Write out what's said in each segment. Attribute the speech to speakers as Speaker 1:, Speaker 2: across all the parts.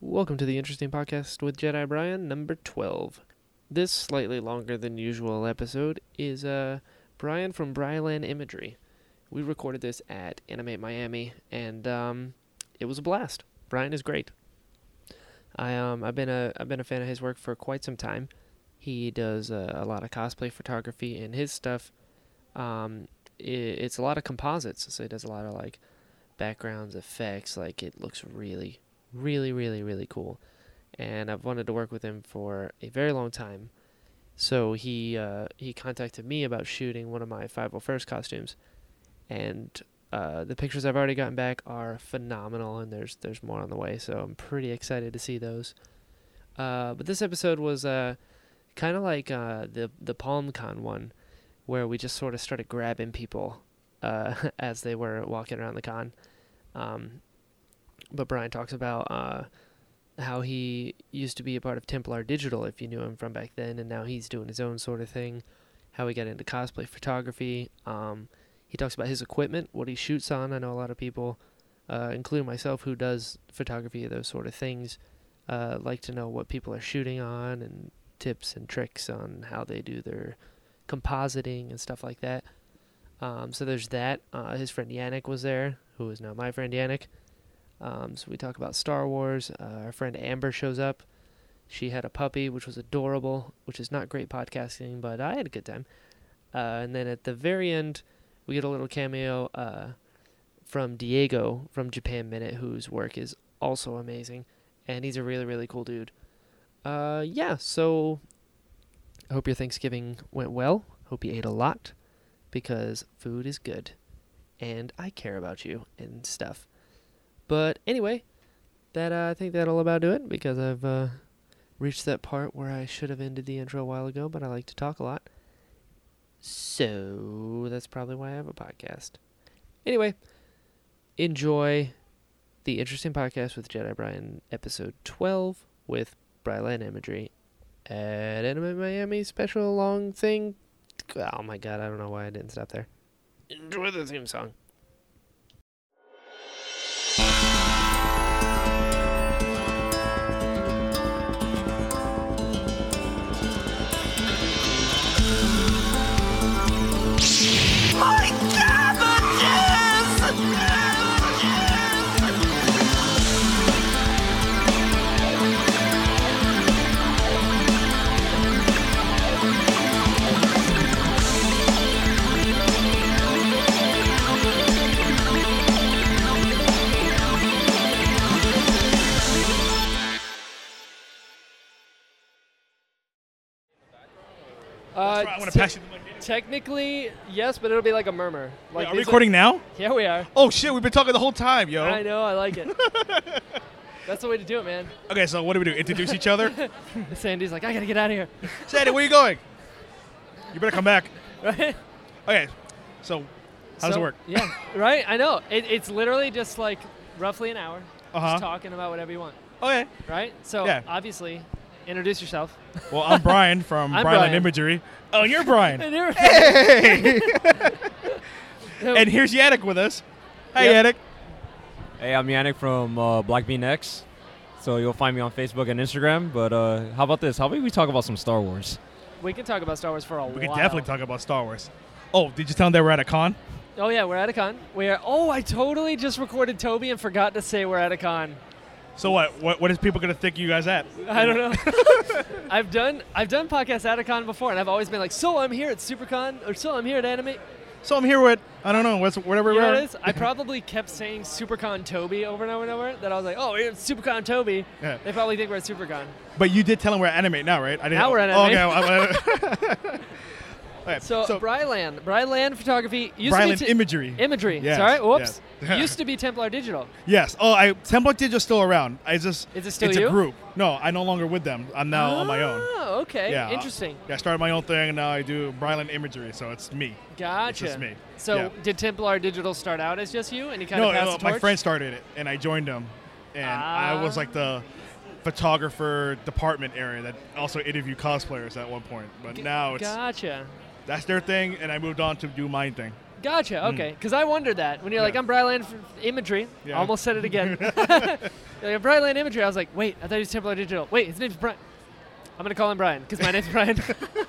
Speaker 1: Welcome to the Interesting Podcast with Jedi Brian, number 12. This slightly longer than usual episode is uh, Brian from Bryland Imagery. We recorded this at Animate Miami, and um, it was a blast. Brian is great. I um I've been a I've been a fan of his work for quite some time. He does uh, a lot of cosplay photography, and his stuff, um, i it's a lot of composites. So he does a lot of like backgrounds, effects. Like it looks really, really, really, really cool. And I've wanted to work with him for a very long time. So he uh, he contacted me about shooting one of my 501st costumes, and uh, the pictures I've already gotten back are phenomenal, and there's there's more on the way, so I'm pretty excited to see those. Uh, but this episode was uh, kind of like uh, the the PalmCon one, where we just sort of started grabbing people uh, as they were walking around the con. Um, but Brian talks about uh, how he used to be a part of Templar Digital, if you knew him from back then, and now he's doing his own sort of thing. How he got into cosplay photography. Um, he talks about his equipment, what he shoots on. I know a lot of people, uh, including myself, who does photography of those sort of things, uh, like to know what people are shooting on and tips and tricks on how they do their compositing and stuff like that. Um, so there's that. Uh, his friend Yannick was there, who is now my friend Yannick. Um, so we talk about Star Wars. Uh, our friend Amber shows up. She had a puppy, which was adorable, which is not great podcasting, but I had a good time. Uh, and then at the very end, we get a little cameo uh, from Diego from Japan Minute, whose work is also amazing, and he's a really really cool dude. Uh, yeah, so I hope your Thanksgiving went well. Hope you ate a lot, because food is good, and I care about you and stuff. But anyway, that uh, I think that'll about do it because I've uh, reached that part where I should have ended the intro a while ago, but I like to talk a lot. So that's probably why I have a podcast. Anyway, enjoy the interesting podcast with Jedi Brian, episode 12 with Bryland Imagery at Anime Miami special long thing. Oh my god, I don't know why I didn't stop there. Enjoy the theme song. Uh,
Speaker 2: I want to pass you the mic.
Speaker 1: Technically, yes, but it'll be like a murmur.
Speaker 2: Wait,
Speaker 1: Like
Speaker 2: are we
Speaker 1: these
Speaker 2: recording now?
Speaker 1: yeah, we are.
Speaker 2: Oh shit, we've been talking the whole time, yo.
Speaker 1: I know. I like it. That's the way to do it, man.
Speaker 2: Okay, so what do we do? Introduce each other?
Speaker 1: Sandy's like, I gotta get out of here.
Speaker 2: Sandy, where you going? You better come back.
Speaker 1: Right?
Speaker 2: Okay, so how does
Speaker 1: So-
Speaker 2: it work?
Speaker 1: Yeah. Right. I know. It, it's literally just like roughly an hour,
Speaker 2: Uh-huh.
Speaker 1: just talking about whatever you want.
Speaker 2: Okay.
Speaker 1: Right. So
Speaker 2: Yeah.
Speaker 1: obviously, introduce yourself.
Speaker 2: Well, I'm Brian from
Speaker 1: I'm
Speaker 2: Brian
Speaker 1: Brian.
Speaker 2: Imagery. Oh, and you're Brian.
Speaker 1: And you're-
Speaker 2: hey!
Speaker 1: No,
Speaker 2: and here's Yannick with us. Hey,
Speaker 1: Yep.
Speaker 2: Yannick.
Speaker 3: Hey, I'm Yannick from uh, Black Bean X. So you'll find me on Facebook and Instagram. But uh, how about this? How about we talk about some Star Wars?
Speaker 1: we can talk about Star Wars for a while.
Speaker 2: We could definitely talk about Star Wars. Oh, did you tell them they were at a con?
Speaker 1: Oh yeah, we're at a con. We are. Oh, I totally just recorded Toby and forgot to say we're at a con.
Speaker 2: So what? What, what is people gonna think you guys at?
Speaker 1: I don't know. I've done I've done podcasts at a con before, and I've always been like, so I'm here at SuperCon, or so I'm here at Anime.
Speaker 2: So I'm here with I don't know what's whatever.
Speaker 1: You know
Speaker 2: we
Speaker 1: what
Speaker 2: are.
Speaker 1: it is? I probably kept saying SuperCon Toby over and over and over. That I was like, oh, we're at SuperCon Toby.
Speaker 2: Yeah.
Speaker 1: They probably think we're at SuperCon.
Speaker 2: But you did tell him we're at animate now, right? I didn't.
Speaker 1: Now we're at
Speaker 2: oh,
Speaker 1: Animate.
Speaker 2: Okay. well, I- Okay,
Speaker 1: So, Bryland, Bryland Photography used
Speaker 2: Bryland
Speaker 1: to be t-
Speaker 2: imagery.
Speaker 1: Imagery.
Speaker 2: Yes,
Speaker 1: Sorry. Whoops.
Speaker 2: yes.
Speaker 1: used to be Templar Digital.
Speaker 2: yes. Oh, I Temple Digital's still around. I just
Speaker 1: Is it still
Speaker 2: it's
Speaker 1: you?
Speaker 2: a group. No, I'm no longer with them. I'm now on my own.
Speaker 1: Oh, okay.
Speaker 2: Yeah.
Speaker 1: Interesting.
Speaker 2: Yeah, I started my own thing and now I do Bryland imagery, so it's me.
Speaker 1: Gotcha.
Speaker 2: just me.
Speaker 1: So,
Speaker 2: Yeah.
Speaker 1: did Templar Digital start out as just you, and you kind
Speaker 2: no,
Speaker 1: of passed
Speaker 2: no,
Speaker 1: the torch?
Speaker 2: my friend started it and I joined them and I was
Speaker 1: Ah.
Speaker 2: like the photographer department area that also interviewed cosplayers at one point. But now it's
Speaker 1: Gotcha.
Speaker 2: that's their thing and I moved on to do my thing.
Speaker 1: Gotcha. Okay. Because I wondered that when you're like,
Speaker 2: Hmm. Yeah.
Speaker 1: I'm Bryland f- imagery.
Speaker 2: Yeah.
Speaker 1: I almost said it again. You're like, I'm Bryland imagery. I was like, wait, I thought he was Templar Digital. Wait, his name's Brian. I'm gonna call him Brian because my name's Brian.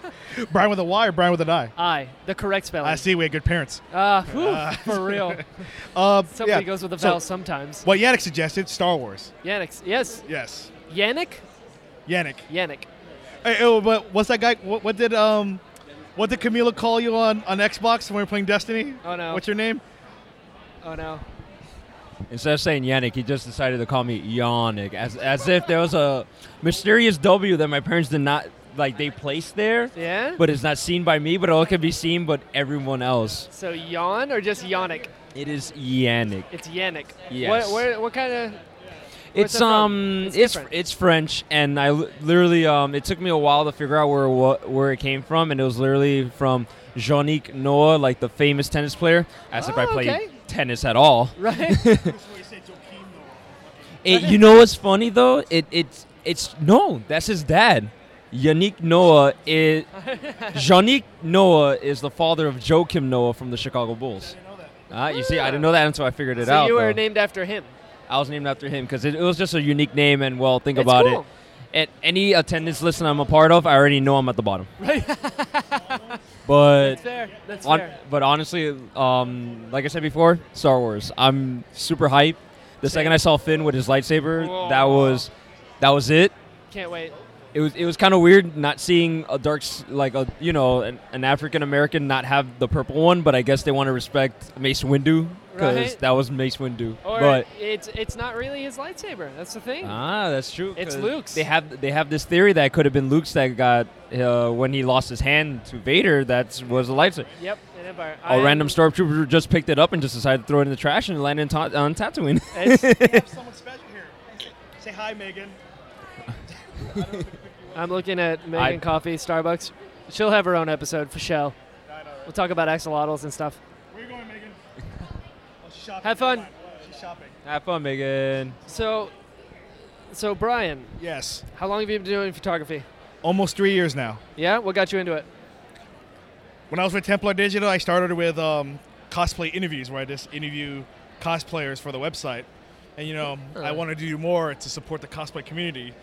Speaker 2: Brian with a Y or Brian with an I?
Speaker 1: I, the correct spelling.
Speaker 2: I see. We had good parents.
Speaker 1: Ah, whew, for real.
Speaker 2: Uh,
Speaker 1: Somebody
Speaker 2: yeah.
Speaker 1: goes with a
Speaker 2: So,
Speaker 1: vowel sometimes.
Speaker 2: What Yannick suggested, Star Wars.
Speaker 1: Yannick. Yes.
Speaker 2: Yes.
Speaker 1: Yannick.
Speaker 2: Yannick.
Speaker 1: Yannick.
Speaker 2: Hey, oh, but what's that guy? What, what did um, what did Camila call you on on Xbox when we were playing Destiny?
Speaker 1: Oh, no.
Speaker 2: What's your name?
Speaker 1: Oh no.
Speaker 3: Instead of saying Yannick, he just decided to call me Yannick, as as if there was a mysterious W that my parents did not like. They placed there,
Speaker 1: Yeah.
Speaker 3: but it's not seen by me, but it all can be seen but everyone else.
Speaker 1: so yawn or just Yannick?
Speaker 3: It is Yannick.
Speaker 1: It's Yannick.
Speaker 3: Yes.
Speaker 1: What, where, what kind of? Where's
Speaker 3: It's
Speaker 1: that from?
Speaker 3: um,
Speaker 1: It's
Speaker 3: it's it's,
Speaker 1: different.
Speaker 3: French, and I li- literally um, it took me a while to figure out where it wa- where it came from, and it was literally from Jean-Nic Noah, like the famous tennis player. As if I
Speaker 1: Oh,
Speaker 3: played
Speaker 1: okay.
Speaker 3: tennis at all.
Speaker 1: Right.
Speaker 3: It, you know what's funny though? It it's it's no, that's his dad. Yannick Noah is Yannick Noah is the father of Joakim Noah from the Chicago Bulls. Ah, you see, I didn't know that until I figured it
Speaker 1: so
Speaker 3: out.
Speaker 1: you were
Speaker 3: though.
Speaker 1: named after him.
Speaker 3: I was named after him because it, it was just a unique name, and well, think
Speaker 1: It's
Speaker 3: about
Speaker 1: cool.
Speaker 3: it. At any attendance list that I'm a part of, I already know I'm at the bottom.
Speaker 1: Right.
Speaker 3: But
Speaker 1: That's fair. That's
Speaker 3: on,
Speaker 1: fair.
Speaker 3: but honestly, um, like I said before, Star Wars. I'm super hyped. The second I saw Finn with his lightsaber, that
Speaker 1: Whoa.
Speaker 3: was that was it.
Speaker 1: Can't wait.
Speaker 3: It was it was kind of weird not seeing a dark s- like a you know an, an African American not have the purple one, but I guess they want to respect Mace Windu because
Speaker 1: Right.
Speaker 3: that was Mace Windu.
Speaker 1: Or
Speaker 3: but
Speaker 1: it's it's not really his lightsaber. That's the thing.
Speaker 3: ah, that's true.
Speaker 1: It's
Speaker 3: 'cause
Speaker 1: Luke's.
Speaker 3: They have they have this theory that it could have been Luke's that got uh, when he lost his hand to Vader. That was a lightsaber.
Speaker 1: yep. An empire.
Speaker 3: A
Speaker 1: I-
Speaker 3: Oh, random stormtrooper just picked it up and just decided to throw it in the trash and it landed in ta- on Tatooine.
Speaker 1: it's-
Speaker 2: Someone special here. Say hi, Megan.
Speaker 1: I'm looking at Megan
Speaker 3: I-
Speaker 1: Coffee, Starbucks. She'll have her own episode for Shell. We'll talk about axolotls and stuff.
Speaker 2: Where you going, Megan? Oh, she's shopping.
Speaker 1: Have fun.
Speaker 2: She's shopping.
Speaker 3: Have fun, Megan.
Speaker 1: So, so Brian,
Speaker 2: Yes.
Speaker 1: how long have you been doing photography?
Speaker 2: Almost three years now.
Speaker 1: Yeah. What got you into it?
Speaker 2: When I was with Templar Digital, I started with um, cosplay interviews, where I just interview cosplayers for the website. And you know, I wanted to do more to support the cosplay community.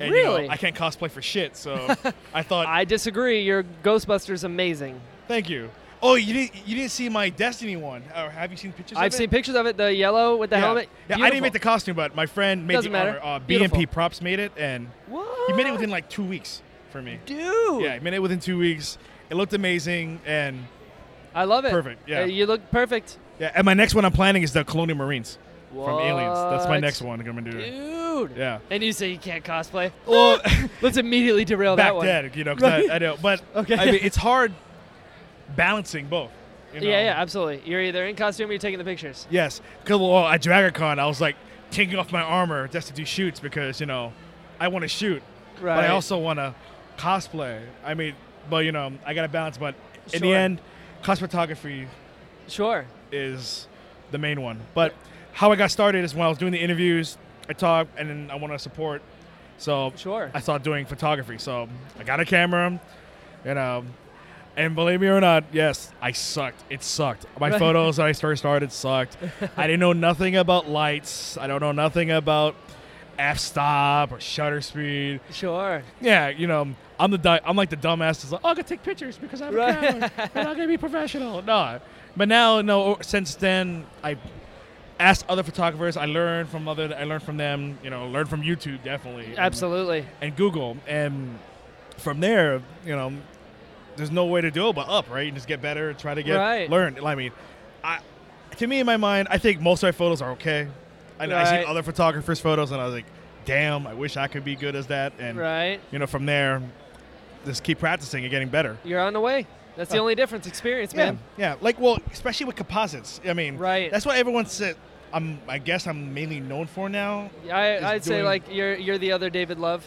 Speaker 2: And you
Speaker 1: Really?
Speaker 2: know, I can't cosplay for shit, so I thought,
Speaker 1: I disagree. Your Ghostbusters amazing.
Speaker 2: thank you. Oh, you didn't you didn't see my Destiny one? Or have you seen pictures?
Speaker 1: I've
Speaker 2: of it?
Speaker 1: seen pictures of it. The yellow with the
Speaker 2: yeah.
Speaker 1: helmet.
Speaker 2: Yeah, I didn't make the costume, but my friend made
Speaker 1: Doesn't
Speaker 2: the
Speaker 1: matter.
Speaker 2: armor. Uh,
Speaker 1: Beautiful.
Speaker 2: BMP props made it, and
Speaker 1: What?
Speaker 2: he made it within like two weeks for me.
Speaker 1: Dude.
Speaker 2: Yeah, he made it within two weeks. It looked amazing, and
Speaker 1: I love it.
Speaker 2: Perfect, yeah.
Speaker 1: Uh, you look perfect.
Speaker 2: yeah. And my next one I'm planning is the Colonial Marines. from Aliens. That's my
Speaker 1: What?
Speaker 2: next one I'm gonna do.
Speaker 1: Dude.
Speaker 2: Yeah.
Speaker 1: And you say you can't cosplay.
Speaker 2: Well,
Speaker 1: Let's immediately derail Oh, that
Speaker 2: back
Speaker 1: one.
Speaker 2: then, you know, 'cause
Speaker 1: Right.
Speaker 2: I, I know, but
Speaker 1: Okay.
Speaker 2: I mean, it's hard balancing both. you know?
Speaker 1: Yeah, yeah, absolutely. You're either in costume or you're taking the pictures.
Speaker 2: Yes, because well, at DragonCon, I was like taking off my armor just to do shoots because you know, I want to shoot,
Speaker 1: Right.
Speaker 2: but I also want to cosplay. I mean, but you know, I gotta balance. But in the
Speaker 1: Sure.
Speaker 2: end, cosplay photography
Speaker 1: sure.
Speaker 2: is the main one. But how I got started is when I was doing the interviews, I talked, and then I want to support. So
Speaker 1: Sure.
Speaker 2: I started doing photography. So I got a camera, you know, and believe me or not, yes, I sucked. It sucked. My
Speaker 1: Right.
Speaker 2: photos that I first started sucked. I didn't know nothing about lights. I don't know nothing about f stop or shutter speed.
Speaker 1: Sure.
Speaker 2: Yeah, you know, I'm the di- I'm like the dumbass. that's like, oh, I can take pictures because I have
Speaker 1: Right.
Speaker 2: a camera. I'm not gonna be professional. No, but now, no. Since then, I asked other photographers. I learned from other. I learned from them. You know, learned from YouTube definitely. and-
Speaker 1: Absolutely.
Speaker 2: And, Google, and from there, you know, there's no way to do it but up, right? And just get better. Try to get
Speaker 1: Right.
Speaker 2: learn. I mean, I to me in my mind, I think most of my photos are okay. I, I
Speaker 1: Right.
Speaker 2: see other photographers' photos, and I was like, damn, I wish I could be good as that. And
Speaker 1: Right.
Speaker 2: you know, from there, just keep practicing and getting better.
Speaker 1: You're on the way. That's the only difference. Experience, man.
Speaker 2: yeah. Like, well, especially with composites. I mean,
Speaker 1: Right.
Speaker 2: That's what everyone said. I'm, I guess I'm mainly known for now. Is
Speaker 1: I, I'd say
Speaker 2: doing-
Speaker 1: like you're you're the other David Love.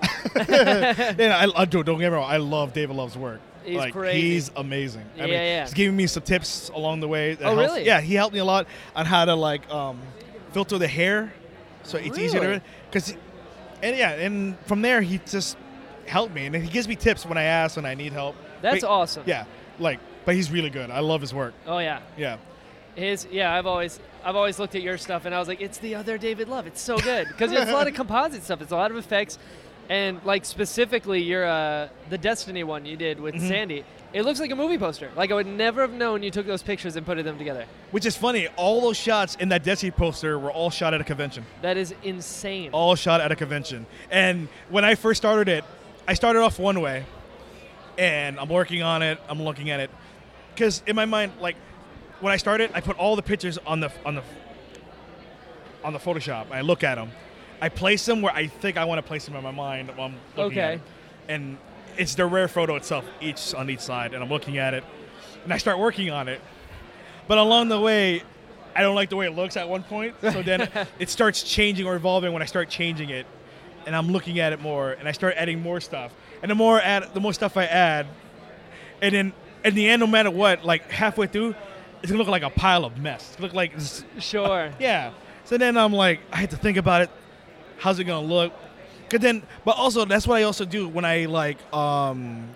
Speaker 2: Then I, I do, don't get me wrong. I love David Love's work.
Speaker 1: He's
Speaker 2: like,
Speaker 1: crazy.
Speaker 2: He's amazing. I mean,
Speaker 1: Yeah, yeah.
Speaker 2: He's giving me some tips along the way. that
Speaker 1: Oh,
Speaker 2: helps-
Speaker 1: really?
Speaker 2: Yeah, he helped me a lot on how to like um, filter the hair, so it's easier
Speaker 1: Really?
Speaker 2: to. Because, and yeah, and from there he just helped me, and he gives me tips when I ask when I need help.
Speaker 1: That's
Speaker 2: But-
Speaker 1: awesome.
Speaker 2: Yeah, like But he's really good. I love his work.
Speaker 1: Oh yeah,
Speaker 2: Yeah.
Speaker 1: his yeah. I've always I've always looked at your stuff and I was like, it's the other David Love. It's so good because it's a lot of composite stuff. It's a lot of effects, and like specifically your uh, the Destiny one you did with
Speaker 2: Mm-hmm.
Speaker 1: Sandy. It looks like a movie poster. Like I would never have known you took those pictures and put them together.
Speaker 2: Which is funny. All those shots in that Desi poster were all shot at a convention.
Speaker 1: That is insane.
Speaker 2: all shot at a convention. And when I first started it, I started off one way, and I'm working on it. I'm looking at it, because in my mind, like when I started, I put all the pictures on the on the on the Photoshop. I look at them, I place them where I think I want to place them in my mind. While I'm looking at
Speaker 1: Okay.
Speaker 2: it. and it's the rare photo itself, each on each side, and I'm looking at it, and I start working on it. But along the way, I don't like the way it looks at one point. So then it starts changing or evolving when I start changing it, and I'm looking at it more, and I start adding more stuff. And the more I add, the more stuff I add, and then in the end, no matter what, like halfway through, it's gonna look like a pile of mess. It's gonna look like this-
Speaker 1: Sure.
Speaker 2: yeah. So then I'm like, I had to think about it. How's it gonna look? Cause then, but also that's what I also do when I like um,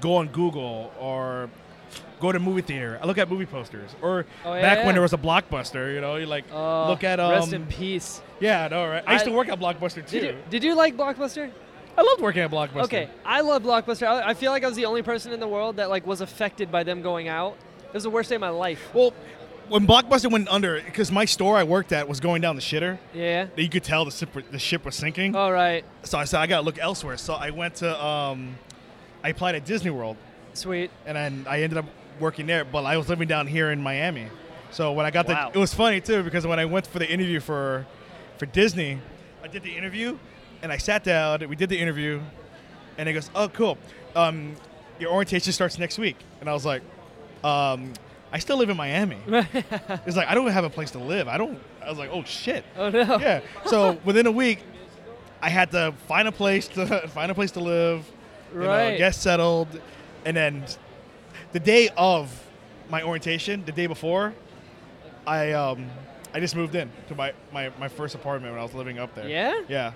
Speaker 2: go on Google or go to movie theater. I look at movie posters. Or
Speaker 1: Oh, yeah,
Speaker 2: back
Speaker 1: yeah.
Speaker 2: when there was a blockbuster, you know, you like
Speaker 1: Oh,
Speaker 2: look at um,
Speaker 1: rest in peace.
Speaker 2: yeah, no, right. I used
Speaker 1: I-
Speaker 2: to work at Blockbuster too.
Speaker 1: Did you, did you like Blockbuster?
Speaker 2: I loved working at Blockbuster.
Speaker 1: Okay, I love Blockbuster. I, I feel like I was the only person in the world that like was affected by them going out. It was the worst day of my life.
Speaker 2: Well, when Blockbuster went under, because my store I worked at was going down the shitter,
Speaker 1: Yeah.
Speaker 2: you could tell the ship, the ship was sinking.
Speaker 1: All right.
Speaker 2: So I said I gotta look elsewhere. So I went to um, I applied at Disney World,
Speaker 1: Sweet.
Speaker 2: and then I ended up working there. But I was living down here in Miami. So when I got
Speaker 1: Wow.
Speaker 2: the, it was funny too because when I went for the interview for for Disney, I did the interview, and I sat down. We did the interview, and he goes, "Oh, cool. Um, your orientation starts next week." And I was like, um, "I still live in Miami." It's like I don't have a place to live. I don't. I was like, "Oh shit."
Speaker 1: Oh no.
Speaker 2: yeah. So within a week, I had to find a place to find a place to live, you know,
Speaker 1: Right.
Speaker 2: get settled, and then the day of my orientation, the day before, I um, I just moved in to my, my, my first apartment when I was living up there.
Speaker 1: Yeah?
Speaker 2: Yeah.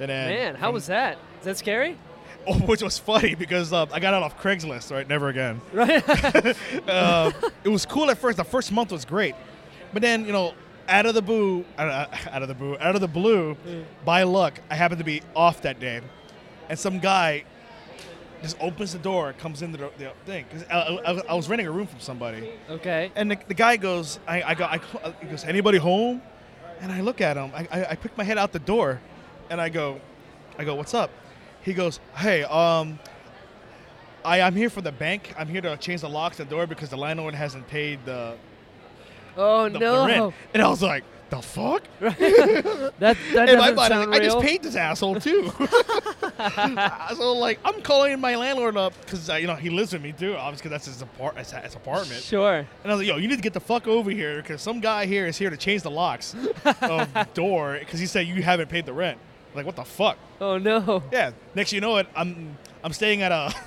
Speaker 2: And then
Speaker 1: Man, how
Speaker 2: from-
Speaker 1: was that? Is that scary?
Speaker 2: Oh, which was funny because um, I got out off Craigslist, right? Never again.
Speaker 1: Right.
Speaker 2: Uh, it was cool at first. The first month was great, but then you know, out of the boo, out of, out of the boo, out of the blue, by luck, I happened to be off that day, and some guy just opens the door, comes into the, the thing. 'Cause I, I- I was renting a room from somebody,
Speaker 1: okay.
Speaker 2: and the, the guy goes, I, I go, I, cl- uh, he goes, anybody home? And I look at him. I, I, I pick my head out the door, and I go, I go, what's up? He goes, hey, um, I, I'm here for the bank. I'm here to change the locks the door because the landlord hasn't paid the,
Speaker 1: Oh
Speaker 2: the, the
Speaker 1: no.
Speaker 2: rent. And I was like, the fuck?
Speaker 1: That that
Speaker 2: In my
Speaker 1: doesn't
Speaker 2: mind, I'm
Speaker 1: sound
Speaker 2: like, I
Speaker 1: real.
Speaker 2: just paid this asshole too. so like, I'm calling my landlord up because uh, you know he lives with me too, obviously 'cause that's his, apart- his, his apartment.
Speaker 1: Sure.
Speaker 2: And I was like, yo, you need to get the fuck over here because some guy here is here to change the locks of door because he said you haven't paid the rent. I'm like, what the fuck?
Speaker 1: Oh no.
Speaker 2: Yeah. Next you know it, I'm I'm staying at a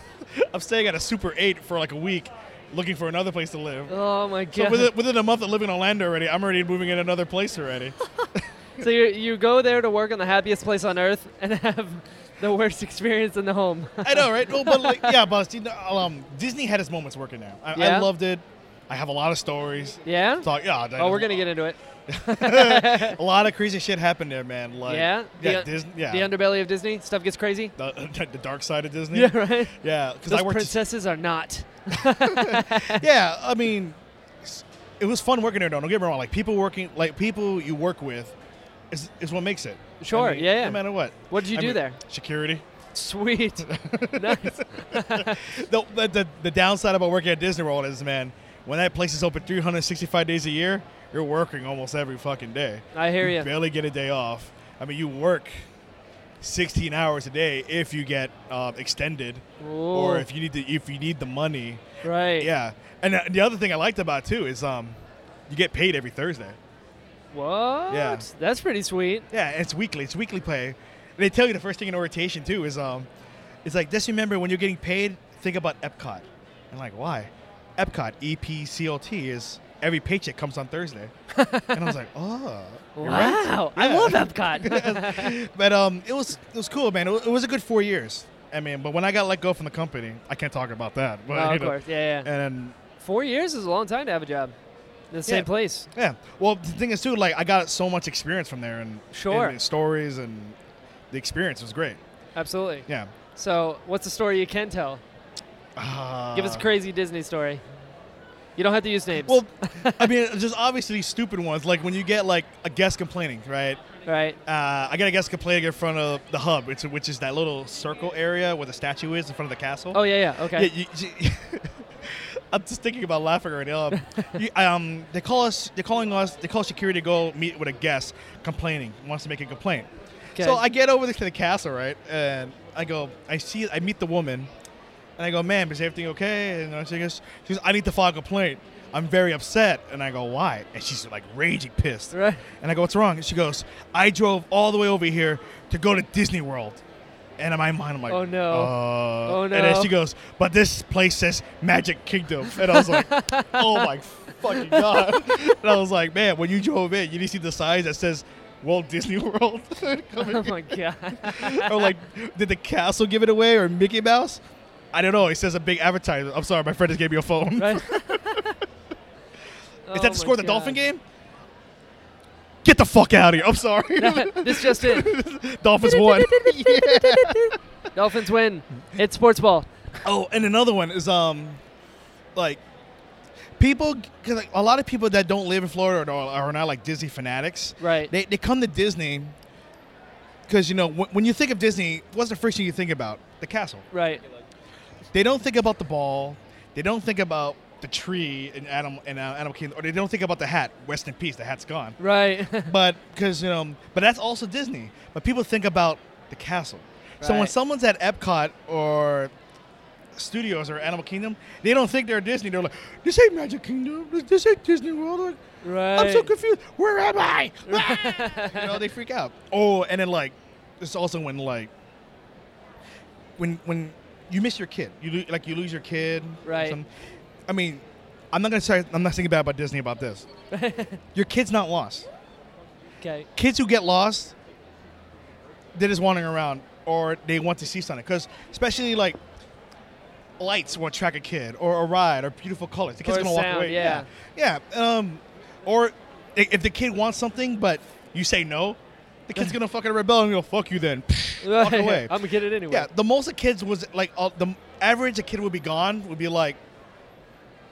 Speaker 2: I'm staying at a Super 8 for like a week looking for another place to live.
Speaker 1: Oh my
Speaker 2: So
Speaker 1: god.
Speaker 2: within, within a month of living in Orlando already, I'm already moving in another place already.
Speaker 1: so you you go there to work on the happiest place on earth and have the worst experience in the home.
Speaker 2: I know, right? Well, but like, yeah, but see, no, um, Disney had its moments working there. I, I
Speaker 1: Yeah?
Speaker 2: loved it. I have a lot of stories.
Speaker 1: yeah?
Speaker 2: So, yeah. that-
Speaker 1: Oh, we're gonna get into it.
Speaker 2: a lot of crazy shit happened there, man. Like
Speaker 1: yeah? The,
Speaker 2: yeah,
Speaker 1: un-
Speaker 2: Disney, yeah.
Speaker 1: The underbelly of Disney stuff gets crazy.
Speaker 2: the, the dark side of Disney.
Speaker 1: Yeah, right.
Speaker 2: Yeah, because
Speaker 1: Those
Speaker 2: I worked.
Speaker 1: princesses are not.
Speaker 2: yeah, I mean, s- it was fun working there. Though, don't get me wrong. Like people working, like people you work with, is, is what makes it.
Speaker 1: Sure,
Speaker 2: I mean,
Speaker 1: yeah, yeah.
Speaker 2: No matter what.
Speaker 1: What did you
Speaker 2: I
Speaker 1: do
Speaker 2: mean,
Speaker 1: there?
Speaker 2: Security.
Speaker 1: Sweet. nice.
Speaker 2: The, the, the the downside about working at Disney World is, man, when that place is open 365 days a year, you're working almost every fucking day.
Speaker 1: I hear
Speaker 2: You
Speaker 1: you.
Speaker 2: barely get a day off. I mean, you work 16 hours a day if you get uh, extended,
Speaker 1: Ooh.
Speaker 2: or if you need to, if you need the money.
Speaker 1: Right.
Speaker 2: Yeah, and uh, the other thing I liked about it, too is um, you get paid every Thursday.
Speaker 1: What?
Speaker 2: Yeah.
Speaker 1: That's pretty sweet.
Speaker 2: Yeah, and it's weekly. It's weekly pay. And they tell you the first thing in orientation too is um, it's like just remember when you're getting paid, think about Epcot. And like why? Epcot E P C O T is every paycheck comes on Thursday. and I was like, oh, you're right.
Speaker 1: Wow. I
Speaker 2: Yeah.
Speaker 1: love Epcot.
Speaker 2: But um, it was it was cool, man. It wa- it was a good four years. I mean, but when I got let go from the company, I can't talk about that. But,
Speaker 1: oh,
Speaker 2: you
Speaker 1: of
Speaker 2: know,
Speaker 1: course. Yeah, yeah.
Speaker 2: And
Speaker 1: Four years is a long time to have a job. In the same
Speaker 2: Yeah.
Speaker 1: place.
Speaker 2: Yeah. Well, the thing is too, like I got so much experience from there, and
Speaker 1: Sure.
Speaker 2: and the stories and the experience was great.
Speaker 1: Absolutely.
Speaker 2: Yeah.
Speaker 1: So, what's the story you can tell?
Speaker 2: Uh,
Speaker 1: Give us a crazy Disney story. You don't have to use names.
Speaker 2: Well, I mean, just obviously stupid ones. Like when you get like a guest complaining, right?
Speaker 1: right.
Speaker 2: Uh, I got a guest complaining in front of the hub, it's, which is that little circle area where the statue is in front of the castle.
Speaker 1: Oh yeah, yeah. Okay.
Speaker 2: Yeah, you, you- I'm just thinking about laughing right now. Um, you- um, they call us. They're calling us. They call security to go meet with a guest complaining. Wants to make a complaint.
Speaker 1: Okay.
Speaker 2: So I get over to the castle, right? And I go. I see. I meet the woman, and I go, "Ma'am, is everything okay?" And she goes, "She goes, I need to file a complaint. I'm very upset." And I go, "Why?" And she's like raging pissed.
Speaker 1: Right.
Speaker 2: And I go, "What's wrong?" And she goes, "I drove all the way over here to go to Disney World." And in my mind, I'm like,
Speaker 1: Oh, no.
Speaker 2: uh,
Speaker 1: Oh,
Speaker 2: And
Speaker 1: no.
Speaker 2: then she goes, "But this place says Magic Kingdom," and I was like, "Oh my fucking god!" And I was like, "Man, when you drove in, you didn't see the signs that says." Walt Disney World.
Speaker 1: oh my god.
Speaker 2: or like, did the castle give it away or Mickey Mouse? I don't know. It says a big advertisement. I'm sorry, my friend just gave me a phone.
Speaker 1: Right.
Speaker 2: Is
Speaker 1: Oh
Speaker 2: that the score of the Dolphin game? Get the fuck out of here. I'm sorry.
Speaker 1: this just in.
Speaker 2: Dolphins won.
Speaker 1: Dolphins win. It's sports ball.
Speaker 2: Oh, and another one is um, like people because like, a lot of people that don't live in Florida or are not like Disney fanatics.
Speaker 1: Right.
Speaker 2: They they come to Disney because you know when, when you think of Disney, what's the first thing you think about? The castle.
Speaker 1: Right.
Speaker 2: They don't think about the ball. They don't think about the tree in Adam and uh, Adam Kingdom, or they don't think about the hat. Rest in peace. The hat's gone.
Speaker 1: Right.
Speaker 2: But because you know, but that's also Disney. But people think about the castle. So when
Speaker 1: Right.
Speaker 2: someone's at Epcot or Studios or Animal Kingdom, they don't think they're Disney. They're like, this ain't Magic Kingdom. This, this ain't Disney World. Like,
Speaker 1: right.
Speaker 2: I'm so confused. Where am I? Ah! you know, they freak out. Oh, and then like, it's also when like, when when you miss your kid, you lo- like you lose your kid. or
Speaker 1: Right.
Speaker 2: some- I mean, I'm not gonna say I'm not saying bad about Disney about this. your kid's not lost
Speaker 1: Okay.
Speaker 2: kids who get lost, they're just wandering around or they want to see something. Because especially like lights will attract a kid or a ride or beautiful colors. The kid's
Speaker 1: Or
Speaker 2: going to walk
Speaker 1: sound,
Speaker 2: away.
Speaker 1: yeah.
Speaker 2: Yeah. yeah. Um, or i- if the kid wants something but you say no, the kid's going to fucking rebel and go, fuck you then. walk away.
Speaker 1: I'm gonna get it anyway.
Speaker 2: yeah. The most of kids was like, uh, the average a kid would be gone would be like,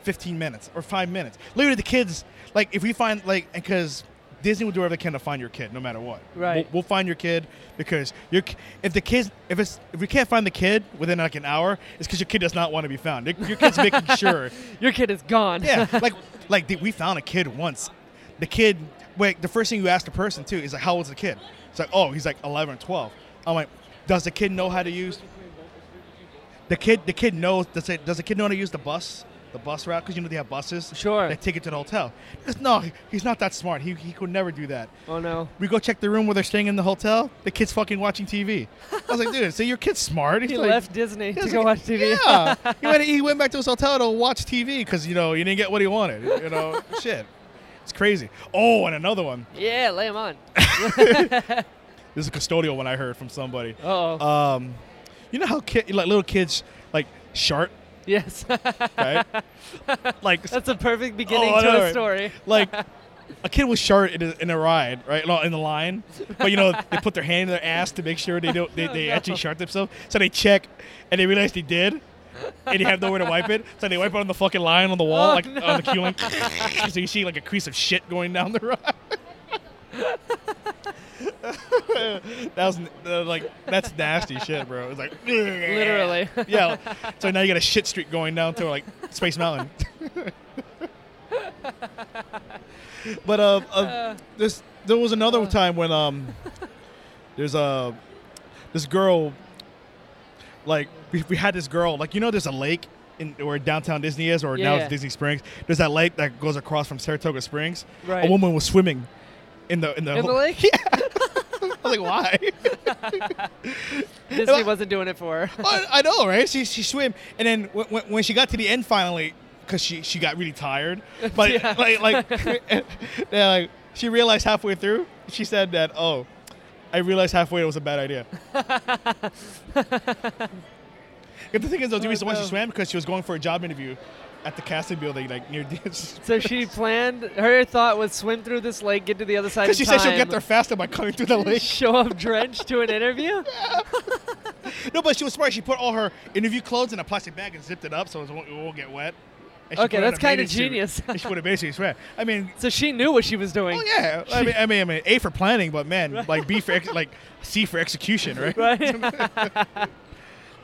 Speaker 2: 15 minutes or five minutes. Literally, the kids, like, if we find, like, because Disney will do whatever they can to find your kid, no matter what.
Speaker 1: Right.
Speaker 2: We'll, we'll find your kid because your ki- if the kids, if it's if we can't find the kid within like an hour, it's because your kid does not want to be found. Your, your kid's making sure.
Speaker 1: Your kid is gone.
Speaker 2: Yeah. Like, like the, we found a kid once. The kid, wait, the first thing you ask the person too is like, how old's the kid? It's like, oh, he's like 11 or 12. I'm like, does the kid know how to use? The kid, the kid knows. Does it? Does the kid know how to use the bus? The bus route because you know they have buses.
Speaker 1: Sure.
Speaker 2: They take it to the hotel. Just, no, he- he's not that smart. He, he could never do that.
Speaker 1: Oh no.
Speaker 2: We go check the room where they're staying in the hotel. The kid's fucking watching TV. I was like, dude, so your kid's smart. He's
Speaker 1: He
Speaker 2: like-
Speaker 1: left Disney
Speaker 2: he
Speaker 1: to
Speaker 2: was
Speaker 1: go
Speaker 2: like,
Speaker 1: watch TV.
Speaker 2: Yeah, he went, he went back to his hotel to watch TV because you know he didn't get what he wanted. You know, shit, it's crazy. Oh, and another one.
Speaker 1: Yeah, lay him on.
Speaker 2: This is a custodial one I heard from somebody.
Speaker 1: Oh.
Speaker 2: Um, you know how kid like little kids like shart,
Speaker 1: yes.
Speaker 2: right? like
Speaker 1: That's a perfect beginning
Speaker 2: Oh, I
Speaker 1: to
Speaker 2: know,
Speaker 1: a
Speaker 2: right?
Speaker 1: story.
Speaker 2: like a kid was short in a, in a ride, right? No, in the line, but you know they put their hand in their ass to make sure they don't they, they actually shart themselves. So they check, and they realize they did, and they have nowhere to wipe it. So they wipe it on the fucking line on the wall,
Speaker 1: Oh,
Speaker 2: like on the queue line. so you see like a crease of shit going down the ride. that was uh, like that's nasty shit, bro. It's like
Speaker 1: Literally.
Speaker 2: yeah. So now you got a shit streak going down to like Space Mountain. but uh, uh, this there was another
Speaker 1: Uh.
Speaker 2: time when um, there's a this girl like we, we had this girl like you know there's a lake in where downtown Disney is or
Speaker 1: Yeah,
Speaker 2: now
Speaker 1: yeah.
Speaker 2: it's Disney Springs. There's that lake that goes across from Saratoga Springs.
Speaker 1: Right.
Speaker 2: A woman was swimming in the in the,
Speaker 1: In the lake?
Speaker 2: I was like, why?
Speaker 1: Disney wasn't doing it for her.
Speaker 2: I, I know, right? She she swim, and then when, when- when she got to the end finally, because she she got really tired, but
Speaker 1: Yeah.
Speaker 2: like like, yeah, like she realized halfway through, she said that oh, I realized halfway it was a bad idea. But the thing is, though, the reason why she
Speaker 1: no.
Speaker 2: swam because she was going for a job interview at the casting building, like near.
Speaker 1: So she planned. Her thought was swim through this lake, get to the other side.
Speaker 2: Because she
Speaker 1: in
Speaker 2: said she'll get
Speaker 1: time,
Speaker 2: there faster by coming through the lake.
Speaker 1: Show up drenched to an interview.
Speaker 2: No, but she was smart. She put all her interview clothes in a plastic bag and zipped it up so it won't, it won't get wet. And she
Speaker 1: Okay,
Speaker 2: put it in
Speaker 1: that's
Speaker 2: a
Speaker 1: kinda
Speaker 2: bathing suit,
Speaker 1: genius.
Speaker 2: and she put a bathing suit. Right. I mean,
Speaker 1: So she knew what she was doing.
Speaker 2: oh yeah. I mean, I mean, I mean, A for planning, but man, like B for ex- like C for execution, right?
Speaker 1: Right.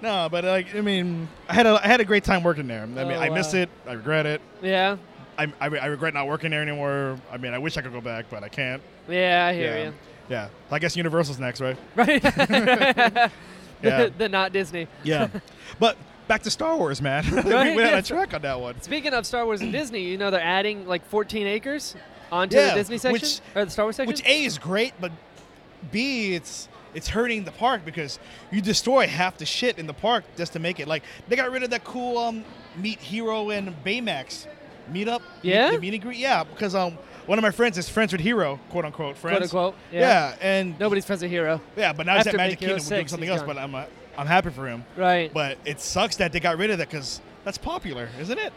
Speaker 2: No, but like I mean, I had a I had a great time working there. I mean,
Speaker 1: Oh,
Speaker 2: I miss
Speaker 1: wow.
Speaker 2: it. I regret it.
Speaker 1: yeah.
Speaker 2: I, I, I regret not working there anymore. I mean, I wish I could go back, but I can't.
Speaker 1: Yeah, I hear
Speaker 2: yeah.
Speaker 1: you.
Speaker 2: Yeah. I guess Universal's next, right?
Speaker 1: Right. the,
Speaker 2: Yeah.
Speaker 1: the not Disney.
Speaker 2: Yeah. but back to Star Wars, man.
Speaker 1: Right,
Speaker 2: we went on a
Speaker 1: yes.
Speaker 2: track on that one.
Speaker 1: Speaking of Star Wars and Disney, you know they're adding like 14 acres onto
Speaker 2: Yeah,
Speaker 1: the Disney section
Speaker 2: which-
Speaker 1: or the Star Wars section.
Speaker 2: Which A is great, but B it's it's hurting the park because you destroy half the shit in the park just to make it. Like they got rid of that cool um meet Hero and Baymax meetup. meet-
Speaker 1: Yeah?
Speaker 2: the meet and greet. Yeah, because um one of my friends is friends with Hero, quote unquote friends.
Speaker 1: quote unquote. Yeah.
Speaker 2: Yeah, and
Speaker 1: Nobody's friends with Hero.
Speaker 2: yeah, but now he's at
Speaker 1: after
Speaker 2: Magic
Speaker 1: Big Hero
Speaker 2: Kingdom we're doing
Speaker 1: 6,
Speaker 2: something
Speaker 1: he's
Speaker 2: else.
Speaker 1: gone.
Speaker 2: But I'm uh, I'm happy for him.
Speaker 1: Right.
Speaker 2: But it sucks that they got rid of that because that's popular, isn't it?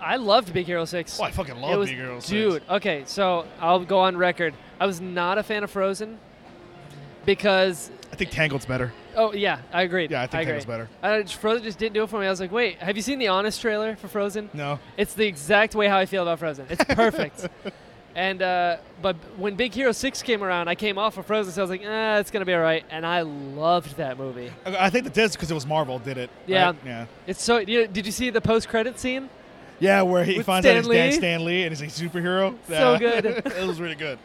Speaker 1: I loved Big Hero 6.
Speaker 2: Oh, I fucking
Speaker 1: It
Speaker 2: love
Speaker 1: was-
Speaker 2: Big Hero Six.
Speaker 1: Dude, okay, so I'll go on record. I was not a fan of Frozen because
Speaker 2: I think Tangled's better.
Speaker 1: oh yeah, I agreed.
Speaker 2: Yeah, I think
Speaker 1: agree.
Speaker 2: Tangled's better.
Speaker 1: I just, Frozen just didn't do it for me. I was like, wait, have you seen the Honest trailer for Frozen?
Speaker 2: No.
Speaker 1: It's the exact way how I feel about Frozen. It's perfect. and uh, but when Big Hero Six came around, I came off of Frozen, so I was like, ah, it's gonna be alright. And I loved that movie.
Speaker 2: I I think the did because it was Marvel did it.
Speaker 1: Yeah.
Speaker 2: right? Yeah.
Speaker 1: It's so. You did you see the post-credit scene?
Speaker 2: Yeah, where he
Speaker 1: With
Speaker 2: finds
Speaker 1: Stan
Speaker 2: out he's Dan
Speaker 1: Lee?
Speaker 2: Stan Lee and he's a superhero.
Speaker 1: So
Speaker 2: Yeah.
Speaker 1: good.
Speaker 2: it was really good.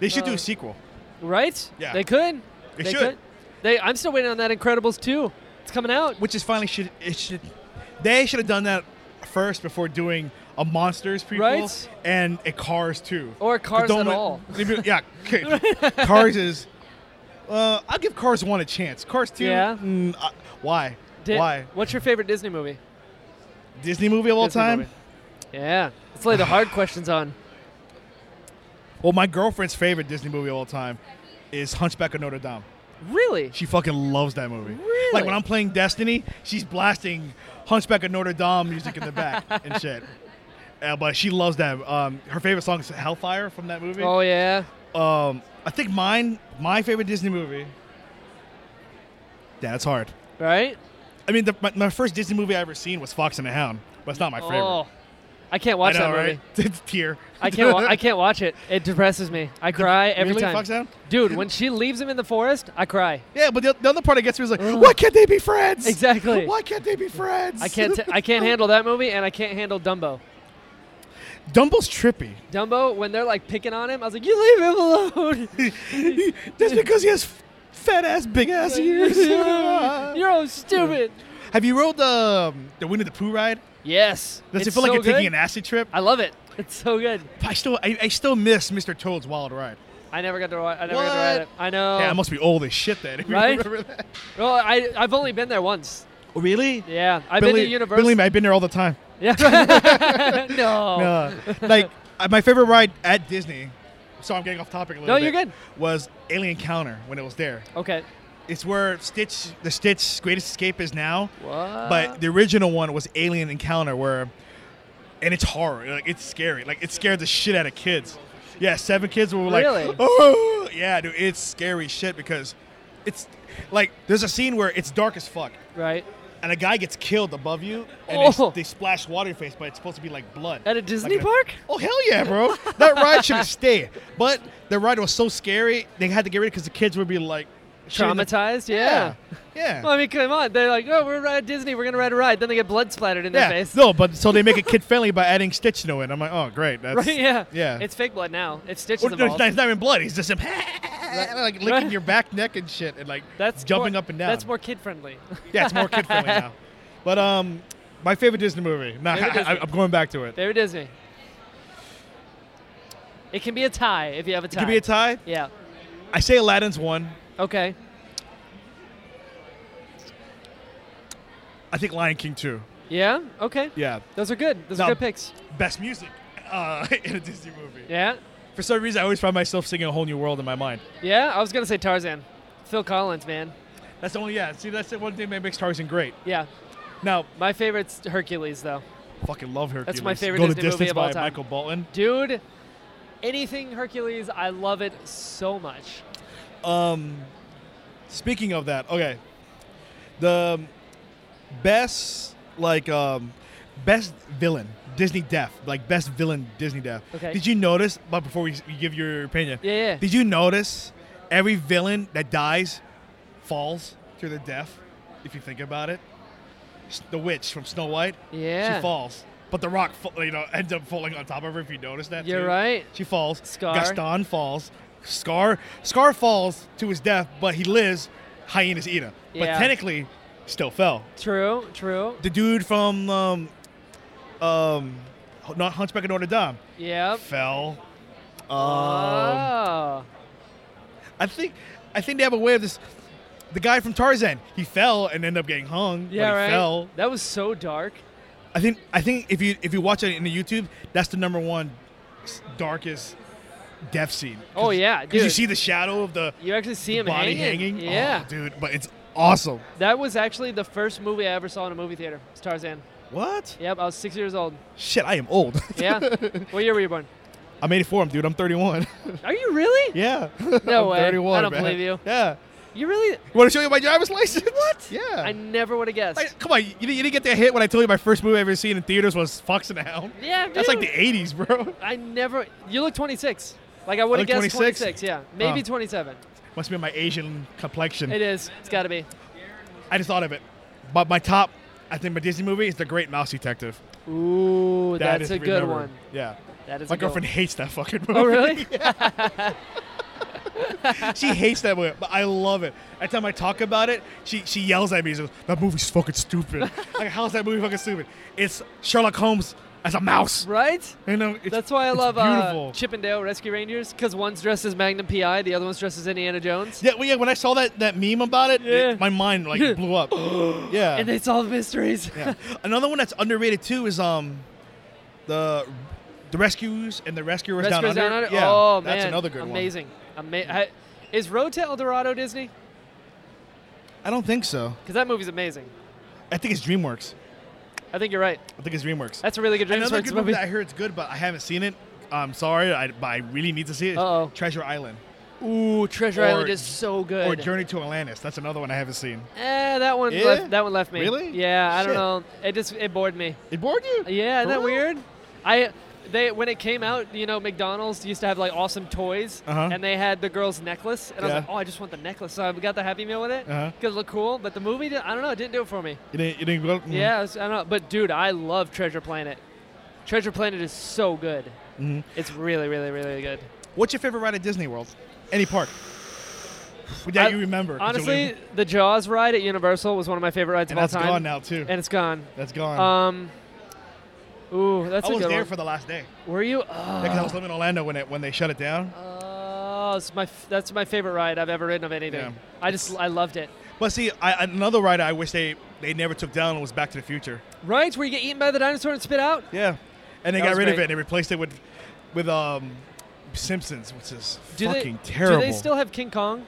Speaker 2: They should do
Speaker 1: Uh,
Speaker 2: a sequel.
Speaker 1: Right?
Speaker 2: Yeah.
Speaker 1: They could.
Speaker 2: They should.
Speaker 1: Could. They. I'm still waiting on that Incredibles two. It's coming out.
Speaker 2: Which is finally should it should they should have done that first before doing a Monsters prequel
Speaker 1: Right?
Speaker 2: and a Cars 2.
Speaker 1: Or Cars
Speaker 2: Don't
Speaker 1: at
Speaker 2: let-
Speaker 1: all.
Speaker 2: maybe- yeah. okay. Cars is uh, I'll give Cars 1 a chance. Cars 2
Speaker 1: Yeah.
Speaker 2: mm, uh, why?
Speaker 1: Di-
Speaker 2: why?
Speaker 1: What's your favorite Disney movie?
Speaker 2: Disney movie of all
Speaker 1: Disney
Speaker 2: time?
Speaker 1: movie. Yeah. Let's lay the hard questions on.
Speaker 2: Well, my girlfriend's favorite Disney movie of all time is Hunchback of Notre Dame.
Speaker 1: Really?
Speaker 2: She fucking loves that movie.
Speaker 1: Really?
Speaker 2: Like when I'm playing Destiny, she's blasting Hunchback of Notre Dame music in the back and shit. Uh, but she loves that. Um, her favorite song is Hellfire from that movie.
Speaker 1: Oh yeah.
Speaker 2: Um, I think mine, my favorite Disney movie. That's hard.
Speaker 1: Right.
Speaker 2: I mean, the, my, my first Disney movie I ever seen was Fox and the Hound, but it's not my favorite.
Speaker 1: Oh. I can't
Speaker 2: I
Speaker 1: watch that
Speaker 2: know,
Speaker 1: movie.
Speaker 2: right? It's tear.
Speaker 1: I can't. Wa- I can't watch it. It depresses me. I cry every
Speaker 2: really?
Speaker 1: time.
Speaker 2: Fox and the Hound?
Speaker 1: Dude, when she leaves him in the forest, I cry.
Speaker 2: Yeah, but the, the other part I guess was like, why can't they be friends?
Speaker 1: Exactly.
Speaker 2: Why can't they be friends?
Speaker 1: I can't. T- I can't handle that movie, and I can't handle Dumbo.
Speaker 2: Dumble's trippy.
Speaker 1: Dumbo, when they're like picking on him, I was like, "You leave him alone.
Speaker 2: That's because he has fat ass, big ass ears.
Speaker 1: You're all stupid."
Speaker 2: Have you rode the um, the Winnie the Pooh ride?
Speaker 1: Yes.
Speaker 2: Does
Speaker 1: it's
Speaker 2: it feel like
Speaker 1: so
Speaker 2: you're
Speaker 1: good.
Speaker 2: taking an acid trip?
Speaker 1: I love it. It's so good.
Speaker 2: I still I, I still miss Mr. Toad's Wild Ride.
Speaker 1: I never got to. ri- I never got to ride
Speaker 2: What?
Speaker 1: it. I know.
Speaker 2: yeah, I must be old as shit then. if you
Speaker 1: Oh. Right?
Speaker 2: remember that.
Speaker 1: well, I I've only been there once.
Speaker 2: Oh, Really?
Speaker 1: Yeah, I've
Speaker 2: Believe,
Speaker 1: been to Universal. Oh.
Speaker 2: believe me, I've been there all the time.
Speaker 1: yeah. no.
Speaker 2: Uh, like uh, my favorite ride at Disney. So I'm getting off topic a little
Speaker 1: No,
Speaker 2: bit.
Speaker 1: you're good.
Speaker 2: Was Alien Counter when it was there?
Speaker 1: Okay.
Speaker 2: It's where Stitch, the Stitch Greatest Escape is now.
Speaker 1: What?
Speaker 2: But the original one was Alien Encounter, where, and it's horror, like it's scary, like it scared the shit out of kids. Yeah, seven kids were like,
Speaker 1: Really?
Speaker 2: oh, yeah, dude, it's scary shit because, it's, like, there's a scene where it's dark as fuck,
Speaker 1: right
Speaker 2: and a guy gets killed above you, and
Speaker 1: Oh.
Speaker 2: they, they splash water in your face, but it's supposed to be like blood.
Speaker 1: at a Disney
Speaker 2: Like a-
Speaker 1: park.
Speaker 2: Oh hell yeah, bro! That ride should have stayed, but the ride was so scary they had to get rid of because the kids would be like shit in the-
Speaker 1: Traumatized.
Speaker 2: Yeah,
Speaker 1: Yeah.
Speaker 2: yeah.
Speaker 1: Well, I mean, come on. They're like, oh, we're ri- at Disney. We're gonna ride a ride. Then they get blood splattered in
Speaker 2: yeah.
Speaker 1: their face.
Speaker 2: No, but so they make it kid friendly by adding Stitch to it. I'm like, oh great, that's
Speaker 1: Right? Yeah.
Speaker 2: yeah.
Speaker 1: It's fake blood now. It's stitches
Speaker 2: Well, no, it's,
Speaker 1: involved.
Speaker 2: not, it's not even blood. He's just him, like licking your back, neck, and shit, and like
Speaker 1: That's
Speaker 2: jumping
Speaker 1: more-
Speaker 2: up and down.
Speaker 1: That's more kid friendly.
Speaker 2: yeah, it's more kid friendly now. But um, my favorite Disney movie. Nah,
Speaker 1: Favorite Disney.
Speaker 2: I, am going back to it.
Speaker 1: Very Disney. It can be a tie if you have a
Speaker 2: It
Speaker 1: tie.
Speaker 2: could be a tie.
Speaker 1: Yeah.
Speaker 2: I say Aladdin's one.
Speaker 1: Okay.
Speaker 2: I think Lion King two.
Speaker 1: Yeah. Okay.
Speaker 2: Yeah,
Speaker 1: Those are good. Those
Speaker 2: No.
Speaker 1: are good picks.
Speaker 2: best music uh, in a Disney movie.
Speaker 1: Yeah.
Speaker 2: For some reason, I always find myself singing a whole new world in my mind.
Speaker 1: Yeah. I was gonna say Tarzan. Phil Collins, man.
Speaker 2: That's the only yeah. See, that's the one thing that makes Tarzan great.
Speaker 1: Yeah.
Speaker 2: Now,
Speaker 1: My favorite's Hercules, though.
Speaker 2: Fucking love Hercules.
Speaker 1: That's my favorite
Speaker 2: Go the
Speaker 1: Disney movie
Speaker 2: distance
Speaker 1: of all
Speaker 2: by
Speaker 1: time.
Speaker 2: Michael Bolton.
Speaker 1: Dude, anything Hercules, I love it so much.
Speaker 2: Um, speaking of that, okay, the best like um, best villain Disney death, like best villain Disney death.
Speaker 1: Okay.
Speaker 2: Did you notice? But before we, you give your opinion,
Speaker 1: Yeah, yeah.
Speaker 2: did you notice every villain that dies falls to their death? If you think about it, S- the witch from Snow White,
Speaker 1: Yeah.
Speaker 2: she falls. But the rock, fa- you know, ends up falling on top of her. If you notice that,
Speaker 1: You're
Speaker 2: too.
Speaker 1: right.
Speaker 2: She falls.
Speaker 1: Scar.
Speaker 2: Gaston falls. Scar. Scar falls to his death, but he lives. Hyenas eat him. But
Speaker 1: Yeah.
Speaker 2: technically, still fell.
Speaker 1: True, true.
Speaker 2: The dude from um, um, not Hunchback of Notre Dame
Speaker 1: Yep.
Speaker 2: fell. Um,
Speaker 1: Oh.
Speaker 2: I think I think they have a way of this. The guy from Tarzan, he fell and ended up getting hung.
Speaker 1: Yeah,
Speaker 2: but he
Speaker 1: right.
Speaker 2: Fell.
Speaker 1: That was so dark.
Speaker 2: I think I think if you if you watch it in the YouTube, that's the number one s- darkest death scene. 'Cause-
Speaker 1: Oh, yeah,
Speaker 2: 'cause you
Speaker 1: dude.
Speaker 2: see the shadow of the
Speaker 1: You actually see him
Speaker 2: body
Speaker 1: hanging.
Speaker 2: hanging.
Speaker 1: Yeah.
Speaker 2: Oh, dude, but it's awesome.
Speaker 1: That was actually the first movie I ever saw in a movie theater. It's Tarzan.
Speaker 2: What?
Speaker 1: Yep, I was six years old.
Speaker 2: Shit, I am old.
Speaker 1: Yeah. what year were you born?
Speaker 2: I'm 84, I'm- dude. I'm 31.
Speaker 1: Are you really?
Speaker 2: yeah.
Speaker 1: No
Speaker 2: I'm
Speaker 1: way.
Speaker 2: 31,
Speaker 1: I don't
Speaker 2: man.
Speaker 1: believe you.
Speaker 2: Yeah.
Speaker 1: You really?
Speaker 2: Want to show you my driver's license? What? Yeah.
Speaker 1: I never would have guessed.
Speaker 2: Like, come on, you, didn't- you didn't get that hit when I told you my first movie I ever seen in theaters was Fox and the Hound.
Speaker 1: yeah, dude.
Speaker 2: That's like the 80s, bro.
Speaker 1: I never. You look 26. Like I would have
Speaker 2: look
Speaker 1: guessed
Speaker 2: 26?
Speaker 1: 26? Yeah, maybe
Speaker 2: Oh.
Speaker 1: 27.
Speaker 2: Must be my Asian complexion.
Speaker 1: It is. It's got to be.
Speaker 2: I just thought of it. But my top, I think, my Disney movie is The Great Mouse Detective.
Speaker 1: Ooh,
Speaker 2: That
Speaker 1: that's
Speaker 2: is
Speaker 1: a good
Speaker 2: remembered.
Speaker 1: one.
Speaker 2: Yeah.
Speaker 1: That is.
Speaker 2: my
Speaker 1: a good
Speaker 2: girlfriend hates that fucking movie.
Speaker 1: One. Oh really?
Speaker 2: She hates that movie, but I love it. Every time I talk about it, she, she yells at me. She goes, that movie's fucking stupid. like, how's that movie fucking stupid? It's Sherlock Holmes as a mouse.
Speaker 1: right?
Speaker 2: You know, it's,
Speaker 1: That's why I
Speaker 2: it's
Speaker 1: love
Speaker 2: beautiful.
Speaker 1: uh, Chippendale Rescue Rangers because one's dressed as Magnum PI, the other one's dressed as Indiana Jones,
Speaker 2: yeah, well, yeah, when I saw that, that meme about it, it-
Speaker 1: Yeah.
Speaker 2: my mind like blew up. yeah.
Speaker 1: and they solve mysteries.
Speaker 2: yeah. Another one that's underrated too is um the the rescues and the rescuers, down,
Speaker 1: Rescuers
Speaker 2: under. Yeah,
Speaker 1: oh
Speaker 2: that's
Speaker 1: man,
Speaker 2: another good one.
Speaker 1: amazing. one. Amazing. Ama- I- is Road to El Dorado Disney?
Speaker 2: I don't think so.
Speaker 1: Because that movie's amazing.
Speaker 2: I think it's DreamWorks.
Speaker 1: I think you're right.
Speaker 2: I think it's DreamWorks.
Speaker 1: That's a really good
Speaker 2: Another
Speaker 1: DreamWorks
Speaker 2: good
Speaker 1: movie.
Speaker 2: movie that I heard it's good, but I haven't seen it. I'm sorry, I, but I really need to see it.
Speaker 1: Uh-oh.
Speaker 2: Treasure Island
Speaker 1: Ooh, Treasure
Speaker 2: Or-
Speaker 1: Island is so good.
Speaker 2: or Journey to Atlantis. That's another one I haven't seen.
Speaker 1: Eh, that one
Speaker 2: Yeah?
Speaker 1: left. That one left me.
Speaker 2: Really?
Speaker 1: Yeah, I
Speaker 2: Shit.
Speaker 1: don't know. It just it bored me.
Speaker 2: It bored you?
Speaker 1: Yeah, isn't
Speaker 2: For
Speaker 1: that
Speaker 2: real?
Speaker 1: weird? I they when it came out, you know, McDonald's used to have like awesome toys,
Speaker 2: Uh-huh.
Speaker 1: and they had the girl's necklace, and I
Speaker 2: Yeah.
Speaker 1: was like, oh, I just want the necklace. So I got the Happy Meal with it.
Speaker 2: Uh-huh.
Speaker 1: Cause it looked cool, but the movie, did, I don't know, it didn't do it for me.
Speaker 2: You didn't. You didn't go. mm.
Speaker 1: Yeah, it was- I don't know. But dude, I love Treasure Planet. Treasure Planet is so good.
Speaker 2: Mhm.
Speaker 1: It's really, really, really good.
Speaker 2: What's your favorite ride at Disney World? Any park that
Speaker 1: I-
Speaker 2: you remember? 'cause you'll
Speaker 1: Honestly,
Speaker 2: leave-
Speaker 1: the Jaws ride at Universal was one of my favorite rides
Speaker 2: and
Speaker 1: of all
Speaker 2: that's
Speaker 1: time.
Speaker 2: gone now too.
Speaker 1: And it's gone.
Speaker 2: that's gone.
Speaker 1: Um. Ooh, that's
Speaker 2: I
Speaker 1: a
Speaker 2: was
Speaker 1: good
Speaker 2: there
Speaker 1: one.
Speaker 2: for the last day
Speaker 1: Were you?
Speaker 2: because I
Speaker 1: Oh,
Speaker 2: was living in Orlando when it when they shut it down.
Speaker 1: Oh, it's my f- that's my favorite ride I've ever ridden of anything.
Speaker 2: Yeah.
Speaker 1: I just I loved it.
Speaker 2: But see, I, another ride I wish they they never took down was Back to the Future.
Speaker 1: Right, where you get eaten by the dinosaur and spit out.
Speaker 2: Yeah, and they
Speaker 1: That
Speaker 2: got
Speaker 1: was
Speaker 2: rid of
Speaker 1: great.
Speaker 2: it. and They replaced it with with um, Simpsons, which is
Speaker 1: Do
Speaker 2: fucking
Speaker 1: they,
Speaker 2: terrible.
Speaker 1: Do they still have King Kong?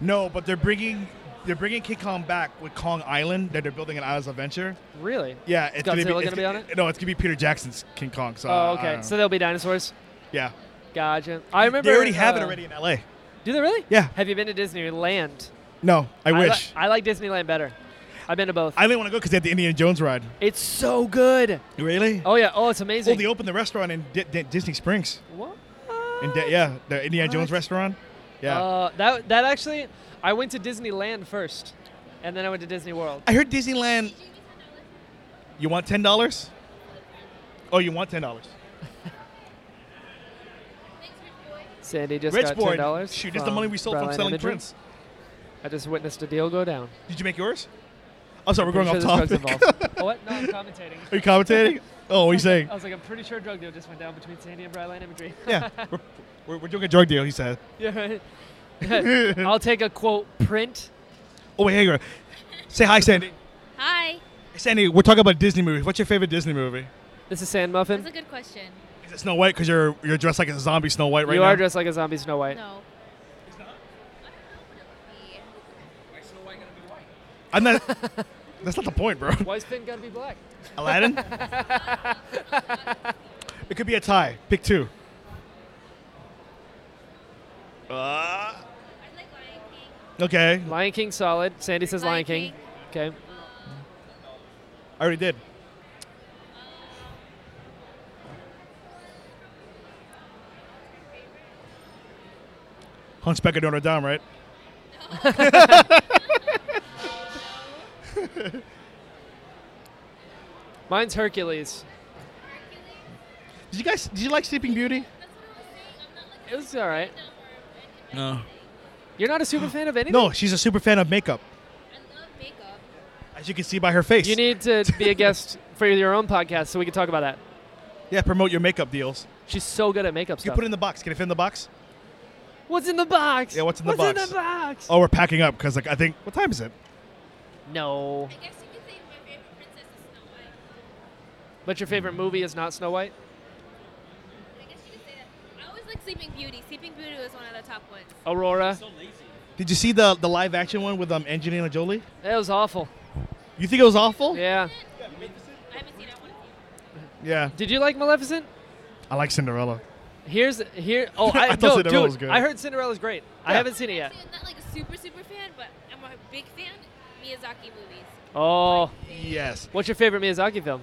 Speaker 2: no, but they're bringing they're bringing King Kong back with Kong Island that they're building an Islands Adventure.
Speaker 1: Really?
Speaker 2: Yeah, it's
Speaker 1: Godzilla
Speaker 2: it's
Speaker 1: gonna be on it?
Speaker 2: No, it's gonna be Peter Jackson's King Kong. So
Speaker 1: oh,
Speaker 2: I- I
Speaker 1: okay.
Speaker 2: don't
Speaker 1: So
Speaker 2: know.
Speaker 1: there'll be dinosaurs.
Speaker 2: yeah,
Speaker 1: Gotcha. I remember
Speaker 2: they already have it
Speaker 1: uh,
Speaker 2: already in L.A.
Speaker 1: Do they really?
Speaker 2: Yeah.
Speaker 1: Have you been to Disneyland?
Speaker 2: No, I,
Speaker 1: li-
Speaker 2: wish.
Speaker 1: I like Disneyland better. I've been to both.
Speaker 2: I didn't want to go because they had the Indiana Jones ride.
Speaker 1: it's so good.
Speaker 2: Really?
Speaker 1: Oh yeah. Oh, it's
Speaker 2: Oh,
Speaker 1: amazing.
Speaker 2: they opened the restaurant in Di- Di- Disney Springs.
Speaker 1: what?
Speaker 2: In De- yeah, the Indiana Jones
Speaker 1: What?
Speaker 2: restaurant. Yeah.
Speaker 1: Uh, that that actually, I went to Disneyland first, and then I went to Disney World.
Speaker 2: I heard Disneyland. You want ten dollars? Oh, you want ten dollars?
Speaker 1: Sandy just
Speaker 2: Rich
Speaker 1: got
Speaker 2: boy.
Speaker 1: ten dollars.
Speaker 2: Shoot, that's the money we sold from selling prints.
Speaker 1: I just witnessed a deal go down.
Speaker 2: Did you make yours? I'm sorry, we're going
Speaker 1: Pretty
Speaker 2: off
Speaker 1: sure there's
Speaker 2: topic.
Speaker 1: drugs involved. oh, what? No, I'm commentating.
Speaker 2: Are you commentating? Oh, what are you saying?
Speaker 1: I was like, I'm pretty sure a drug deal just went down between Sandy and Brian Imagery.
Speaker 2: Yeah, we're, we're, we're doing a drug deal. He said.
Speaker 1: yeah, right. I'll take a quote print.
Speaker 2: Oh wait, hang on. Say hi, Sandy.
Speaker 4: Hi.
Speaker 2: Sandy, we're talking about Disney movies. What's your favorite Disney movie?
Speaker 1: This is Sand
Speaker 4: That's
Speaker 1: Muffin.
Speaker 4: a good question.
Speaker 2: Is it Snow White? Because you're you're dressed like a zombie Snow White right
Speaker 1: you
Speaker 2: now.
Speaker 1: are dressed like a zombie Snow White.
Speaker 4: No.
Speaker 2: I'm not. That's not the point, bro.
Speaker 1: Why's Finn gotta be black?
Speaker 2: Aladdin? it could be a tie. Pick two. Uh,
Speaker 4: I like Lion King.
Speaker 2: okay.
Speaker 1: Lion King solid. Sandy says Lion
Speaker 4: Lion
Speaker 1: King. Okay.
Speaker 2: I already did. Hunchback of Notre Dame, right?
Speaker 1: Mine's Hercules.
Speaker 2: Did you guys? Did you like Sleeping Beauty?
Speaker 1: It was all right.
Speaker 3: No.
Speaker 1: You're not a super fan of anything.
Speaker 2: No, she's a super fan of makeup,
Speaker 4: I love makeup.
Speaker 2: as you can see by her face.
Speaker 1: You need to be a guest for your own podcast so we can talk about that.
Speaker 2: yeah, promote your makeup deals.
Speaker 1: She's so good at makeup
Speaker 2: You
Speaker 1: stuff.
Speaker 2: put it in the box. Can it fit in the box?
Speaker 1: what's in the box?
Speaker 2: Yeah, what's in the
Speaker 1: What's
Speaker 2: box?
Speaker 1: in the box?
Speaker 2: Oh, we're packing up because like I think what time is it?
Speaker 1: No.
Speaker 4: I guess you could say my favorite princess is Snow White.
Speaker 1: But your favorite movie is not Snow White?
Speaker 4: I guess you could say that. I always like Sleeping Beauty. Sleeping Beauty was one of the top ones.
Speaker 1: Aurora.
Speaker 2: Did you see the the live action one with um Angelina Jolie?
Speaker 1: That was awful.
Speaker 2: You think it was awful?
Speaker 1: Yeah.
Speaker 4: I haven't seen that one.
Speaker 2: Yeah.
Speaker 1: Did you like Maleficent?
Speaker 2: I like Cinderella.
Speaker 1: Here's here. Oh, I,
Speaker 2: I thought
Speaker 1: no,
Speaker 2: Cinderella
Speaker 1: dude,
Speaker 2: was good.
Speaker 1: I heard Cinderella's great. I
Speaker 2: Yeah.
Speaker 1: haven't seen it yet.
Speaker 4: Actually, I'm not like a super, super fan, but I'm a big fan of Miyazaki movies.
Speaker 1: Oh,
Speaker 2: Yes.
Speaker 1: what's your favorite Miyazaki film?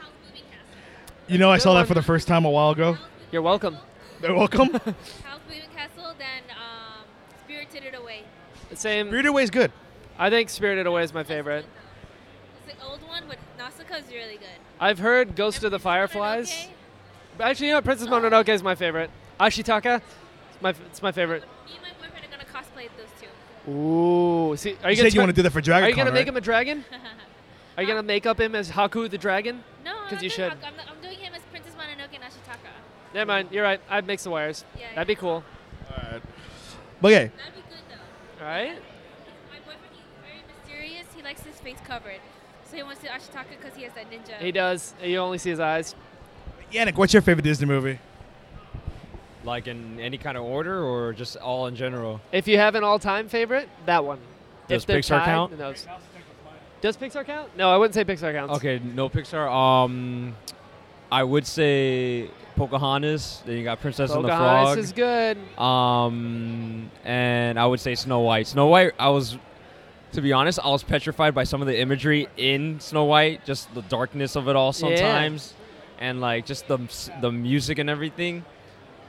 Speaker 4: Howl's Moving Castle.
Speaker 2: You know, I
Speaker 1: Good
Speaker 2: saw
Speaker 1: one.
Speaker 2: that for the first time a while ago.
Speaker 4: Howl's Moving
Speaker 1: You're welcome.
Speaker 2: They're welcome.
Speaker 4: Castle- Howl's Moving Castle, then um, Spirited Away.
Speaker 1: Same.
Speaker 2: Spirited Away is good.
Speaker 1: I think Spirited Away is my favorite.
Speaker 4: It's the old one, but Nausicaa is really good.
Speaker 1: I've heard Ghost of the
Speaker 4: Princess
Speaker 1: Fireflies.
Speaker 4: Mononoke,
Speaker 1: Actually, you know, what? Princess Mononoke is my favorite. Ashitaka, it's my it's my favorite.
Speaker 4: Me and my boyfriend are gonna cosplay those two.
Speaker 1: Ooh, see, are
Speaker 2: You,
Speaker 1: you,
Speaker 2: said
Speaker 1: gonna
Speaker 2: you want to do that for Dragon
Speaker 1: Are you
Speaker 2: Con,
Speaker 1: gonna make
Speaker 2: right?
Speaker 1: him a dragon? Are you gonna make up him as Haku the dragon?
Speaker 4: No, I'm not
Speaker 1: 'Cause you
Speaker 4: doing
Speaker 1: should.
Speaker 4: Hawk- I'm, I'm doing him as Princess Mononoke and Ashitaka.
Speaker 1: Never mind. You're right. I'd mix the wires.
Speaker 4: Yeah,
Speaker 1: That'd be cool.
Speaker 2: But yeah,
Speaker 4: That'd be good though.
Speaker 1: All right.
Speaker 4: My boyfriend, he's very mysterious. He likes his face covered, so he wants to Ashitaka because he has that ninja.
Speaker 1: He does. You only see his eyes.
Speaker 2: Yannick, what's your favorite Disney movie?
Speaker 3: Like in any kind of order or just all in general?
Speaker 1: If you have an all-time favorite, that one.
Speaker 3: Does
Speaker 1: If they're
Speaker 3: Pixar
Speaker 1: tied,
Speaker 3: count?
Speaker 1: then those. Does Pixar count? No, I wouldn't say Pixar counts.
Speaker 3: Okay, no Pixar. Um, I would say Pocahontas. Then you got Princess
Speaker 1: Pocahontas
Speaker 3: and
Speaker 1: is
Speaker 3: the
Speaker 1: good.
Speaker 3: Frog. Um, and I would say Snow White. Snow White. I was, to be honest, I was petrified by some of the imagery in Snow White. Just the darkness of it all sometimes, and like just the s- the music and everything.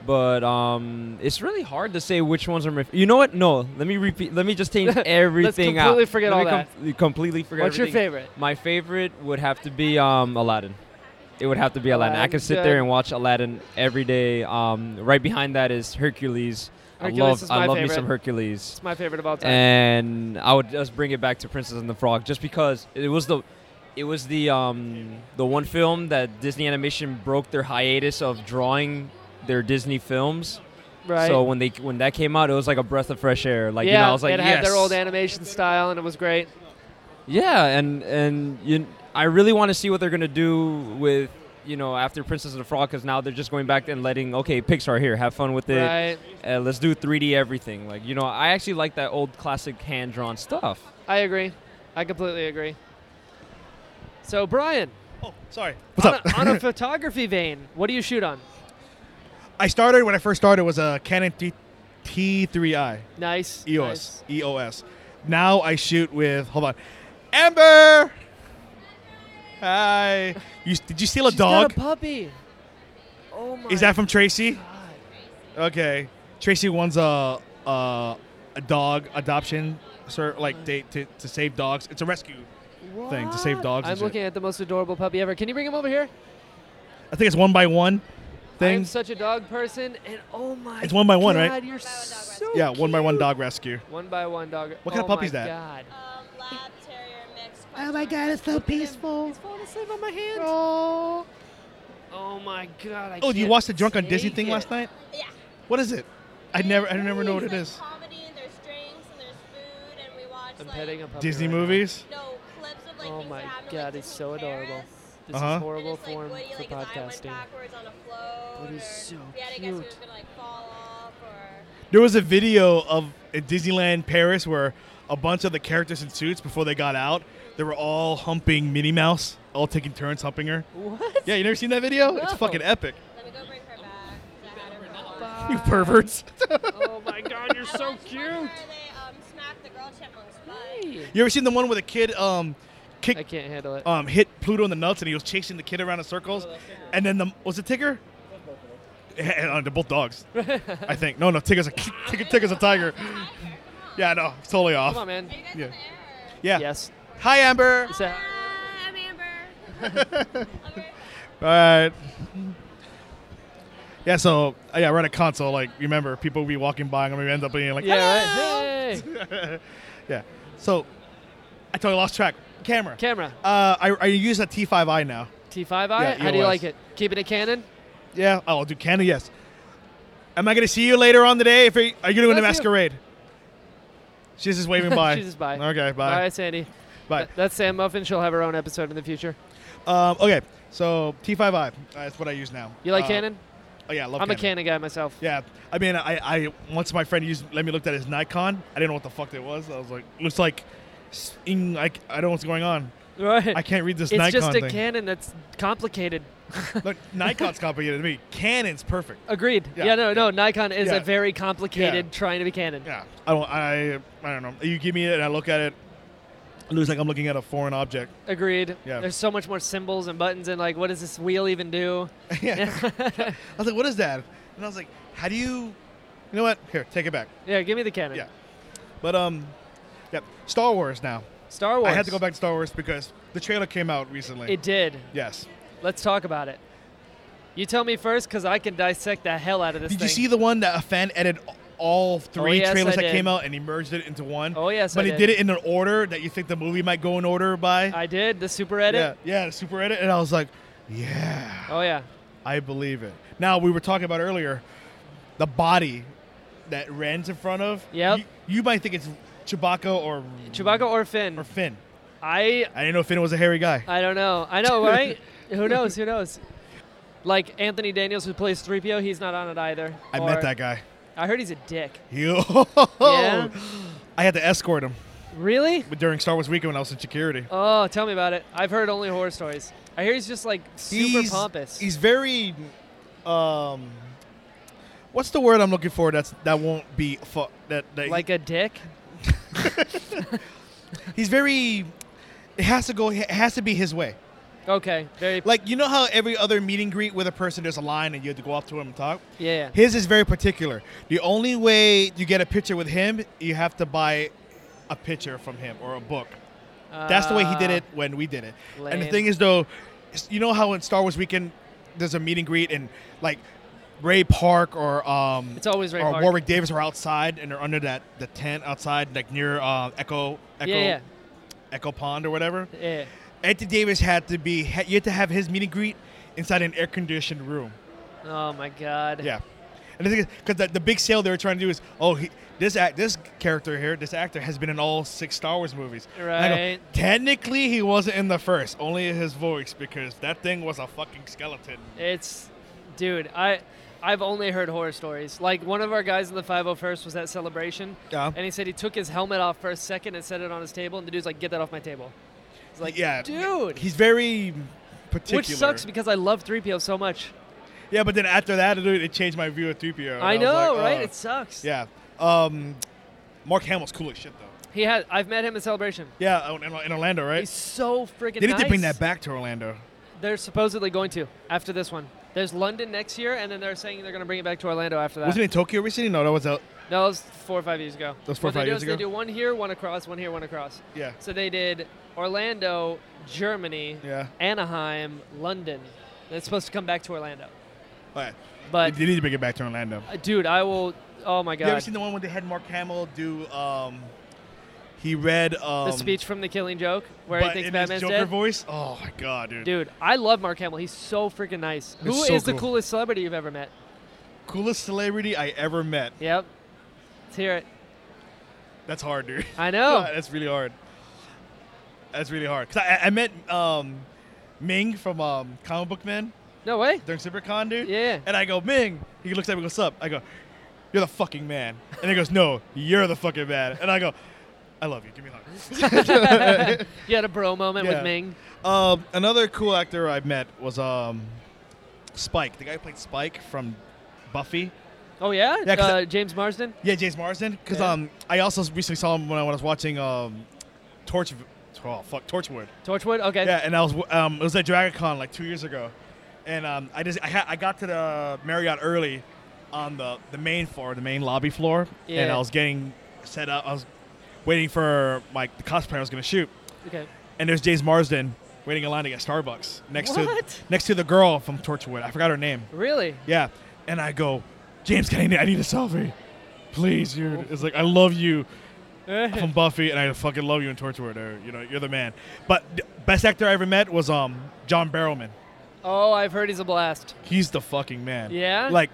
Speaker 3: But um, it's really hard to say which ones are. My f- you know what? No, let me repeat. Let me just take everything out.
Speaker 1: completely forget
Speaker 3: Let me
Speaker 1: all that.
Speaker 3: com- completely forget.
Speaker 1: What's your
Speaker 3: everything.
Speaker 1: favorite?
Speaker 3: My favorite would have to be um, Aladdin. It would have to be Aladdin. I
Speaker 1: Aladdin,
Speaker 3: could sit
Speaker 1: good.
Speaker 3: there and watch Aladdin every day. Um, right behind that is Hercules. I
Speaker 1: Hercules
Speaker 3: love
Speaker 1: is
Speaker 3: I
Speaker 1: my
Speaker 3: love me
Speaker 1: favorite.
Speaker 3: some Hercules.
Speaker 1: It's my favorite of all time.
Speaker 3: And I would just bring it back to Princess and the Frog just because it was the it was the um, the one film that Disney Animation broke their hiatus of drawing their Disney films.
Speaker 1: right.
Speaker 3: So when they when that came out, it was like a breath of fresh air. Like
Speaker 1: yeah,
Speaker 3: you know, I was like,
Speaker 1: it had their
Speaker 3: "Yes."
Speaker 1: old animation style, and it was great.
Speaker 3: Yeah, and and you, I really want to see what they're gonna do with you know after Princess and the Frog because now they're just going back and letting okay Pixar here have fun with it.
Speaker 1: Right.
Speaker 3: Uh, let's do 3D everything. Like you know, I actually like that old classic hand drawn stuff.
Speaker 1: I agree. I completely agree. So Brian,
Speaker 2: Oh, sorry. What's
Speaker 1: on,
Speaker 2: up?
Speaker 1: A, on a photography vein, what do you shoot on?
Speaker 2: I started when I first started was a Canon T- E T3i
Speaker 1: Nice.
Speaker 2: EOS
Speaker 1: nice.
Speaker 2: EOS. Now I shoot with hold on, Amber. Hi. You, did you steal a
Speaker 1: She's got
Speaker 2: dog?
Speaker 1: a puppy. Oh my.
Speaker 2: Is that from Tracy?
Speaker 1: God.
Speaker 2: Okay. Tracy wants a a, a dog adoption, sir, like they, to, to save dogs. It's a rescue. thing to save
Speaker 1: What?
Speaker 2: dogs and
Speaker 1: I'm
Speaker 2: shit.
Speaker 1: looking at the most adorable puppy ever. Can you bring him over here?
Speaker 2: I think it's one by one
Speaker 1: I'm
Speaker 2: thing.
Speaker 1: such a dog person, and oh my.
Speaker 2: It's one by one,
Speaker 1: God,
Speaker 2: right?
Speaker 1: You're so
Speaker 2: Yeah, one by one
Speaker 1: cute.
Speaker 2: dog rescue.
Speaker 1: One by one dog.
Speaker 2: What kind
Speaker 1: oh
Speaker 2: of puppy
Speaker 1: my
Speaker 2: is that?
Speaker 1: God.
Speaker 4: Um, lab terrier mix.
Speaker 2: it's so peaceful.
Speaker 1: He's falling asleep on my hand.
Speaker 2: Oh,
Speaker 1: Oh my God. I
Speaker 2: oh you
Speaker 1: can't
Speaker 2: watched the Drunk on Disney
Speaker 1: take
Speaker 2: thing
Speaker 1: it.
Speaker 2: last night?
Speaker 4: Yeah.
Speaker 2: What is it? I never, I never know what it is.
Speaker 4: Comedy and there's drinks and there's food and we watch
Speaker 1: I'm petting a puppy.
Speaker 2: Disney
Speaker 1: right
Speaker 2: movies.
Speaker 4: no clips of like
Speaker 1: Oh
Speaker 4: things
Speaker 1: my
Speaker 4: that happen
Speaker 1: God,
Speaker 4: like,
Speaker 1: it's
Speaker 4: Disney
Speaker 1: so adorable.
Speaker 4: Paris.
Speaker 1: Now. This
Speaker 2: Uh-huh.
Speaker 1: is
Speaker 2: And
Speaker 1: horrible
Speaker 4: And just, like,
Speaker 1: form
Speaker 4: Woody, like,
Speaker 1: for
Speaker 4: his eye went
Speaker 1: podcasting.
Speaker 4: backwards on a float,
Speaker 1: That is
Speaker 4: or
Speaker 1: so
Speaker 4: if you had to guess who was
Speaker 1: cute.
Speaker 4: gonna, like, fall off, or-
Speaker 2: There was a video of at Disneyland Paris where a bunch of the characters in suits before they got out. They were all humping Minnie Mouse, all taking turns humping her.
Speaker 1: What?
Speaker 2: Yeah, you never seen that video? It's
Speaker 1: No.
Speaker 2: fucking epic.
Speaker 4: Let me go bring her back. 'cause I had her for a while.
Speaker 1: Uh,
Speaker 2: You perverts.
Speaker 1: oh my god, you're
Speaker 4: I
Speaker 1: so
Speaker 4: watched one
Speaker 1: cute.
Speaker 4: Where they um, smacked the girl chipmunk's butt.
Speaker 1: Hey.
Speaker 2: You ever seen the one where the kid um
Speaker 1: I
Speaker 2: kicked
Speaker 1: can't handle it.
Speaker 2: um hit Pluto in the nuts and he was chasing the kid around in circles, and then the was it Tigger? Yeah, uh, they're both dogs, I think. No, no, Tigger's a Tigger, Tigger's a tiger. Yeah, no, it's totally
Speaker 1: Come on,
Speaker 2: off.
Speaker 1: man.
Speaker 4: Are you guys
Speaker 2: Yeah.
Speaker 4: on the air?
Speaker 2: Yeah.
Speaker 1: Yes.
Speaker 2: Hi, Amber.
Speaker 1: Is that-
Speaker 4: Hi, I'm Amber. I'm Amber.
Speaker 2: All right. Yeah, so uh, yeah, we're at a console. Like, remember, people will be walking by, and we end up being like,
Speaker 1: yeah, right. Hey.
Speaker 2: yeah. So, I totally lost track. Camera.
Speaker 1: Camera.
Speaker 2: uh, I, I use a T5i now.
Speaker 1: T5i.
Speaker 2: Yeah, E
Speaker 1: How do you
Speaker 2: EOS.
Speaker 1: like it? Keeping it canon?
Speaker 2: Yeah. Oh, I'll do Canon. Yes. Am I gonna see you later on today? If we- are you doing a
Speaker 1: That's you.
Speaker 2: masquerade? She's just waving bye.
Speaker 1: She's just bye.
Speaker 2: Okay,
Speaker 1: All
Speaker 2: bye.
Speaker 1: right, Sandy.
Speaker 2: Bye.
Speaker 1: Th- That's Sam Muffin. She'll have her own episode in the future.
Speaker 2: Um, okay, so T5i. Uh, that's what I use now.
Speaker 1: You like
Speaker 2: Uh,
Speaker 1: canon?
Speaker 2: Oh yeah, I love
Speaker 1: I'm a
Speaker 2: Canon.
Speaker 1: canon guy myself.
Speaker 2: Yeah, I mean, I, I once my friend used let me look at his Nikon. I didn't know what the fuck that was. I was like, looks like, s- ing- like I don't know what's going on.
Speaker 1: Right.
Speaker 2: I can't read this
Speaker 1: it's
Speaker 2: Nikon
Speaker 1: just a
Speaker 2: thing.
Speaker 1: canon that's complicated.
Speaker 2: Look, Nikon's complicated to me. Canon's perfect.
Speaker 1: Agreed.
Speaker 2: Yeah.
Speaker 1: Yeah, no, no. Nikon is
Speaker 2: Yeah.
Speaker 1: a very complicated
Speaker 2: Yeah.
Speaker 1: trying to be canon.
Speaker 2: Yeah, I don't. I I don't know. You give me it and I look at it. It looks like I'm looking at a foreign object.
Speaker 1: Agreed.
Speaker 2: Yeah.
Speaker 1: There's so much more symbols and buttons and like, what does this wheel even do?
Speaker 2: yeah. I was like, what is that? And I was like, how do you? You know what? Here, take it back.
Speaker 1: Yeah, give me the canon.
Speaker 2: Yeah. But um, yeah. Star Wars now.
Speaker 1: Star Wars.
Speaker 2: I had to go back to Star Wars because the trailer came out recently.
Speaker 1: It did.
Speaker 2: yes.
Speaker 1: Let's talk about it. You tell me first, because I can dissect the hell out of this.
Speaker 2: Did
Speaker 1: thing. Oh,
Speaker 2: you see the one that a fan edited all three
Speaker 1: yes,
Speaker 2: trailers
Speaker 1: I
Speaker 2: that came
Speaker 1: did.
Speaker 2: out and he merged it into one?
Speaker 1: Oh, yes, I
Speaker 2: But he
Speaker 1: did.
Speaker 2: did it in an order that you think the movie might go in order by.
Speaker 1: I did the super edit.
Speaker 2: Yeah, yeah, the super edit, and I was like, yeah,
Speaker 1: Oh yeah.
Speaker 2: I believe it. Now we were talking about earlier, the body that Ren's in front of.
Speaker 1: Yep.
Speaker 2: You, you might think it's Chewbacca or
Speaker 1: Chewbacca or Finn?
Speaker 2: or Finn.
Speaker 1: I
Speaker 2: I didn't know Finn was a hairy guy.
Speaker 1: I don't know. I know, right? who knows? Who knows? Like Anthony Daniels, who plays 3PO, he's not on it either.
Speaker 2: I
Speaker 1: Or-
Speaker 2: met that Oh. guy.
Speaker 1: I heard he's a dick.
Speaker 2: Yo.
Speaker 1: Yeah?
Speaker 2: I had to escort him
Speaker 1: Really?
Speaker 2: during Star Wars weekend when I was in security.
Speaker 1: Oh, tell me about it. I've heard only horror stories. I hear he's just like super
Speaker 2: he's,
Speaker 1: pompous.
Speaker 2: He's very, um, what's the word I'm looking for? That's that won't be fu- that, that
Speaker 1: like a dick.
Speaker 2: he's very. It has to go. It has to be his way.
Speaker 1: Okay. Very.
Speaker 2: Like you know how every other meet and greet with a person there's a line and you have to go up to him and talk.
Speaker 1: yeah. yeah.
Speaker 2: His is very particular. The only way you get a picture with him, you have to buy a picture from him or a book. That's the way he did
Speaker 1: Uh,
Speaker 2: it when we did it. And the
Speaker 1: lame.
Speaker 2: thing is, though, s- you know how in Star Wars Weekend there's a meet and greet, and like Ray Park or um,
Speaker 1: It's always Ray
Speaker 2: or
Speaker 1: Park.
Speaker 2: Warwick Davis are outside, and they're under that the tent outside, like near uh, Echo Echo
Speaker 1: Yeah, yeah.
Speaker 2: Echo Pond or whatever.
Speaker 1: Yeah.
Speaker 2: Anthony Davis had to be had, you had to have his meet and greet inside an air conditioned room.
Speaker 1: Oh my God.
Speaker 2: Yeah. And the thing is, because the, the big sale they were trying to do is, oh, he, this act, this character here, this actor has been in all six Star Wars movies. And I go,
Speaker 1: Right.
Speaker 2: Technically, he wasn't in the first, only in his voice, because that thing was a fucking skeleton.
Speaker 1: It's, dude. I, I've only heard horror stories. Like one of our guys in the 501st was at celebration,
Speaker 2: Yeah.
Speaker 1: and he said he took his helmet off for a second and set it on his table, and the dude's like, "Get that off my table." It's like,
Speaker 2: yeah.
Speaker 1: dude.
Speaker 2: He's very particular.
Speaker 1: Which sucks because I love 3PO so much.
Speaker 2: yeah, but then after that, it, it changed my view of 3PO. and
Speaker 1: I
Speaker 2: was
Speaker 1: know,
Speaker 2: like,
Speaker 1: right?
Speaker 2: oh.
Speaker 1: It sucks.
Speaker 2: yeah. Um, Mark Hamill's cool as shit, though.
Speaker 1: He had. I've met him at Celebration.
Speaker 2: Yeah, in, in Orlando, right?
Speaker 1: He's so freaking.
Speaker 2: they need to bring
Speaker 1: nice.
Speaker 2: that back to Orlando.
Speaker 1: They're supposedly going to after this one. There's London next year, and then they're saying they're going to bring it back to Orlando after that.
Speaker 2: Wasn't it in Tokyo recently? No, that was out.
Speaker 1: No, that was four or five years ago.
Speaker 2: That was four or
Speaker 1: What they
Speaker 2: five
Speaker 1: do
Speaker 2: years
Speaker 1: is
Speaker 2: ago?
Speaker 1: They do one here, one across, one here, one across.
Speaker 2: Yeah.
Speaker 1: So they did Orlando, Germany,
Speaker 2: Yeah.
Speaker 1: Anaheim, London. It's supposed to come back to Orlando.
Speaker 2: All right.
Speaker 1: But
Speaker 2: they need to bring it back to Orlando.
Speaker 1: uh, dude, I will. Oh my
Speaker 2: You ever
Speaker 1: god.
Speaker 2: seen the one where they had Mark Hamill do? Um, he read um,
Speaker 1: the speech from The Killing Joke, where
Speaker 2: but
Speaker 1: he thinks
Speaker 2: in
Speaker 1: Batman's
Speaker 2: his Joker
Speaker 1: dead.
Speaker 2: voice. Oh my god, dude!
Speaker 1: Dude, I love Mark Hamill. He's so freaking nice. Who is
Speaker 2: so
Speaker 1: the
Speaker 2: cool.
Speaker 1: coolest celebrity you've ever met?
Speaker 2: Coolest celebrity I ever met.
Speaker 1: Yep. Let's hear it.
Speaker 2: That's hard, dude.
Speaker 1: I know.
Speaker 2: that's really hard. That's really hard. 'Cause I, I met um, Ming from um, Comic Book Man
Speaker 1: No way.
Speaker 2: during SuperCon, dude.
Speaker 1: Yeah.
Speaker 2: And I go, Ming. He looks at me, goes, "What's up?" I go, "You're the fucking man." And he goes, "No, you're the fucking man." And I go, I love you. Give me a hug.
Speaker 1: You had a bro moment
Speaker 2: Yeah.
Speaker 1: with Ming.
Speaker 2: Um, another cool actor I met was um, Spike, the guy who played Spike from Buffy.
Speaker 1: Oh yeah,
Speaker 2: Yeah, 'cause
Speaker 1: uh, James Marsden.
Speaker 2: Yeah, James Marsden. Because
Speaker 1: Yeah.
Speaker 2: um, I also recently saw him when I, when I was watching um, Torch. Oh fuck, Torchwood.
Speaker 1: Torchwood. Okay.
Speaker 2: Yeah, and I was um, it was at DragonCon like two years ago, and um, I just I, ha- I got to the Marriott early on the the main floor, the main lobby floor, and
Speaker 1: Yeah.
Speaker 2: I was getting set up. I was waiting for my the cosplayer I was gonna shoot,
Speaker 1: Okay.
Speaker 2: and there's James Marsden waiting in line to get Starbucks next
Speaker 1: What?
Speaker 2: to next to the girl from Torchwood. I forgot her name.
Speaker 1: Really?
Speaker 2: Yeah, and I go, James, can I need, I need a selfie, please, dude. It's like I love you from Buffy, and I fucking love you in Torchwood. Or, you know, you're the man. But th- best actor I ever met was um John Barrowman.
Speaker 1: oh, I've heard he's a blast.
Speaker 2: He's the fucking man.
Speaker 1: Yeah?
Speaker 2: Like,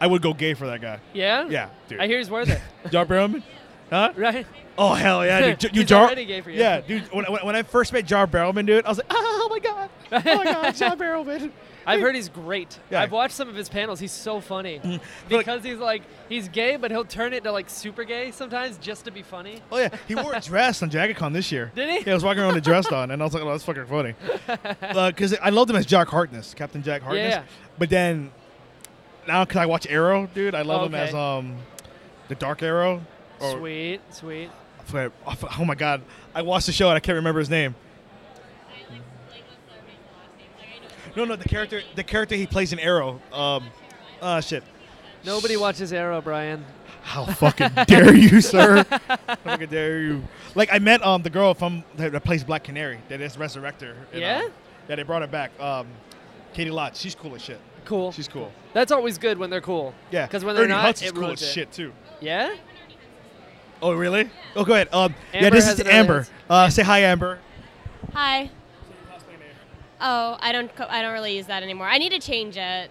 Speaker 2: I would go gay for that guy.
Speaker 1: Yeah.
Speaker 2: Yeah, dude.
Speaker 1: I hear he's worth it.
Speaker 2: John Barrowman. Huh?
Speaker 1: right.
Speaker 2: Oh hell yeah, dude! J- You
Speaker 1: He's
Speaker 2: Jar-
Speaker 1: already gay for you.
Speaker 2: Yeah, dude. When, when, when I first met Jar Barrowman, dude, I was like, oh my god, oh my god, John Barrowman.
Speaker 1: I've heard he's great.
Speaker 2: Yeah.
Speaker 1: I've watched some of his panels. He's so funny
Speaker 2: But-
Speaker 1: because he's like he's gay, but he'll turn it to like super gay sometimes just to be funny.
Speaker 2: Oh yeah, he wore a dress on JagaCon this year.
Speaker 1: Did he?
Speaker 2: Yeah, I was walking around with a dress on, and I was like, "Oh, that's fucking funny," because I loved him as Jack Harkness, Captain Jack Harkness.
Speaker 1: Yeah.
Speaker 2: But then now, because I watch Arrow, dude, I love him
Speaker 1: Okay.
Speaker 2: as um the Dark Arrow. Or,
Speaker 1: Sweet, sweet.
Speaker 2: I forget- I f- oh my god, I watched the show and I can't remember his name. No, no, the character, the character he plays in Arrow. Um, ah, shit.
Speaker 1: Nobody watches Arrow, Brian.
Speaker 2: How fucking dare you, sir? How fucking dare you? Like I met um the girl from that that plays Black Canary, that is Resurrector. and,
Speaker 1: Yeah?
Speaker 2: um, yeah, they brought her back. Um, Katie Lott, she's cool as shit.
Speaker 1: Cool.
Speaker 2: She's cool.
Speaker 1: That's always good when they're cool.
Speaker 2: Yeah.
Speaker 1: Because Oh. when they're
Speaker 2: Ernie
Speaker 1: not,
Speaker 2: Hudson's
Speaker 1: it
Speaker 2: cool
Speaker 1: ruins
Speaker 2: as
Speaker 1: it.
Speaker 2: shit too.
Speaker 1: Yeah.
Speaker 2: Oh really? Oh go ahead. Um, yeah,
Speaker 1: Amber
Speaker 2: this
Speaker 1: has
Speaker 2: is to
Speaker 1: another
Speaker 2: Amber.
Speaker 1: answer.
Speaker 2: Uh, say hi, Amber.
Speaker 5: Hi. Oh, I don't. Co- I don't really use that anymore. I need to change it.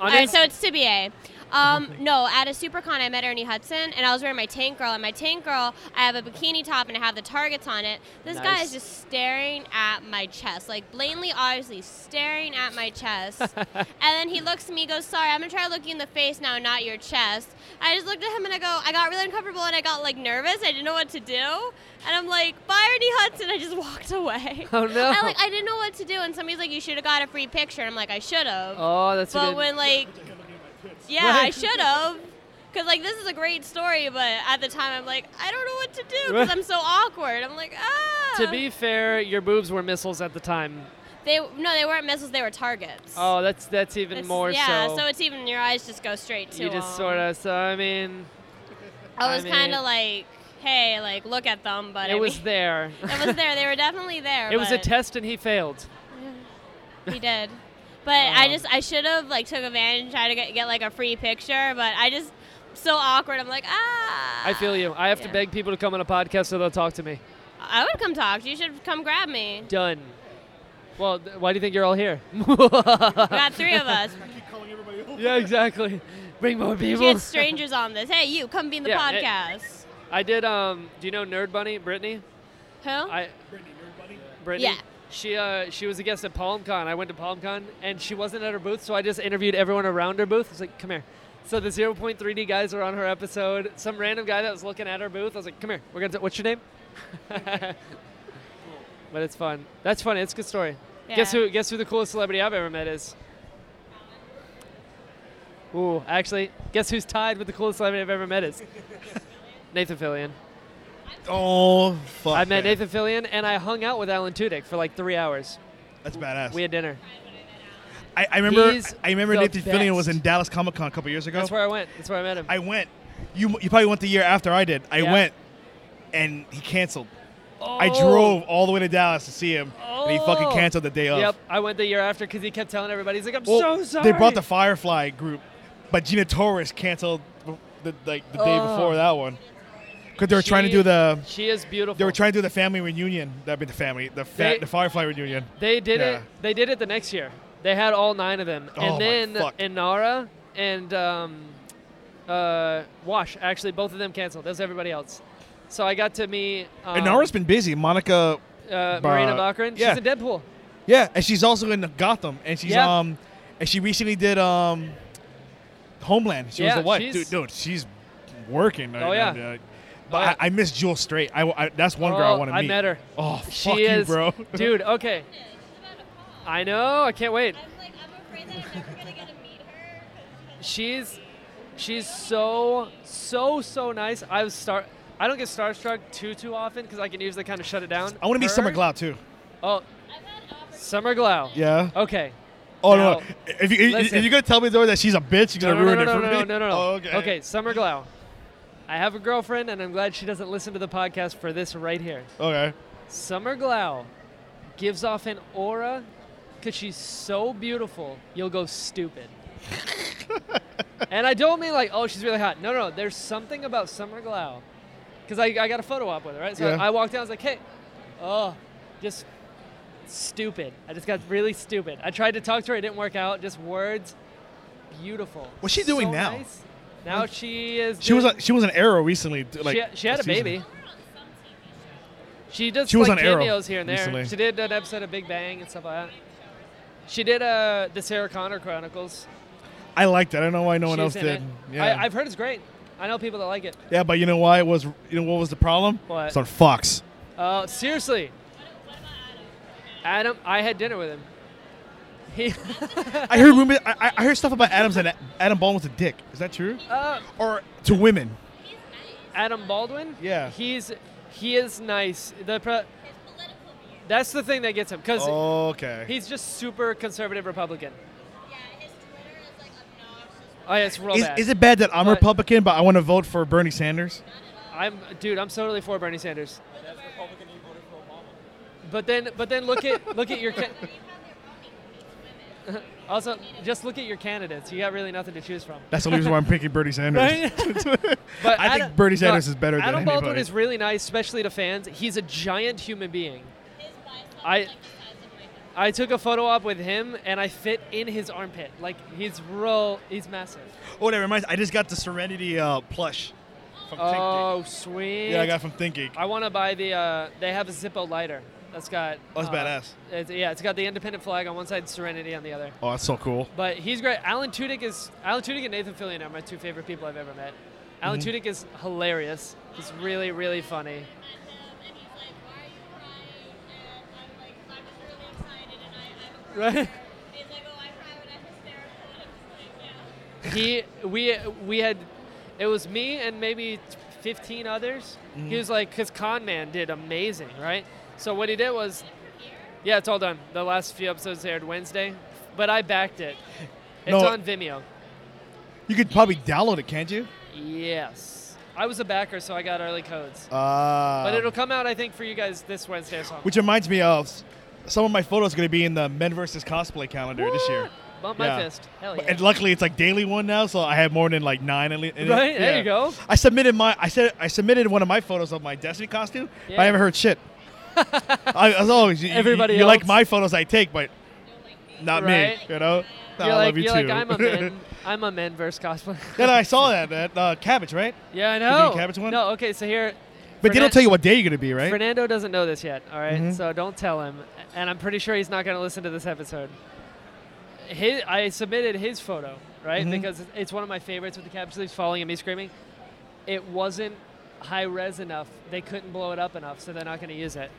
Speaker 5: All right, so it's to be a. Um, no, at a supercon I met Ernie Hudson and I was wearing my tank girl and my tank girl I have a bikini top and I have the targets on it. This guy
Speaker 1: Nice.
Speaker 5: is just staring at my chest, like blatantly obviously staring at my chest. and then he looks at me, goes, "Sorry, I'm gonna try to look you in the face now, not your chest." I just looked at him and I go, I got really uncomfortable and I got like nervous. I didn't know what to do, and I'm like, "Bye, Ernie Hudson." I just walked away.
Speaker 1: Oh, no.
Speaker 5: I like I didn't know what to do, and somebody's like, "You should have got a free picture." And I'm like, "I should have."
Speaker 1: oh, that's a
Speaker 5: But
Speaker 1: good.
Speaker 5: when like, yeah, I
Speaker 1: Right.
Speaker 5: should have, because like this is a great story, but at the time I'm like, I don't know what to do
Speaker 1: Right.
Speaker 5: because I'm so awkward. I'm like, ah.
Speaker 1: to be fair, your boobs were missiles at the time.
Speaker 5: they no, they weren't missiles, they were targets.
Speaker 1: Oh, that's that's even
Speaker 5: It's-
Speaker 1: more
Speaker 5: yeah,
Speaker 1: so.
Speaker 5: so it's even your eyes just go straight to.
Speaker 1: you just
Speaker 5: them.
Speaker 1: sort of. So I mean, I
Speaker 5: I was
Speaker 1: mean-
Speaker 5: kind of like, hey, like look at them, but
Speaker 1: it
Speaker 5: I
Speaker 1: was
Speaker 5: mean,
Speaker 1: there.
Speaker 5: it was there. They were definitely there.
Speaker 1: It was a
Speaker 5: but-
Speaker 1: test and he failed.
Speaker 5: He did. But I
Speaker 1: Um,
Speaker 5: just I should have like took advantage, tried to get, get like a free picture, but I just so awkward. I'm like ah.
Speaker 1: I feel you. I have to
Speaker 5: Yeah.
Speaker 1: beg people to come on a podcast so they'll talk to me.
Speaker 5: I would come talk. to You You should come grab me.
Speaker 1: Done. Well, th- why do you think you're all here?
Speaker 5: We got three of us.
Speaker 1: yeah, exactly. Bring more
Speaker 5: You
Speaker 1: people.
Speaker 5: get strangers on this. Hey, you come be in the
Speaker 1: Yeah, it-
Speaker 5: podcast.
Speaker 1: I did. Um, do you know Nerd Bunny, Brittany?
Speaker 5: Who?
Speaker 1: I. Brittany.
Speaker 5: Yeah.
Speaker 1: She uh, she was a guest at PalmCon. I went to PalmCon and she wasn't at her booth, so I just interviewed everyone around her booth. I was like, "Come here." So the 0.3D guys were on her episode. Some random guy that was looking at her booth. I was like, "Come here. We're gonna. T- what's your name?" but it's fun. That's funny. It's a good story. Guess
Speaker 5: Yeah.
Speaker 1: who? Guess who the coolest celebrity I've ever met is? Ooh, actually, guess who's tied with the coolest celebrity I've ever met is? Nathan Fillion.
Speaker 2: Oh fuck.
Speaker 1: I met
Speaker 2: man.
Speaker 1: Nathan Fillion and I hung out with Alan Tudyk for like three hours.
Speaker 2: That's badass.
Speaker 1: We had dinner.
Speaker 2: I, I remember.
Speaker 1: He's
Speaker 2: I remember
Speaker 1: the
Speaker 2: Nathan Fillion was
Speaker 1: best.
Speaker 2: in Dallas Comic Con a couple years ago.
Speaker 1: That's where I went. That's where I met him.
Speaker 2: I went. You you probably went the year after I did. I
Speaker 1: Yeah.
Speaker 2: went, and he canceled.
Speaker 1: Oh.
Speaker 2: I drove all the way to Dallas to see him, and he fucking
Speaker 1: Oh.
Speaker 2: canceled the day of.
Speaker 1: Yep, I went the year after because he kept telling everybody, he's like, I'm
Speaker 2: Well,
Speaker 1: so sorry.
Speaker 2: They brought the Firefly group, but Gina Torres canceled the, the- like the day
Speaker 1: Oh.
Speaker 2: before that one because they were
Speaker 1: She-
Speaker 2: trying to do the
Speaker 1: She is beautiful.
Speaker 2: they were trying to do the family reunion. That'd be the family the fa-
Speaker 1: They-
Speaker 2: the Firefly reunion.
Speaker 1: They did
Speaker 2: Yeah.
Speaker 1: it. They did it the next year. They had all nine of them,
Speaker 2: Oh, my
Speaker 1: and then
Speaker 2: fuck.
Speaker 1: Inara and um, uh, Wash actually both of them canceled. That was everybody else. So I got to meet um,
Speaker 2: and Nara's been busy. Monica,
Speaker 1: uh,
Speaker 2: Bar-
Speaker 1: Marina Baccarin.
Speaker 2: yeah.
Speaker 1: She's in Deadpool.
Speaker 2: yeah, and she's also in Gotham, and she's
Speaker 1: Yeah.
Speaker 2: um, and she recently did um, Homeland. She
Speaker 1: Yeah,
Speaker 2: was the wife,
Speaker 1: she's-
Speaker 2: dude. Dude, she's working. Right
Speaker 1: Oh,
Speaker 2: now,
Speaker 1: yeah.
Speaker 2: dude. But I, I miss Jewel Straight. I, I- that's one girl I
Speaker 1: Oh,
Speaker 2: want to
Speaker 1: I
Speaker 2: meet.
Speaker 1: met her.
Speaker 2: Oh, fuck
Speaker 1: She
Speaker 2: you,
Speaker 1: is,
Speaker 2: bro.
Speaker 1: dude. Okay,
Speaker 5: She's about to fall.
Speaker 1: I know. I can't wait.
Speaker 5: I'm like, I'm afraid that I'm never gonna get to meet her. 'cause
Speaker 1: She's, she's so, so, so nice. I was star. I don't get starstruck too, too often because I can usually kind of shut it down.
Speaker 2: I want to meet
Speaker 1: Her-
Speaker 2: Summer Glau too.
Speaker 1: Oh,
Speaker 5: I've had opportunities.
Speaker 1: Summer Glau.
Speaker 2: Yeah.
Speaker 1: Okay.
Speaker 2: Oh
Speaker 1: Now-
Speaker 2: no! If you if
Speaker 1: Listen.
Speaker 2: you're gonna tell me though that she's a bitch, you're
Speaker 1: No, no,
Speaker 2: gonna ruin
Speaker 1: no, no,
Speaker 2: it for
Speaker 1: no,
Speaker 2: me.
Speaker 1: no, no, no,
Speaker 2: Oh,
Speaker 1: okay. Summer Glau. I have a girlfriend, and I'm glad she doesn't listen to the podcast for this right here.
Speaker 2: Okay.
Speaker 1: Summer Glau gives off an aura because she's so beautiful, you'll go stupid. and I don't mean like, oh, she's really hot. No, no, there's something about Summer Glau. Because I, I got a photo op with her, right? So
Speaker 2: Yeah.
Speaker 1: I, I walked down, I was like, hey, oh, just stupid. I just got really stupid. I tried to talk to her, it didn't work out. Just words, beautiful.
Speaker 2: What's she doing
Speaker 1: So
Speaker 2: now?
Speaker 1: nice. Now she is.
Speaker 2: She was
Speaker 1: doing-
Speaker 2: a, she was an arrow recently. d- Like
Speaker 1: she, she had a
Speaker 2: season.
Speaker 1: baby. She does
Speaker 2: She was
Speaker 1: like
Speaker 2: on Arrow
Speaker 1: cameos here and there.
Speaker 2: recently.
Speaker 1: She did an episode of Big Bang and stuff like that. She did uh, the Sarah Connor Chronicles.
Speaker 2: I liked it. I don't know why no one
Speaker 1: She's
Speaker 2: else
Speaker 1: in
Speaker 2: did.
Speaker 1: it.
Speaker 2: Yeah.
Speaker 1: I, I've heard it's great. I know people that like it.
Speaker 2: yeah, but you know why it was? You know what was the problem?
Speaker 1: What?
Speaker 2: It's on Fox.
Speaker 1: Uh, seriously, Adam, I had dinner with him. He,
Speaker 2: I heard women. I, I- I heard stuff about Adam's and Adam Baldwin's a dick. Is that true?
Speaker 1: uh,
Speaker 2: Or to women?
Speaker 4: He's nice.
Speaker 1: Adam Baldwin.
Speaker 2: Yeah.
Speaker 1: He's he is nice. The pro-
Speaker 4: His political views.
Speaker 1: that's the thing that gets him because
Speaker 2: Oh, Okay.
Speaker 1: he's just super conservative Republican.
Speaker 5: Yeah, his Twitter is like obnoxious.
Speaker 1: Oh yeah, it's real
Speaker 2: Is,
Speaker 1: bad.
Speaker 2: is it bad that I'm
Speaker 1: But-
Speaker 2: Republican but I want to vote for Bernie Sanders?
Speaker 1: I'm dude. I'm totally for Bernie Sanders. But then, but then look at look at your. Ca- also, just look at your candidates. You got really nothing to choose from.
Speaker 2: That's the reason why I'm picking Bernie Sanders.
Speaker 1: Right? But
Speaker 2: I think
Speaker 1: Adam-
Speaker 2: Bernie Sanders is better than
Speaker 1: Adam Baldwin
Speaker 2: anybody.
Speaker 1: is really nice, especially to fans. He's a giant human being.
Speaker 5: His bicep
Speaker 1: I-
Speaker 5: is like the size of my head.
Speaker 1: I took a photo op with him, and I fit in his armpit. Like he's real. He's massive.
Speaker 2: Oh, that reminds. I just got the Serenity uh, plush. From Think Geek.
Speaker 1: Oh sweet.
Speaker 2: Yeah, I got it from Think Geek.
Speaker 1: I want to buy the. Uh, they have a Zippo lighter. That's got.
Speaker 2: Oh,
Speaker 1: uh,
Speaker 2: that's badass.
Speaker 1: It's, yeah, it's got the independent flag on one side, Serenity on the other.
Speaker 2: Oh, that's so cool.
Speaker 1: But he's great. Alan Tudyk is Alan Tudyk and Nathan Fillion are my two favorite people I've ever met. Alan Tudyk is hilarious. He's really, really funny.
Speaker 5: met him, and he's like, "Why are you crying?" And I'm like, "I'm just really excited, and I, I'm a
Speaker 1: Right?
Speaker 5: crier." He's like, "Oh, I cry when I'm hysterical." And I'm just like, "Yeah."
Speaker 1: he we we had it was me and maybe 15 others. He was like cuz Con Man did amazing, right? So what he did was Yeah, it's all done. The last few episodes aired Wednesday, but I backed it. It's
Speaker 2: No.
Speaker 1: on Vimeo.
Speaker 2: You could probably download it, can't you?
Speaker 1: Yes. I was a backer so I got early codes.
Speaker 2: Uh,
Speaker 1: But it'll come out I think for you guys this Wednesday or something.
Speaker 2: Which reminds me of s- some of my photos going to be in the Men versus Cosplay calendar this year.
Speaker 1: Bump my
Speaker 2: Yeah.
Speaker 1: fist. Hell yeah.
Speaker 2: And luckily, it's like daily one now, so I have more than like nine. In it.
Speaker 1: Right,
Speaker 2: Yeah.
Speaker 1: there you go.
Speaker 2: I submitted my. I said I submitted one of my photos of my Destiny costume. But
Speaker 1: Yeah.
Speaker 2: I haven't heard shit. I, as always, you, you-
Speaker 1: Everybody
Speaker 2: you, like
Speaker 1: else.
Speaker 2: my photos I take, but not
Speaker 1: Right.
Speaker 2: me. You know. Nah,
Speaker 1: You're
Speaker 2: I
Speaker 1: like,
Speaker 2: love you
Speaker 1: you're
Speaker 2: too.
Speaker 1: like I'm a man. I'm a man versus cosplay.
Speaker 2: then I saw that that uh, cabbage, right?
Speaker 1: yeah, I
Speaker 2: doing
Speaker 1: know.
Speaker 2: Cabbage one?
Speaker 1: No, okay, so here.
Speaker 2: But they
Speaker 1: Fernan-
Speaker 2: don't tell you what day you're gonna be, right? Mm-hmm.
Speaker 1: Fernando doesn't know this yet, all right? So don't tell him. And I'm pretty sure he's not going to listen to this episode. His, I submitted his photo,
Speaker 2: Mm-hmm.
Speaker 1: right? Because it's one of my favorites with the caption sleeves falling and me screaming. It wasn't high res enough. They couldn't blow it up enough, so they're not going to use it.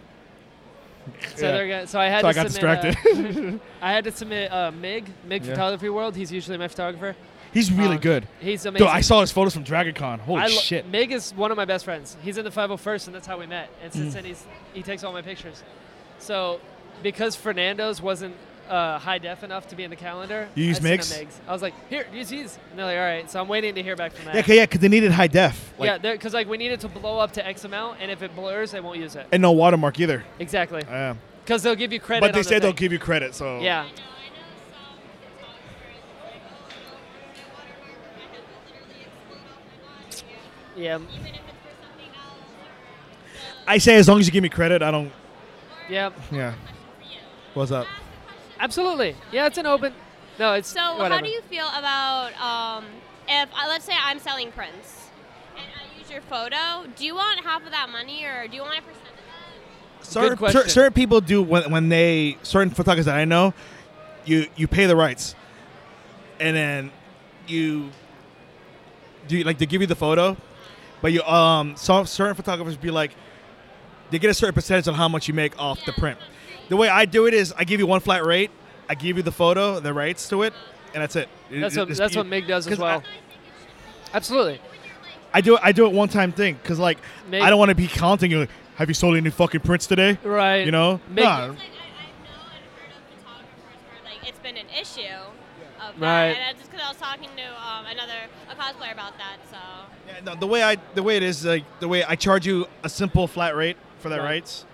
Speaker 1: So
Speaker 2: Yeah.
Speaker 1: they're gonna, so I had
Speaker 2: so
Speaker 1: to
Speaker 2: I got
Speaker 1: submit, uh,
Speaker 2: distracted.
Speaker 1: I had to submit uh, Mig, Mig
Speaker 2: Yeah.
Speaker 1: Photography World. He's usually my photographer.
Speaker 2: He's really
Speaker 1: Um,
Speaker 2: good.
Speaker 1: He's amazing.
Speaker 2: Dude, I saw his photos from Dragon Con. Holy
Speaker 1: I lo-
Speaker 2: shit.
Speaker 1: Mig is one of my best friends. He's in the 501st, and that's how we met.
Speaker 2: Mm.
Speaker 1: And since then, he's, he takes all my pictures. So, because Fernando's wasn't uh, high def enough to be in the calendar,
Speaker 2: You use
Speaker 1: I sent him
Speaker 2: Mig's?
Speaker 1: Mig's. I was like, here, use these. And they're like, all right. So I'm waiting to hear back from that.
Speaker 2: Yeah, 'cause- yeah, because they needed high def. Like,
Speaker 1: yeah, because like we need it to blow up to X amount, and if it blurs, they won't use it.
Speaker 2: And no watermark either.
Speaker 1: Exactly,
Speaker 2: Yeah.
Speaker 1: because they'll give you credit.
Speaker 2: But they
Speaker 1: on the
Speaker 2: said they'll
Speaker 1: thing.
Speaker 2: give you credit, so.
Speaker 1: Yeah,
Speaker 5: No, I know some photographers who are like, "Oh, don't ruin my watermark, or my head will literally explode off my body,"
Speaker 1: yeah,
Speaker 5: even if it's for something else. Or,
Speaker 2: I say as long as you give me credit, I don't.
Speaker 1: yeah.
Speaker 2: Yeah. What's up?
Speaker 1: Absolutely. Yeah, it's an open. No, it's
Speaker 5: So,
Speaker 1: whatever.
Speaker 5: how do you feel about um, if, uh, let's say, I'm selling prints and I use your photo? Do you want half of that money, or do you want a percent of that?
Speaker 2: Certain, cer-
Speaker 1: question.
Speaker 2: certain people do when, when they certain photographers that I know, you you pay the rights, and then you do like they give you the photo, But you, um, some certain photographers be like, they get a certain percentage on how much you make off the print. The way I do it is I give you one flat rate, I give you the photo, the rights to it, and that's it. It-
Speaker 1: That's
Speaker 2: it-
Speaker 1: what
Speaker 2: it's-
Speaker 1: that's what Mig does as
Speaker 2: 'cause I-
Speaker 1: well. Absolutely.
Speaker 2: I do it. I do it one time thing because like
Speaker 1: Make-
Speaker 2: I don't want to be counting you. Like, Have you sold any fucking prints today?
Speaker 1: Right.
Speaker 2: You know,
Speaker 1: Make-
Speaker 2: Nah.
Speaker 5: Like, I, I know and heard of photographers where like it's been an issue of that,
Speaker 1: Right.
Speaker 5: and I, just because I was talking to um, another a cosplayer about that, so
Speaker 2: Yeah, no, the way I the way it is like the way I charge you a simple flat rate for that
Speaker 1: Right.
Speaker 2: rights,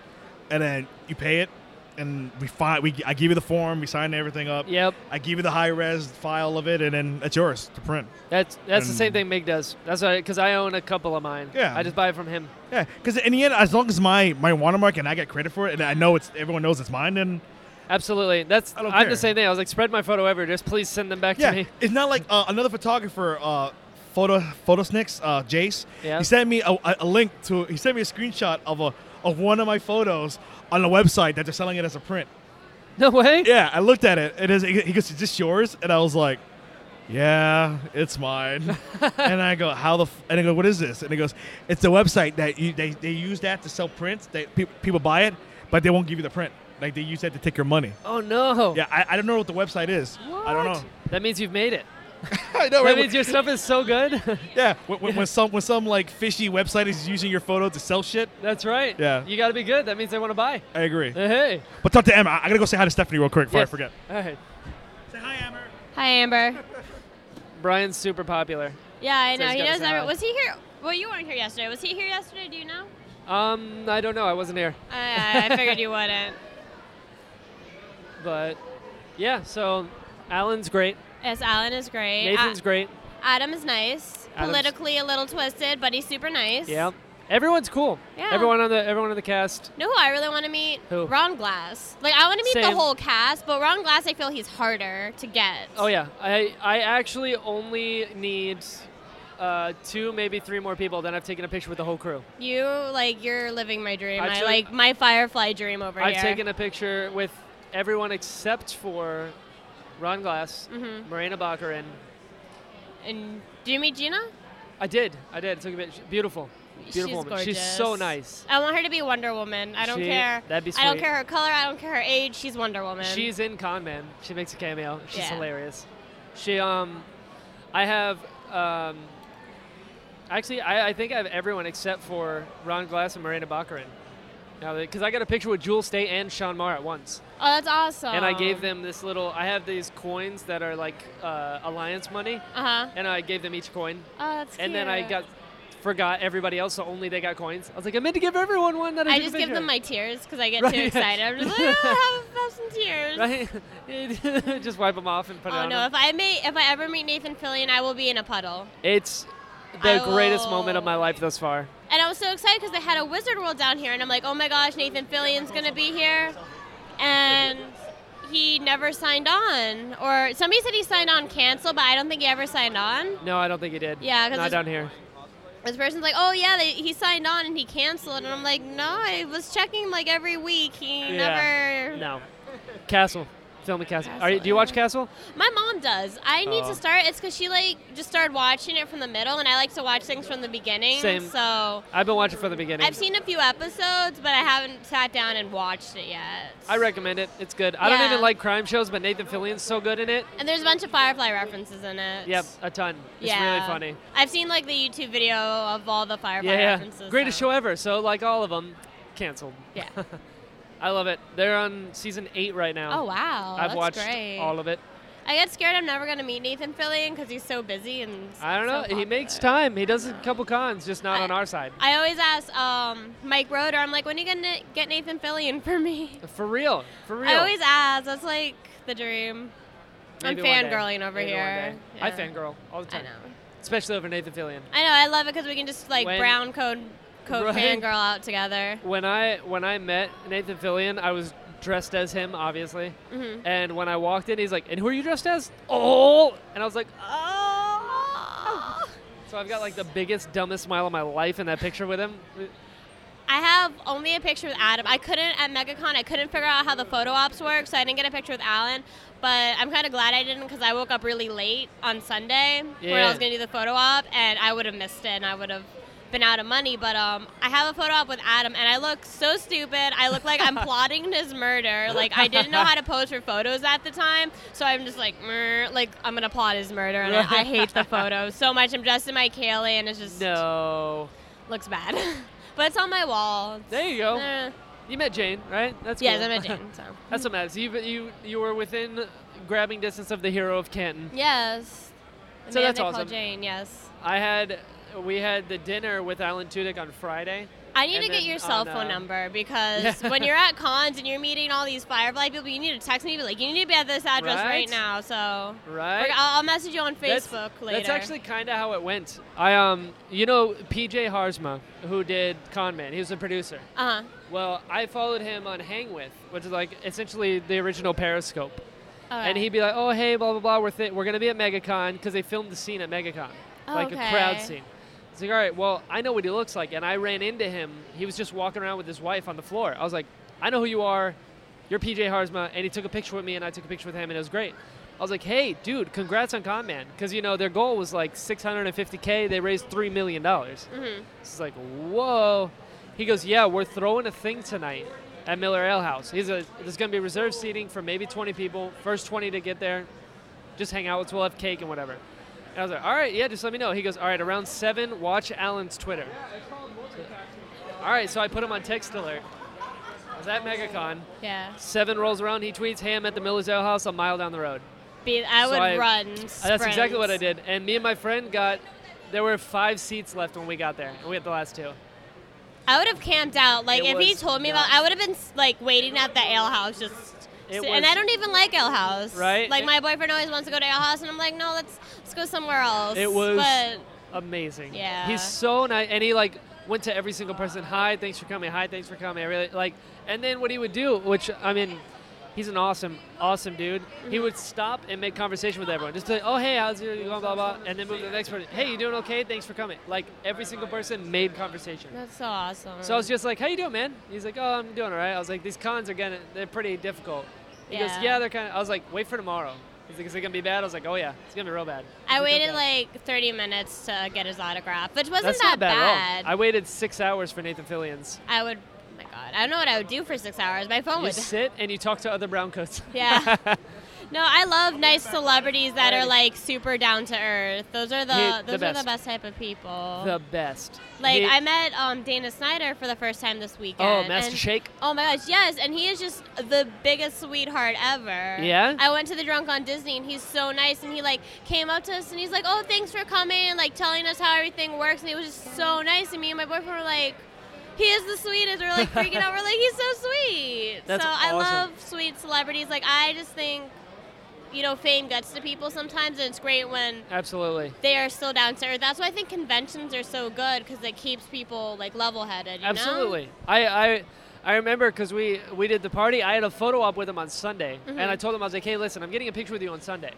Speaker 2: and then you pay it, and we find we I give you the form, we sign everything up.
Speaker 1: Yep.
Speaker 2: I give you the high res file of it, and then it's yours to print.
Speaker 1: That's that's the same
Speaker 2: And-
Speaker 1: thing Mig does. That's because I own a couple of mine.
Speaker 2: Yeah.
Speaker 1: I just buy it from him.
Speaker 2: Yeah, because in the end, as long as my my watermark and I get credit for it, and I know it's everyone knows it's mine, then
Speaker 1: Absolutely. That's
Speaker 2: I don't
Speaker 1: I'm
Speaker 2: care.
Speaker 1: the same thing. I was like, spread my photo ever. Just please send them back
Speaker 2: yeah,
Speaker 1: to me.
Speaker 2: it's not like uh, another photographer. Uh, Photo Photosnix, uh, Jace.
Speaker 1: Yeah.
Speaker 2: He sent me a, a- a link to. He sent me a screenshot of a of one of my photos on a website that they're selling it as a print.
Speaker 1: No way.
Speaker 2: Yeah, I looked at it. It is. He goes, "Is this yours?" And I was like, "Yeah, it's mine." and I go, "How the?" F-? And I go, "What is this?" And he goes, "It's the website that you, they they use that to sell prints. That pe- people buy it, but they won't give you the print. Like they use that to take your money."
Speaker 1: Oh no.
Speaker 2: Yeah, I, I don't know what the website is. I don't know.
Speaker 1: That means you've made it.
Speaker 2: I know,
Speaker 1: That
Speaker 2: right?
Speaker 1: means your stuff is so good.
Speaker 2: yeah, when, when, when some when some like fishy website is using your photo to sell shit,
Speaker 1: That's right.
Speaker 2: Yeah.
Speaker 1: You got to be good. That means they want to buy.
Speaker 2: I agree.
Speaker 1: Hey.
Speaker 2: But talk to Emma. I, I gotta go say hi to Stephanie real quick before
Speaker 1: Yes.
Speaker 2: I forget.
Speaker 1: All right.
Speaker 2: Say hi, Emma.
Speaker 5: hi Amber.
Speaker 1: Brian's super popular.
Speaker 5: Yeah, I
Speaker 1: So
Speaker 5: know
Speaker 1: he's
Speaker 5: he
Speaker 1: gotta
Speaker 5: knows
Speaker 1: say hi.
Speaker 5: everyone. Was he here? Well, you weren't here yesterday. Was he here yesterday? Do you know?
Speaker 1: Um, I don't know. I wasn't here,
Speaker 5: I, I- I figured you wouldn't.
Speaker 1: but yeah. So, Alan's great.
Speaker 5: Yes, Alan is great.
Speaker 1: Nathan's
Speaker 5: A-
Speaker 1: great.
Speaker 5: Adam is nice.
Speaker 1: Adam's-
Speaker 5: Politically a little twisted, but he's super nice.
Speaker 1: Yeah. Everyone's cool.
Speaker 5: Yeah.
Speaker 1: Everyone on the everyone on the cast.
Speaker 5: Know who I really want to meet?
Speaker 1: Who?
Speaker 5: Ron Glass. Like I want to meet
Speaker 1: Same.
Speaker 5: the whole cast, but Ron Glass, I feel he's harder to get.
Speaker 1: Oh yeah. I I actually only need uh, two, maybe three more people. Then I've taken a picture with the whole crew.
Speaker 5: You like you're living my dream.
Speaker 1: I've
Speaker 5: I
Speaker 1: took-
Speaker 5: like my firefly dream over
Speaker 1: I've
Speaker 5: here.
Speaker 1: taken a picture with everyone except for Ron Glass,
Speaker 5: Mhm.
Speaker 1: Marina Baccarin.
Speaker 5: and do you meet Gina?
Speaker 1: I did. I did. I took a bit. Beautiful. Beautiful
Speaker 5: She's
Speaker 1: woman.
Speaker 5: gorgeous.
Speaker 1: She's so nice.
Speaker 5: I want her to be Wonder Woman. I don't
Speaker 1: She-
Speaker 5: care.
Speaker 1: that'd be
Speaker 5: I don't
Speaker 1: sweet.
Speaker 5: care her color. I don't care her age. She's Wonder Woman.
Speaker 1: She's in Con Man. She makes a cameo. She's
Speaker 5: Yeah.
Speaker 1: hilarious. She um, I have um, actually I, I think I have everyone except for Ron Glass and Miranda Baccarin. Now, because I got a picture with Jewel State and Sean Mar at once,
Speaker 5: oh, that's awesome.
Speaker 1: and I gave them this little. I have these coins that are like uh, alliance money,
Speaker 5: Uh huh.
Speaker 1: and I gave them each coin,
Speaker 5: Oh, that's cute.
Speaker 1: and then I got forgot everybody else, so only they got coins. I was like, I meant to give everyone one that I,
Speaker 5: I
Speaker 1: took a
Speaker 5: just give
Speaker 1: picture.
Speaker 5: them my tears because I get
Speaker 1: Right,
Speaker 5: too
Speaker 1: yeah.
Speaker 5: excited. I'm just like, oh, have, have some tears.
Speaker 1: right. just wipe them off and put it
Speaker 5: Oh
Speaker 1: on.
Speaker 5: no!
Speaker 1: them.
Speaker 5: If I may, if I ever meet Nathan Fillion, I will be in a puddle.
Speaker 1: It's the
Speaker 5: I
Speaker 1: greatest moment of my
Speaker 5: will-
Speaker 1: life thus far.
Speaker 5: And I was so excited because they had a Wizard World down here, and I'm like, oh my gosh, Nathan Fillion's gonna be here, and he never signed on, or somebody said he signed on cancel, but I don't think he ever signed on.
Speaker 1: No, I don't think he did.
Speaker 5: Yeah, 'cause
Speaker 1: not
Speaker 5: it's-
Speaker 1: down here.
Speaker 5: This person's like, oh yeah, they, he signed on and he canceled, and I'm like, no, I was checking like every week. He
Speaker 1: Yeah.
Speaker 5: never.
Speaker 1: No. Castle. Film and Castle.
Speaker 5: Castle,
Speaker 1: Are you, do you watch
Speaker 5: yeah.
Speaker 1: Castle?
Speaker 5: My mom does. I need
Speaker 1: Oh.
Speaker 5: to start. It's because she like just started watching it from the middle, and I like to watch things from the beginning.
Speaker 1: Same.
Speaker 5: So.
Speaker 1: I've been watching from the beginning.
Speaker 5: I've seen a few episodes, but I haven't sat down and watched it yet.
Speaker 1: I recommend it. It's good. I don't
Speaker 5: Yeah.
Speaker 1: even like crime shows, but Nathan Fillion's so good in it.
Speaker 5: And there's a bunch of Firefly references in it.
Speaker 1: Yep, a ton. It's
Speaker 5: yeah.
Speaker 1: really funny.
Speaker 5: I've seen like the YouTube video of all the Firefly
Speaker 1: yeah,
Speaker 5: references.
Speaker 1: yeah. Greatest show ever. So like all of them, canceled.
Speaker 5: Yeah.
Speaker 1: I love it. They're on season eight right now.
Speaker 5: Oh wow.
Speaker 1: I've
Speaker 5: that's
Speaker 1: watched
Speaker 5: great.
Speaker 1: all of it.
Speaker 5: I get scared I'm never gonna meet Nathan Fillion because he's so busy and.
Speaker 1: I don't
Speaker 5: so
Speaker 1: know. He
Speaker 5: popular.
Speaker 1: makes time. He does a couple cons, just not
Speaker 5: I-
Speaker 1: on our side.
Speaker 5: I always ask um, Mike Roder. I'm like, when are you gonna get Nathan Fillion for me?
Speaker 1: For real. For real.
Speaker 5: I always ask. That's like the dream.
Speaker 1: Maybe
Speaker 5: I'm
Speaker 1: one day.
Speaker 5: fangirling over
Speaker 1: Maybe one
Speaker 5: here.
Speaker 1: day. I
Speaker 5: Yeah.
Speaker 1: fangirl all the
Speaker 5: I
Speaker 1: time.
Speaker 5: know.
Speaker 1: Especially over Nathan Fillion.
Speaker 5: I know. I love it because we can just like
Speaker 1: When-
Speaker 5: brown code coat
Speaker 1: Right.
Speaker 5: fangirl out together.
Speaker 1: When I when I met Nathan Fillion, I was dressed as him, obviously.
Speaker 5: Mhm.
Speaker 1: And when I walked in, he's like, "And who are you dressed as?" Oh, and I was like,
Speaker 5: Oh.
Speaker 1: "So I've got like the biggest, dumbest smile of my life in that picture with him."
Speaker 5: I have only a picture with Adam. I couldn't at MegaCon. I couldn't figure out how the photo ops work, so I didn't get a picture with Alan. But I'm kind of glad I didn't because I woke up really late on Sunday when I
Speaker 1: Yeah.
Speaker 5: was gonna do the photo op, and I would have missed it, and I would have been out of money, but um, I have a photo up with Adam, and I look so stupid. I look like I'm plotting his murder. Like I didn't know how to pose for photos at the time, so I'm just like, "Mer," like I'm gonna plot his murder, and I, I hate the photo so much. I'm dressed in my Kaylee, and it just
Speaker 1: No.
Speaker 5: looks bad. but it's on my wall. It's-
Speaker 1: There you go.
Speaker 5: eh.
Speaker 1: You met Jane, right? That's
Speaker 5: yes,
Speaker 1: cool.
Speaker 5: I'm a Jane. So
Speaker 1: That's what matters. You you you were within grabbing distance of the hero of Canton.
Speaker 5: yes, the
Speaker 1: So
Speaker 5: man
Speaker 1: that's
Speaker 5: they
Speaker 1: awesome.
Speaker 5: call Jane. Yes.
Speaker 1: I had we had the dinner with Alan Tudyk on Friday.
Speaker 5: I need
Speaker 1: And
Speaker 5: to get
Speaker 1: then
Speaker 5: your cell
Speaker 1: on,
Speaker 5: phone
Speaker 1: uh,
Speaker 5: number because when you're at cons and you're meeting all these Firefly people, you need to text me. Be like, you need to be at this address right,
Speaker 1: Right?
Speaker 5: now. So
Speaker 1: Right.
Speaker 5: Or I'll, I'll message you on Facebook
Speaker 1: That's-
Speaker 5: later.
Speaker 1: That's actually kind of how it went. I um, you know, PJ Harsma, who did Con Man, he was a producer.
Speaker 5: Uh huh.
Speaker 1: Well, I followed him on Hang With, which is like essentially the original Periscope, and he'd be like, "Oh hey, blah blah blah, we're th- we're gonna be at MegaCon because they filmed the scene at MegaCon, like a crowd
Speaker 5: Okay.
Speaker 1: scene." It's like, all right, well, I know what he looks like, and I ran into him. He was just walking around with his wife on the floor. I was like, I know who you are. You're PJ Harsma, and he took a picture with me, and I took a picture with him, and it was great. I was like, hey, dude, congrats on Con Man, because you know their goal was like 650k. They raised three million dollars. It's like, whoa. He goes, yeah, we're throwing a thing tonight at Miller Ale House. He's a, there's going to be reserved seating for maybe 20 people. First 20 to get there, just hang out. We'll have cake and whatever. And I was like, all right, yeah, just let me know. He goes, all right, around seven, watch Alan's Twitter. All right, so I put him on text alert. I was at MegaCon.
Speaker 5: yeah.
Speaker 1: Seven rolls around. He tweets, "Hey, I'm at the Miller's Ale House, a mile down the road."
Speaker 5: Be, I
Speaker 1: So
Speaker 5: would
Speaker 1: I-
Speaker 5: run.
Speaker 1: That's exactly what I
Speaker 5: sprints.
Speaker 1: did. And me and my friend got. There were five seats left when we got there, and we had the last two.
Speaker 5: I would have camped out. Like
Speaker 1: It
Speaker 5: if he
Speaker 1: was
Speaker 5: told me
Speaker 1: nuts.
Speaker 5: about, I would have been s- like waiting at the ale house just.
Speaker 1: It
Speaker 5: sit-
Speaker 1: was-
Speaker 5: and I don't even like ale house.
Speaker 1: Right?
Speaker 5: Like my boyfriend always wants to go to ale house, and I'm like, no, let's let's go somewhere else.
Speaker 1: It was-
Speaker 5: But
Speaker 1: Amazing.
Speaker 5: Yeah.
Speaker 1: He's so nice, and he like went to every single person. Hi, thanks for coming. Hi, thanks for coming. I really like. And then what he would do, which I mean, he's an awesome, awesome dude. He
Speaker 5: Mm-hmm.
Speaker 1: would stop and make conversation with everyone. Just like, oh hey, how's your blah blah blah, and then move to the next person. Hey, you doing okay? Thanks for coming. Like every single person made conversation.
Speaker 5: that's so awesome.
Speaker 1: So I was just like, "How you doing, man?" He's like, "Oh, I'm doing all right." I was like, "These cons are gonna, they're pretty difficult." He goes,
Speaker 5: Yeah.
Speaker 1: "Yeah, they're kind of." I was like, "Wait for tomorrow." He's like, "Is it gonna be bad?" I was like, "Oh yeah, it's gonna be real bad."
Speaker 5: I
Speaker 1: It's gonna be
Speaker 5: waited
Speaker 1: bad."
Speaker 5: like 30 minutes to get his autograph, which wasn't
Speaker 1: That's
Speaker 5: that
Speaker 1: not bad,
Speaker 5: bad.
Speaker 1: At all. I waited six hours for Nathan Fillions.
Speaker 5: I would. Oh my god, I don't know what I would do for six hours. My phone
Speaker 1: You
Speaker 5: would.
Speaker 1: sit and you talk to other browncoats.
Speaker 5: Yeah. No, I love nice celebrities that are like super down to earth. Those are the
Speaker 1: He- the
Speaker 5: those are
Speaker 1: best.
Speaker 5: the best type of people.
Speaker 1: the best.
Speaker 5: like
Speaker 1: He-
Speaker 5: I met um, Dana Snyder for the first time this weekend.
Speaker 1: oh, Master
Speaker 5: and-
Speaker 1: Shake.
Speaker 5: Oh my gosh, yes, and he is just the biggest sweetheart ever.
Speaker 1: Yeah?
Speaker 5: I went to the drunk on Disney and he's so nice and he like came up to us and he's like, Oh, thanks for coming and like telling us how everything works and he was just so nice and me and my boyfriend were like he is the sweetest. We're like freaking out. We're like, he's so sweet.
Speaker 1: That's
Speaker 5: so I
Speaker 1: awesome.
Speaker 5: love sweet celebrities. Like I just think, you know, fame gets to people sometimes, and it's great when
Speaker 1: Absolutely.
Speaker 5: they are still down to earth. That's why I think conventions are so good because it keeps people like level-headed. You know?
Speaker 1: Absolutely. I, I I remember because we we did the party. I had a photo op with him on Sunday, and I
Speaker 5: Mm-hmm.
Speaker 1: told him I was like, "Hey, listen, I'm getting a picture with you on Sunday."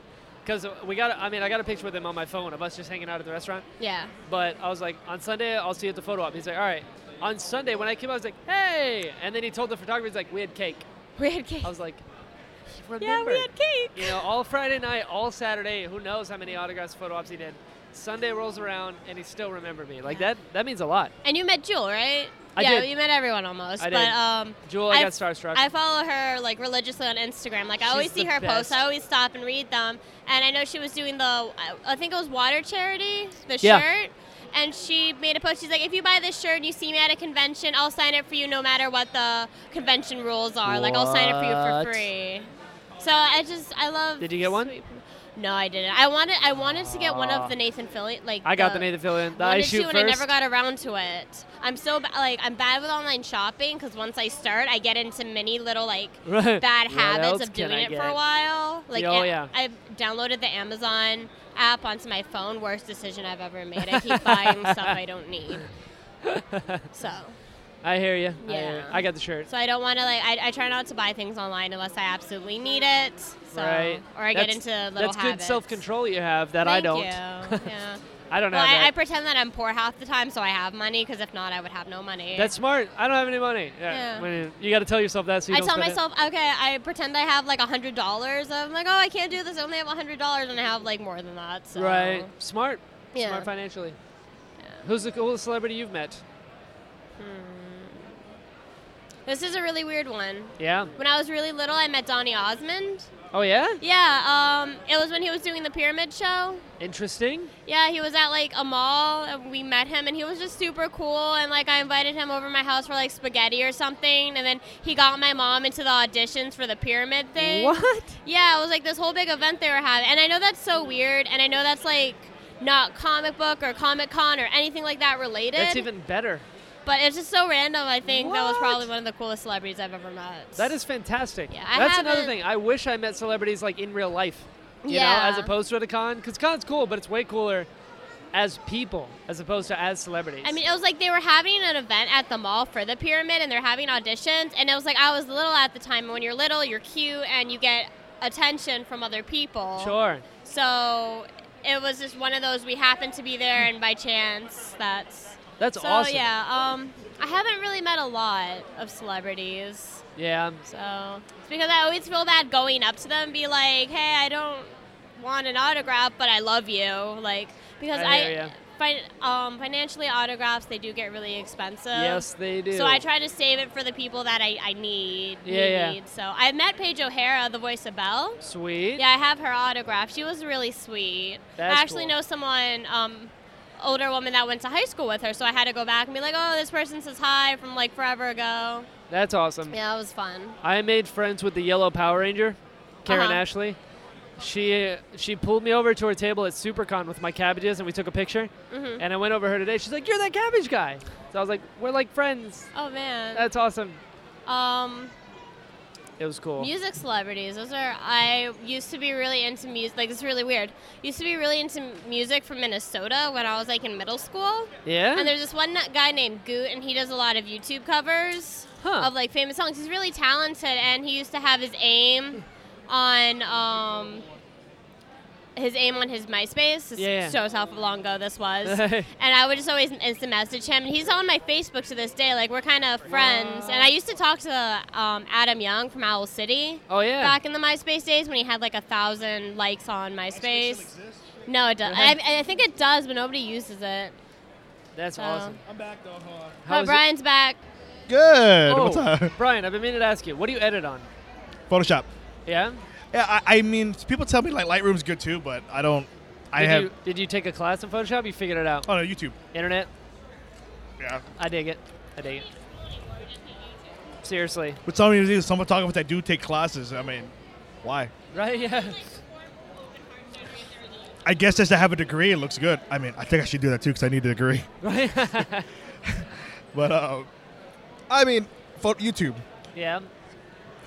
Speaker 1: Because we got, I mean, I got a picture with him on my phone of us just hanging out at the restaurant.
Speaker 5: Yeah.
Speaker 1: But I was like, on Sunday, I'll see you at the photo op. He's like, all right. On Sunday, when I came, I was like, hey. And then he told the photographer, he's like, we had cake.
Speaker 5: We had cake.
Speaker 1: I was like, he
Speaker 5: yeah,
Speaker 1: remembered.
Speaker 5: we had cake.
Speaker 1: You know, all Friday night, all Saturday, who knows how many autographs, photo ops he did. Sunday rolls around, and he still remembered me. Like, that that means a lot.
Speaker 5: And you met Jewel, right?
Speaker 1: I
Speaker 5: yeah,
Speaker 1: did.
Speaker 5: you met everyone almost.
Speaker 1: I
Speaker 5: but
Speaker 1: did.
Speaker 5: um
Speaker 1: Jewel, I
Speaker 5: I-
Speaker 1: got starstruck.
Speaker 5: I follow her like religiously on Instagram. Like I
Speaker 1: She's
Speaker 5: always see
Speaker 1: the
Speaker 5: her
Speaker 1: best.
Speaker 5: posts. I always stop and read them. And I know she was doing the I- I think it was water charity, the
Speaker 1: Yeah.
Speaker 5: shirt. And she made a post. She's like, if you buy this shirt and you see me at a convention, I'll sign it for you no matter what the convention rules are. Like I'll sign it for you
Speaker 1: What?
Speaker 5: for free. So I just I love.
Speaker 1: Did you get one?
Speaker 5: sweet- No, I didn't. I wanted I wanted to get one of the Nathan Philly like
Speaker 1: I got the Nathan Fillion. The I
Speaker 5: wanted
Speaker 1: shoot
Speaker 5: to,
Speaker 1: first.
Speaker 5: and I never got around to it. I'm so ba- like I'm bad with online shopping because once I start, I get into many little like
Speaker 1: Right.
Speaker 5: bad
Speaker 1: What
Speaker 5: habits
Speaker 1: else
Speaker 5: of
Speaker 1: can
Speaker 5: doing
Speaker 1: I
Speaker 5: it for
Speaker 1: get?
Speaker 5: a while. Like
Speaker 1: Yeah, oh,
Speaker 5: a-
Speaker 1: yeah.
Speaker 5: I've downloaded the Amazon app onto my phone. Worst decision I've ever made. I keep buying stuff I don't need. So,
Speaker 1: I hear you. I, hear ya.
Speaker 5: Yeah.
Speaker 1: I got the shirt.
Speaker 5: so I don't want to like. I, I try not to buy things online unless I absolutely need it. So,
Speaker 1: right.
Speaker 5: Or I
Speaker 1: That's-
Speaker 5: get into little
Speaker 1: That's
Speaker 5: habits.
Speaker 1: good self-control you have that
Speaker 5: Thank
Speaker 1: I don't.
Speaker 5: You. Yeah.
Speaker 1: I don't
Speaker 5: Well,
Speaker 1: have
Speaker 5: I, I
Speaker 1: that.
Speaker 5: pretend that I'm poor half the time, so I have money. Because if not, I would have no money.
Speaker 1: That's smart. I don't have any money. Yeah.
Speaker 5: Yeah.
Speaker 1: When you got to tell yourself that so you
Speaker 5: I
Speaker 1: don't
Speaker 5: tell
Speaker 1: spend it.
Speaker 5: myself, okay, I pretend I have like a hundred dollars. I'm like, oh, I can't do this. I only have a hundred dollars, and I have like more than that. So.
Speaker 1: Right. Smart.
Speaker 5: Yeah.
Speaker 1: Smart financially.
Speaker 5: Yeah.
Speaker 1: Who's the coolest celebrity you've met?
Speaker 5: This is a really weird one.
Speaker 1: Yeah.
Speaker 5: When I was really little, I met Donny Osmond.
Speaker 1: Oh yeah.
Speaker 5: Yeah, um, it was when he was doing the pyramid show.
Speaker 1: Interesting.
Speaker 5: Yeah, he was at like a mall and we met him and he was just super cool and like I invited him over to my house for like spaghetti or something and then he got my mom into the auditions for the pyramid thing.
Speaker 1: What?
Speaker 5: Yeah, it was like this whole big event they were having. And I know that's so weird and I know that's like not comic book or comic con or anything like that related.
Speaker 1: That's even better.
Speaker 5: but it's just so random. I think that was
Speaker 1: What?
Speaker 5: probably one of the coolest celebrities I've ever met.
Speaker 1: That is fantastic.
Speaker 5: Yeah, I
Speaker 1: That's another
Speaker 5: haven't-
Speaker 1: thing. I wish I met celebrities like in real life. You
Speaker 5: Yeah.
Speaker 1: know, as opposed to at a con. Because con's cool, but it's way cooler as people as opposed to as celebrities.
Speaker 5: I mean, it was like they were having an event at the mall for the pyramid, and they're having auditions. And it was like I was little at the time. and When you're little, you're cute and you get attention from other people.
Speaker 1: sure.
Speaker 5: So it was just one of those we happened to be there, and by chance, that's.
Speaker 1: That's
Speaker 5: so
Speaker 1: awesome.
Speaker 5: yeah, um, I haven't really met a lot of celebrities.
Speaker 1: Yeah.
Speaker 5: So it's because I always feel bad going up to them and be like, hey, I don't want an autograph, but I love you. Like, because
Speaker 1: I
Speaker 5: I,
Speaker 1: hear ya.
Speaker 5: fin- um, financially, autographs, they do get really expensive.
Speaker 1: yes, they do.
Speaker 5: So I try to save it for the people that I, I need. we
Speaker 1: Yeah, yeah.
Speaker 5: need. So I met Paige O'Hara, the voice of Belle.
Speaker 1: Sweet.
Speaker 5: Yeah, I have her autograph. She was really sweet.
Speaker 1: That's
Speaker 5: I actually
Speaker 1: cool.
Speaker 5: know someone, um, older woman that went to high school with her, so I had to go back and be like, oh, this person says hi from like forever ago.
Speaker 1: That's awesome.
Speaker 5: Yeah, it was fun.
Speaker 1: I made friends with the yellow Power Ranger, Karen
Speaker 5: Uh-huh.
Speaker 1: Ashley. She she pulled me over to her table at SuperCon with my cabbages, and we took a picture.
Speaker 5: Mm-hmm.
Speaker 1: And I went over her today. She's like, "You're that cabbage guy." So I was like, "We're like friends."
Speaker 5: Oh man.
Speaker 1: That's awesome.
Speaker 5: Um,
Speaker 1: It was cool.
Speaker 5: music celebrities. Those are. I used to be really into music. Like it's really weird. Used to be really into music from Minnesota when I was like in middle school.
Speaker 1: yeah.
Speaker 5: And there's this one guy named Goot, and he does a lot of YouTube covers
Speaker 1: Huh.
Speaker 5: of like famous songs. He's really talented, and he used to have his aim on um, his aim on his MySpace. This
Speaker 1: Yeah, yeah.
Speaker 5: shows how long ago this was. and I would just always instant message him, and he's on my Facebook to this day. Like we're kind of friends. And I used to talk to um, Adam Young from Owl City.
Speaker 1: oh yeah.
Speaker 5: Back in the MySpace days when he had like a thousand likes on MySpace. No, it does. I,
Speaker 1: Really?
Speaker 5: I think it does, but nobody uses it.
Speaker 1: That's
Speaker 5: so-
Speaker 1: awesome.
Speaker 2: I'm back though. Hold on.
Speaker 1: How
Speaker 5: Hi,
Speaker 1: is it-
Speaker 5: Brian's back.
Speaker 2: Good.
Speaker 1: Oh,
Speaker 2: What's up?
Speaker 1: Brian, I've been meaning to ask you. What do you edit on?
Speaker 2: Photoshop.
Speaker 1: Yeah.
Speaker 2: Yeah, I, I mean, people tell me like Lightroom's good too, but I don't. I
Speaker 1: did
Speaker 2: have
Speaker 1: You, did you take a class in Photoshop? You figured it out.
Speaker 2: oh no YouTube.
Speaker 1: Internet.
Speaker 2: Yeah.
Speaker 1: I dig it. I dig it. Seriously.
Speaker 2: But some of these, some photographers that do take classes. I mean, why?
Speaker 1: Right? Yeah.
Speaker 2: I guess just to have a degree, it looks good. I mean, I think I should do that too because I need a degree.
Speaker 1: Right.
Speaker 2: But uh, I mean, pho- YouTube.
Speaker 1: yeah.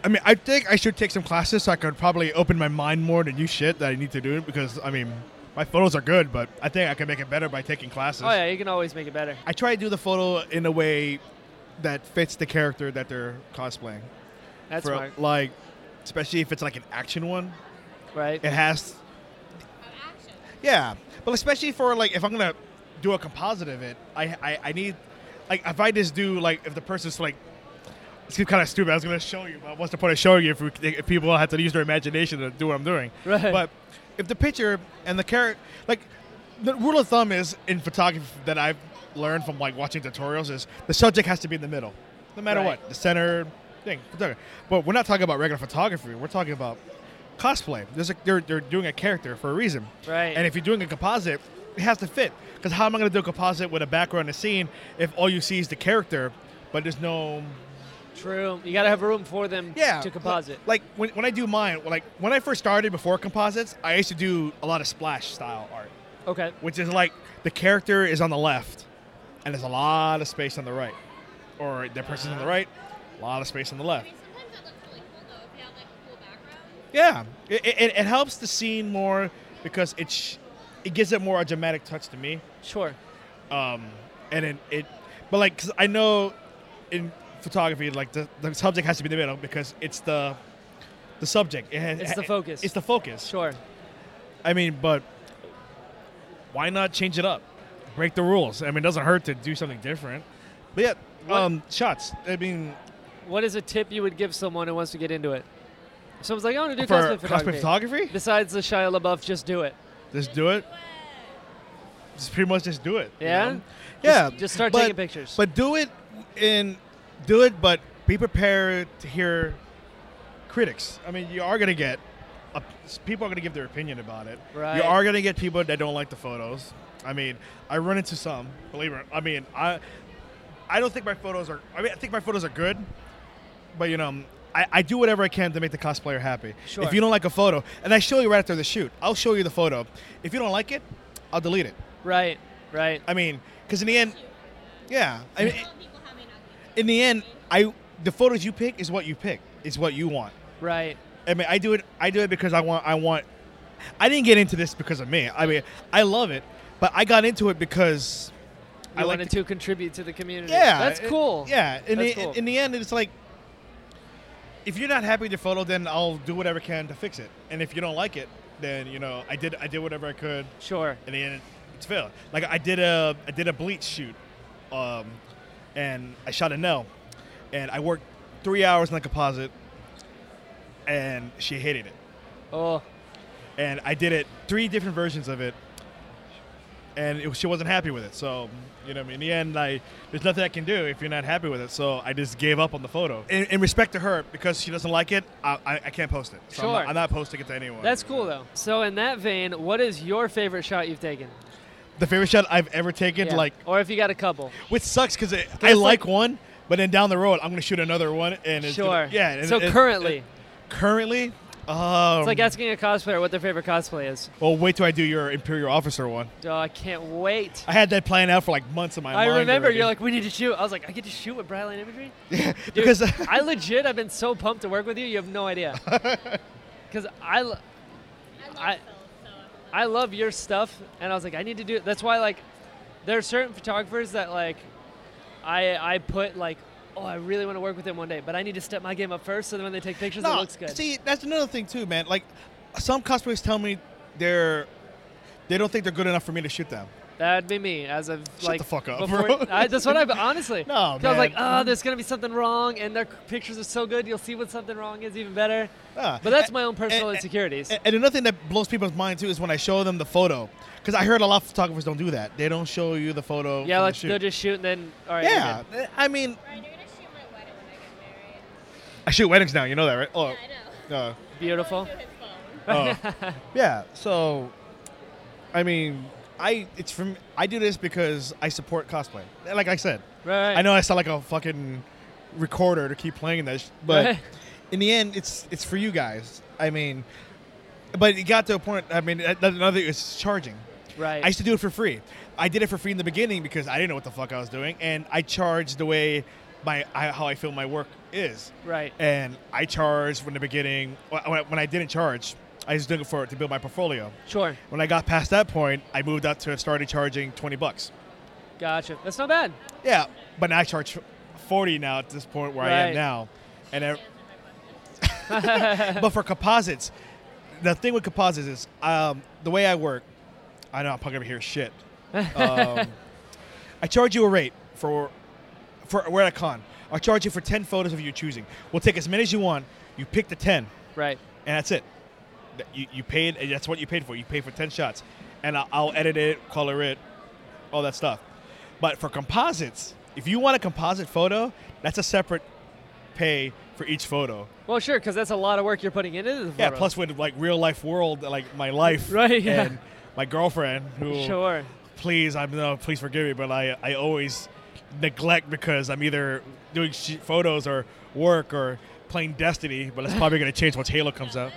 Speaker 2: I mean, I think I should take some classes so I could probably open my mind more to new shit that I need to do because I mean, my photos are good, but I think I can make it better by taking classes.
Speaker 1: Oh yeah. You can always make it better.
Speaker 2: I try to do the photo in a way that fits the character that they're cosplaying.
Speaker 1: That's
Speaker 2: For,
Speaker 1: smart.
Speaker 2: Like, especially if it's like an action one,
Speaker 1: Right.
Speaker 2: it has. Yeah, but especially for like if I'm gonna do a composite of it, I I, I need like if I just do like if the person's like. It's kind of stupid. I was going to show you, but what's the point of showing you if, we, if people have to use their imagination to do what I'm doing?
Speaker 1: Right.
Speaker 2: But if the picture and the character, like the rule of thumb is in photography that I've learned from like watching tutorials is the subject has to be in the middle, no matter
Speaker 1: Right.
Speaker 2: what, the center thing. photography. But we're not talking about regular photography. We're talking about cosplay. There's a, they're they're doing a character for a reason.
Speaker 1: Right.
Speaker 2: And if you're doing a composite, it has to fit. Because how am I going to do a composite with a background and scene if all you see is the character, but there's no
Speaker 1: True. You gotta have room for them
Speaker 2: yeah
Speaker 1: to composite.
Speaker 2: Like, like when, when I do mine, like when I first started before composites, I used to do a lot of splash style art,
Speaker 1: Okay.
Speaker 2: which is like the character is on the left, and there's a lot of space on the right, or the
Speaker 1: Uh-huh.
Speaker 2: person's on the right, a lot of space on the left. Yeah, it, it, it helps the scene more because it sh- it gives it more a dramatic touch to me.
Speaker 1: Sure.
Speaker 2: um, and it, it but like 'cause I know in photography like the, the subject has to be in the middle because it's the the subject It has-
Speaker 1: It's the focus.
Speaker 2: it's the focus
Speaker 1: Sure.
Speaker 2: I mean but why not change it up break the rules I mean it doesn't hurt to do something different but yeah
Speaker 1: What-
Speaker 2: um, shots I mean
Speaker 1: What is a tip you would give someone who wants to get into it? If someone's like, I want to do
Speaker 2: for
Speaker 1: cosplay
Speaker 2: cosplay
Speaker 1: photography.
Speaker 2: photography
Speaker 1: Besides the Shia LaBeouf, just do it.
Speaker 2: just do it just pretty much just do it. you
Speaker 1: Yeah?
Speaker 2: know? Yeah.
Speaker 1: Just start
Speaker 2: but-
Speaker 1: taking pictures.
Speaker 2: But do it and do it, but be prepared to hear critics. I mean, you are going to get a, people are going to give their opinion about it.
Speaker 1: Right.
Speaker 2: You are going to get people that don't like the photos. I mean, I run into some. Believe it. or- I mean, I I don't think my photos are. I mean, I think my photos are good, but you know. I, I do whatever I can to make the cosplayer happy.
Speaker 1: Sure.
Speaker 2: If you don't like a photo, and I show you right after the shoot, I'll show you the photo. If you don't like it, I'll delete it.
Speaker 1: right, right.
Speaker 2: I mean, because in the end, yeah. I mean, in the end, I the photos you pick is what you pick. It's what you want.
Speaker 1: Right.
Speaker 2: I mean, I do it. I do it because I want. I want. I didn't get into this because of me. I mean, I love it, but I got into it because
Speaker 1: I
Speaker 2: I like
Speaker 1: wanted
Speaker 2: to-
Speaker 1: to contribute to the community.
Speaker 2: yeah,
Speaker 1: That's
Speaker 2: it-
Speaker 1: cool.
Speaker 2: yeah, in
Speaker 1: That's
Speaker 2: the,
Speaker 1: cool.
Speaker 2: in the end, it's like if you're not happy with your photo, then I'll do whatever I can to fix it. And if you don't like it, then you know I did. I did whatever I could
Speaker 1: Sure.
Speaker 2: and then it's failed. Like I did a I did a bleach shoot, um, and I shot a no, and I worked three hours in the composite, and she hated it.
Speaker 1: Oh,
Speaker 2: And I did it three different versions of it, and it, she wasn't happy with it. So you know, what I mean, in the end, I there's nothing I can do if you're not happy with it. So I just gave up on the photo. In, in respect to her, because she doesn't like it, I, I, I can't post it. So I'm,
Speaker 1: Sure.
Speaker 2: not, I'm not posting it to anyone.
Speaker 1: that's cool though. So in that vein, what is your favorite shot you've taken?
Speaker 2: The favorite shot I've ever taken,
Speaker 1: Yeah.
Speaker 2: like
Speaker 1: or if you got a couple.
Speaker 2: Which sucks because I
Speaker 1: it's
Speaker 2: like
Speaker 1: like- one,
Speaker 2: one, but then down the road I'm gonna shoot another one, and it's
Speaker 1: Sure.
Speaker 2: gonna- yeah. and
Speaker 1: so
Speaker 2: it- um, it-
Speaker 1: currently,
Speaker 2: it- currently,
Speaker 1: it's like asking a cosplayer what their favorite cosplay is.
Speaker 2: well, oh, wait till I do your Imperial Officer one.
Speaker 1: Oh, I can't wait.
Speaker 2: I had that planned out for like months in my
Speaker 1: I
Speaker 2: mind.
Speaker 1: remember
Speaker 2: already.
Speaker 1: you're like, we need to shoot. I was like, I get to shoot with Bryland Imagery. Dude,
Speaker 2: because
Speaker 1: I legit, I've been so pumped to work with you. You have no idea. Because I, l- I, I love your stuff, and I was like, I need to do. it. That's why, like, there are certain photographers that like, I, I put like, oh, I really want to work with them one day, but I need to step my game up first, so that when they take pictures, it
Speaker 2: no,
Speaker 1: looks good.
Speaker 2: see, that's another thing too, man. Like some cosplayers tell me they're they don't think they're good enough for me to shoot them.
Speaker 1: That'd be me as of
Speaker 2: Shut
Speaker 1: like
Speaker 2: the fuck up,
Speaker 1: before-
Speaker 2: bro.
Speaker 1: I, that's what I honestly.
Speaker 2: No,
Speaker 1: 'Cause I was like,
Speaker 2: man.
Speaker 1: oh, there's gonna be something wrong, and their c- pictures are so good, you'll see what something wrong is even better.
Speaker 2: Ah.
Speaker 1: But that's
Speaker 2: A-
Speaker 1: my own personal
Speaker 2: a- a-
Speaker 1: insecurities.
Speaker 2: And, and another thing that blows people's mind too is when I show them the photo, because I heard a lot of photographers don't do that. They don't show you the photo.
Speaker 1: yeah,
Speaker 2: from
Speaker 1: let's
Speaker 2: the
Speaker 1: go
Speaker 2: shoot.
Speaker 1: just shoot and then. All right.
Speaker 2: yeah,
Speaker 1: okay.
Speaker 2: I mean,
Speaker 4: Brian, you're gonna shoot my wedding when I get married.
Speaker 2: I shoot weddings now. You know that, right? Oh,
Speaker 4: I know.
Speaker 2: uh,
Speaker 1: Beautiful.
Speaker 4: Through his phone.
Speaker 2: Oh. yeah. So, I mean, I it's from I do this because I support cosplay. Like I said,
Speaker 1: Right.
Speaker 2: I know I sound like a fucking recorder to keep playing this, but
Speaker 1: Right.
Speaker 2: in the end, it's it's for you guys. I mean, but it got to a point. I mean, that- that's another is charging.
Speaker 1: Right.
Speaker 2: I used to do it for free. I did it for free in the beginning because I didn't know what the fuck I was doing, and I charged the way my I, how I feel my work is.
Speaker 1: right.
Speaker 2: and I charged from the beginning. When I, when I didn't charge, I was doing it for to build my portfolio.
Speaker 1: Sure.
Speaker 2: When I got past that point, I moved up to started charging twenty bucks.
Speaker 1: Gotcha. That's not bad.
Speaker 2: Yeah, but now I charge forty now at this point where I
Speaker 1: Right.
Speaker 2: am now, and I, but for composites, the thing with composites is um, the way I work. I know I'm probably gonna hear shit. Um, I charge you a rate for for we're at a con. I'll charge you for ten photos of your choosing. We'll take as many as you want. You pick the ten.
Speaker 1: Right.
Speaker 2: and that's it. That- You, you paid, and that's what you paid for. You paid for 10 shots. And I'll, I'll edit it, color it, all that stuff. But for composites, if you want a composite photo, that's a separate pay for each photo.
Speaker 1: Well, sure, because that's a lot of work you're putting into the photo.
Speaker 2: Yeah, plus with like real life world, like my life
Speaker 1: Right, yeah.
Speaker 2: and my girlfriend, who
Speaker 1: Sure.
Speaker 2: please, I'm no, please forgive me, but I, I always neglect because I'm either doing sh- photos or work or playing Destiny, but that's probably going to change once Halo comes out.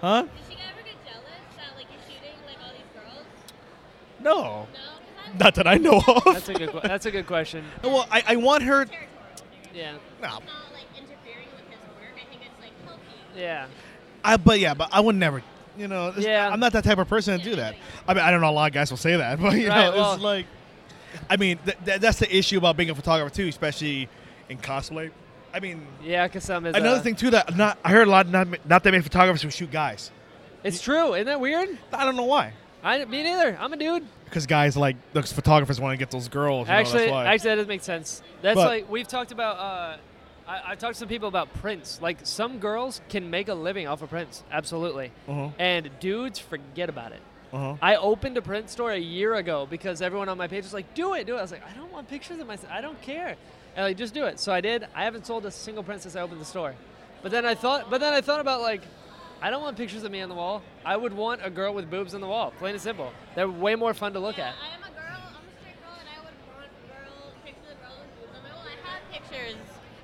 Speaker 2: Huh?
Speaker 5: Did she ever get jealous that like you're shooting like all these girls?
Speaker 2: No.
Speaker 5: No,
Speaker 2: Not that I know
Speaker 1: That's
Speaker 2: of.
Speaker 1: a good. que- that's a good question.
Speaker 2: Well, I, I want her.
Speaker 1: Yeah.
Speaker 2: No,
Speaker 5: not like interfering with his work. I think it's like healthy.
Speaker 1: Yeah.
Speaker 2: I, but yeah, but I would never. You know, it's-
Speaker 1: Yeah.
Speaker 2: I'm not that type of person to do that. I mean, I don't know. A lot of guys will say that, but you
Speaker 1: Right,
Speaker 2: know,
Speaker 1: well-
Speaker 2: it's like. I mean, th- th- that's the issue about being a photographer too, especially in cosplay. I mean,
Speaker 1: Yeah. Because some is
Speaker 2: another
Speaker 1: uh,
Speaker 2: thing too that not I heard a lot not not that many photographers who shoot guys.
Speaker 1: It's true. Isn't that weird?
Speaker 2: I don't know why.
Speaker 1: I me neither. I'm a dude.
Speaker 2: Because guys like those photographers want to get those girls. you know,
Speaker 1: Actually,
Speaker 2: that's why.
Speaker 1: actually, that does make sense. That's
Speaker 2: But-
Speaker 1: like we've talked about. Uh, I, I've talked to some people about prints. Like some girls can make a living off of prints, absolutely,
Speaker 2: Uh-huh.
Speaker 1: and dudes forget about it.
Speaker 2: Uh-huh.
Speaker 1: I opened a print store a year ago because everyone on my page was like, "Do it, do it." I was like, "I don't want pictures of myself. I don't care." And like, just do it. So I did. I haven't sold a single print since I opened the store. But then I thought, but then I thought about like, I don't want pictures of me on the wall. I would want a girl with boobs on the wall. Plain and simple. They're way more fun to look
Speaker 5: yeah,
Speaker 1: at.
Speaker 5: I am a girl. I'm a straight girl, and I would want girl pictures of girls with boobs on my wall. I have pictures.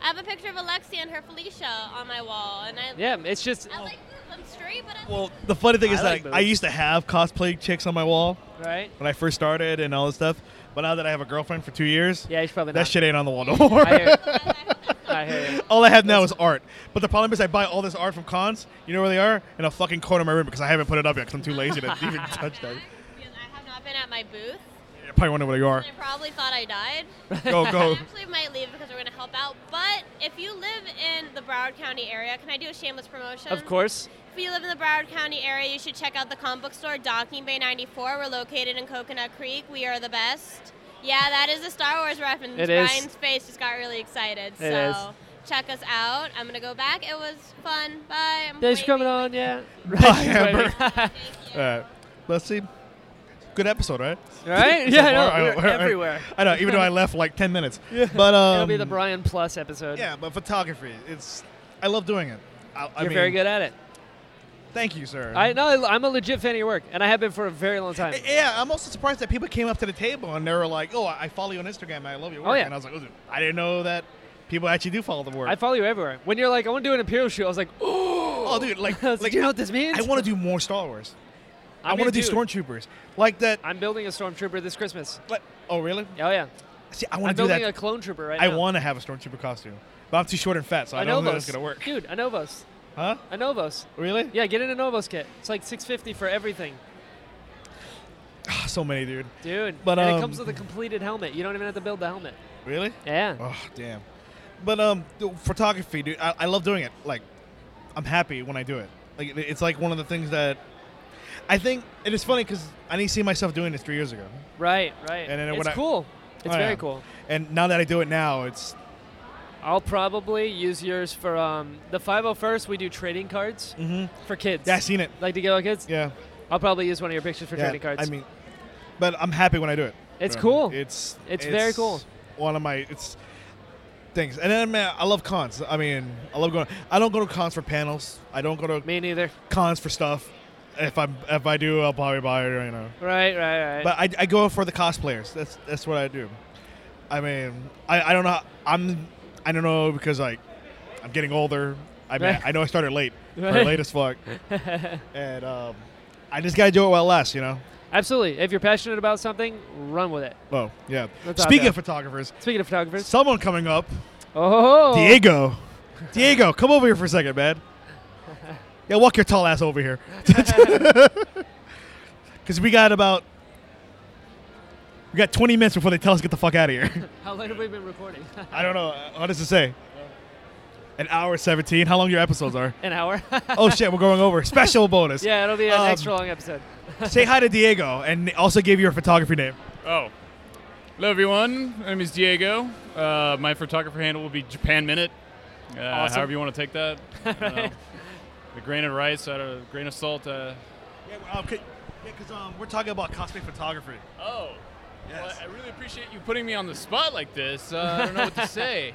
Speaker 5: I have a picture of Alexia and her Felicia on my wall, and I
Speaker 1: Yeah, it's just
Speaker 5: I like boobs. I'm straight, but I
Speaker 2: Well, the funny thing
Speaker 1: I
Speaker 2: is
Speaker 1: like
Speaker 2: that
Speaker 1: boobs.
Speaker 2: I used to have cosplay chicks on my wall
Speaker 1: right.
Speaker 2: when I first started and all this stuff, but now that I have a girlfriend for two years,
Speaker 1: Yeah, you should probably
Speaker 2: that
Speaker 1: not.
Speaker 2: shit ain't on the wall no more.
Speaker 1: I hear,
Speaker 5: like.
Speaker 1: I hear you.
Speaker 2: all I have now is art. But the problem is I buy all this art from cons. You know where they are? In a fucking corner of my room because I haven't put it up yet because I'm too lazy to even touch that.
Speaker 5: I have not been at my booth.
Speaker 2: You're probably wondering where you are.
Speaker 5: and I probably thought I died.
Speaker 2: Go,
Speaker 5: I
Speaker 2: go.
Speaker 5: actually might leave because we're going to help out. But if you live in the Broward County area, can I do a shameless promotion?
Speaker 1: Of course.
Speaker 5: If you live in the Broward County area, you should check out the comic book store, Docking Bay 94. We're located in Coconut Creek. We are the best. Yeah, that is a Star Wars reference.
Speaker 1: It is.
Speaker 5: Brian's face just got really excited.
Speaker 1: It
Speaker 5: so check us out. I'm going to go back. It was fun. Bye. I'm
Speaker 1: Thanks for coming
Speaker 5: waving.
Speaker 1: on. Yeah.
Speaker 2: Bye, Amber.
Speaker 1: right?
Speaker 5: Thank
Speaker 2: All
Speaker 5: you.
Speaker 2: right. Let's see. Good episode, right?
Speaker 1: Yeah.
Speaker 2: So far, I-
Speaker 1: no, we're
Speaker 2: I- I-
Speaker 1: everywhere.
Speaker 2: I know, even though I left like 10 minutes. But, um,
Speaker 1: It'll be the Brian Plus episode.
Speaker 2: Yeah, but photography, it's. I love doing it. I, I
Speaker 1: You're
Speaker 2: mean,
Speaker 1: very good at it.
Speaker 2: Thank you, sir.
Speaker 1: I know. I'm a legit fan of your work, and I have been for a very long time.
Speaker 2: Yeah, I'm also surprised that people came up to the table and they were like, "Oh, I follow you on Instagram. and I love your
Speaker 1: Oh,
Speaker 2: work."
Speaker 1: yeah.
Speaker 2: And I was like, "Oh, "I didn't know that people actually do follow the work."
Speaker 1: I follow you everywhere. When you're like, I want to do an Imperial shoot, I was like, oh,
Speaker 2: oh, dude, like,
Speaker 1: I was like,
Speaker 2: like
Speaker 1: you know what this means?
Speaker 2: I want to do more Star Wars.
Speaker 1: I
Speaker 2: I,
Speaker 1: mean,
Speaker 2: want to do
Speaker 1: dude,
Speaker 2: stormtroopers like that.
Speaker 1: I'm building a stormtrooper this Christmas.
Speaker 2: like- oh, really?
Speaker 1: Oh yeah,
Speaker 2: See, I
Speaker 1: I'm
Speaker 2: want to do
Speaker 1: building
Speaker 2: that.
Speaker 1: a clone trooper right
Speaker 2: I
Speaker 1: now.
Speaker 2: want to have a stormtrooper costume, but I'm too short and fat, so I
Speaker 1: a
Speaker 2: don't
Speaker 1: Novos.
Speaker 2: think that's gonna work.
Speaker 1: Dude, a Novos.
Speaker 2: Huh?
Speaker 1: A Novos.
Speaker 2: Really?
Speaker 1: Yeah, get in a Novos kit. It's like 650 for everything,
Speaker 2: so many, dude.
Speaker 1: dude.
Speaker 2: But,
Speaker 1: and
Speaker 2: um,
Speaker 1: it comes with a completed helmet. You don't even have to build the helmet.
Speaker 2: Really?
Speaker 1: Yeah.
Speaker 2: Oh, damn. But um, the photography, dude, I, I love doing it. Like, I'm happy when I do it. Like, it- it's like one of the things that I think it is funny because I didn't see myself doing this three years ago,
Speaker 1: Right, right.
Speaker 2: And then
Speaker 1: it's
Speaker 2: when I-
Speaker 1: cool. It's
Speaker 2: Oh,
Speaker 1: very
Speaker 2: yeah.
Speaker 1: cool.
Speaker 2: and now that I do it now, it's
Speaker 1: I'll probably use yours for um, the 501st. We do trading cards for kids.
Speaker 2: yeah, I seen it.
Speaker 1: Like to get our kids.
Speaker 2: Mm-hmm. Yeah,
Speaker 1: I'll probably use one of your pictures for
Speaker 2: yeah.
Speaker 1: trading cards.
Speaker 2: I mean, but I'm happy when I do it.
Speaker 1: It's
Speaker 2: Um,
Speaker 1: cool.
Speaker 2: It's
Speaker 1: It's very cool.
Speaker 2: One of my it's things, and then man, I love cons. I mean, I love going. I don't go to cons for panels. I don't go to
Speaker 1: Me neither.
Speaker 2: cons for stuff. If I am if I do, I'll probably buy it. You know.
Speaker 1: Right, right, right.
Speaker 2: But I, I go for the cosplayers. That's that's what I do. I mean, I, I don't know. I'm I don't know because like I'm getting older. I mean,
Speaker 1: Right.
Speaker 2: I know I started late, or
Speaker 1: Right.
Speaker 2: late as fuck, and um, I just gotta do it while it lasts, you know.
Speaker 1: Absolutely. If you're passionate about something, run with it.
Speaker 2: Oh yeah.
Speaker 1: That's out
Speaker 2: Speaking
Speaker 1: there.
Speaker 2: of photographers,
Speaker 1: Speaking of photographers,
Speaker 2: someone coming up,
Speaker 1: oh,
Speaker 2: Diego. Diego, come over here for a second, man. Yeah, walk your tall ass over here. Because we got about we got 20 minutes before they tell us to get the fuck out of here.
Speaker 1: how long have we been recording?
Speaker 2: I don't know. Uh, What does it say? An hour 17. How long your episodes are?
Speaker 1: An hour.
Speaker 2: oh shit, we're going over. Special bonus.
Speaker 1: yeah, it'll be an
Speaker 2: Um,
Speaker 1: extra long episode.
Speaker 2: Say hi to Diego and also give your photography name.
Speaker 6: Oh. Hello, everyone. My name is Diego. Uh, my photographer handle will be Japan Minute. Uh,
Speaker 1: Awesome.
Speaker 6: However, you want to take that. I don't know. A grain of rice, out of a grain of salt. Uh,
Speaker 2: Yeah, because um, we're talking about cosplay photography.
Speaker 6: oh, well,
Speaker 2: Yes.
Speaker 6: I really appreciate you putting me on the spot like this. Uh, I don't know what to say.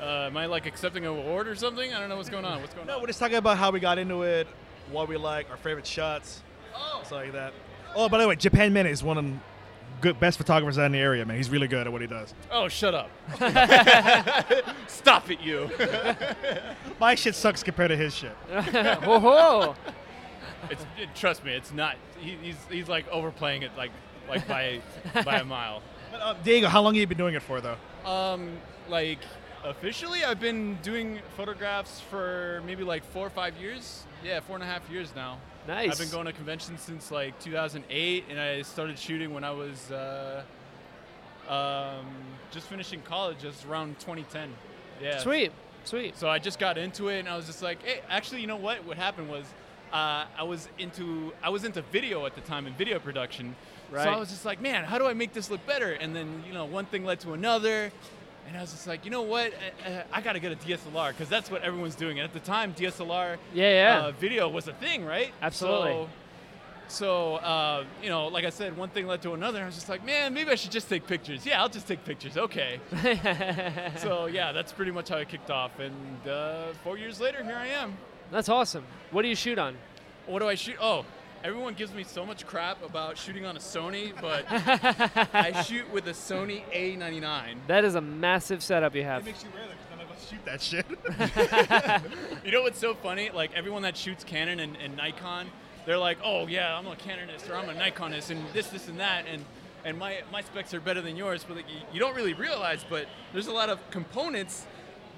Speaker 6: Uh, am I like accepting an award or something? I don't know what's going on. What's going
Speaker 2: No,
Speaker 6: on?
Speaker 2: we're just talking about how we got into it, what we like, our favorite shots,
Speaker 6: Oh,
Speaker 2: stuff like that. Oh, by the way, Japan Minute is one of the good best photographers out in the area, man. He's really good at what he does.
Speaker 6: oh, shut up. Stop it, you.
Speaker 2: My shit sucks compared to his shit.
Speaker 1: Whoa, whoa.
Speaker 6: It's, it- trust me, it's not. He, he's, he's like overplaying it like like by by a mile.
Speaker 2: But, uh, Diego, how long have you been doing it for, though?
Speaker 6: Um, like officially, I've been doing photographs for maybe like four or five years. Yeah, four and a half years now.
Speaker 1: Nice.
Speaker 6: I've been going to conventions since like 2008, and I started shooting when I was uh, um, just finishing college, just around 2010. Yeah.
Speaker 1: Sweet, sweet.
Speaker 6: So I just got into it, and I was just like, hey, actually, you know what? What happened was, uh, I was into I was into video at the time and video production. So
Speaker 1: Right.
Speaker 6: I was just like, man, how do I make this look better? And then you know, one thing led to another, and I was just like, you know what? I, I, I got to get a DSLR because that's what everyone's doing. And at the time, DSLR
Speaker 1: Yeah, yeah.
Speaker 6: Uh, video was a thing, right?
Speaker 1: Absolutely.
Speaker 6: So So, uh, you know, like I said, one thing led to another. I was just like, man, maybe I should just take pictures. Yeah, I'll just take pictures. Okay. so, yeah, that's pretty much how it kicked off. And uh, four years later, here I am.
Speaker 1: That's awesome. What do you shoot on?
Speaker 6: What do I shoot? Oh, everyone gives me so much crap about shooting on a Sony, but I shoot with a Sony A99.
Speaker 1: That is a massive setup you
Speaker 2: It
Speaker 1: have.
Speaker 2: makes you rare because none of us shoot that shit.
Speaker 6: You know what's so funny? Like everyone that shoots Canon and, and Nikon, they're like, "Oh yeah, I'm a Canonist or I'm a Nikonist and this, this, and that." And and my my specs are better than yours, but like, you, you don't really realize. But there's a lot of components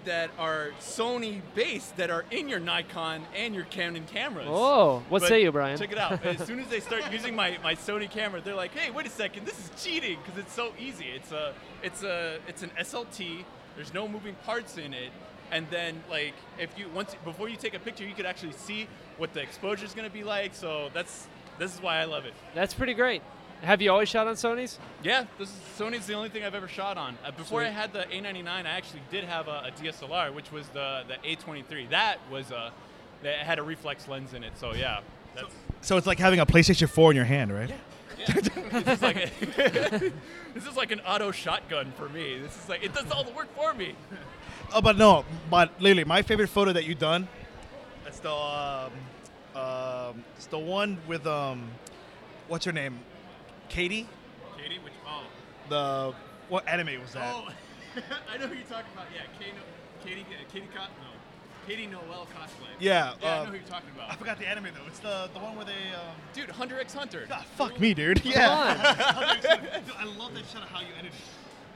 Speaker 6: that are Sony based that are in your Nikon and your Canon cameras.
Speaker 1: Oh, what
Speaker 6: But
Speaker 1: say you, Brian?
Speaker 6: Check it out. As soon as they start using my, my Sony camera, they're like, "Hey, wait a second, this is cheating because it's so easy. It's a it's a it's an SLT. There's no moving parts in it." And then like if you once before you take a picture, you could actually see what the exposure is going to be like. So that's this is why I love it.
Speaker 1: That's pretty great. Have you always shot on Sony's?
Speaker 6: Yeah, this is Sony's the only thing I've ever shot on. Uh, before I had the A99, I actually did have a, a DSLR, which was the the A23. That was a that had a reflex lens in it. So yeah. That's,
Speaker 2: so it's like having a PlayStation 4 in your hand, right?
Speaker 6: this is like a- this is like an auto shotgun for me. This is like it does all the work for me.
Speaker 2: Oh, but no, but literally, my favorite photo that you done, it's the um, um, it's the one with um, what's her name, Katie,
Speaker 6: Katie, which oh,
Speaker 2: the what anime was that?
Speaker 6: oh, I know who you're talking about. Yeah, Katie, Katie, Katie, Co- no, Katie Noel cosplay.
Speaker 2: Yeah,
Speaker 6: yeah, I
Speaker 2: um,
Speaker 6: know who you're talking about.
Speaker 2: I forgot the anime though. It's the the one where they. Um,
Speaker 6: Dude, Hunter X Hunter.
Speaker 2: ah, fuck me, dude. Yeah.
Speaker 1: Come on.
Speaker 2: Dude, I love that shot of how you edited. it.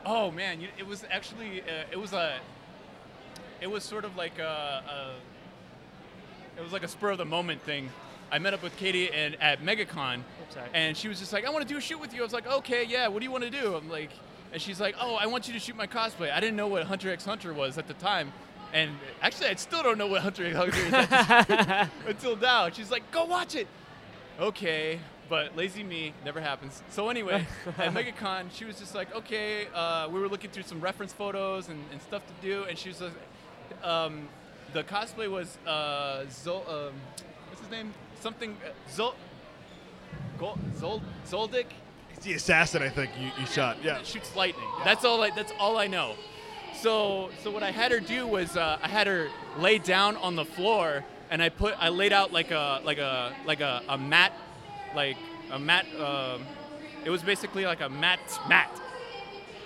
Speaker 6: Oh man, you, it was actually uh, it was a it was sort of like a, a it was like a spur of the moment thing. I met up with Katie and at MegaCon,
Speaker 1: sorry.
Speaker 6: and she was just like, "I want to do a shoot with you." I was like, "Okay, yeah. What do you want to do?" I'm like, and she's like, "Oh, I want you to shoot my cosplay." I didn't know what Hunter X Hunter was at the time, and actually, I still don't know what Hunter X Hunter is at- until now. And she's like, "Go watch it." okay, but lazy me never happens. So anyway, at MegaCon, she was just like, okay, uh, we were looking through some reference photos and, and stuff to do, and she was like, um, the cosplay was uh, Zol, um, what's his name? Something uh, Zol, Gol, Zol, Zoldick.
Speaker 2: It's the assassin, I think you, you shot. Yeah.
Speaker 6: that shoots lightning. That's all. I, that's all I know. So, so what I had her do was uh, I had her lay down on the floor, and I put I laid out like a like a like a, a mat, like a mat. Um, it was basically like a mat mat,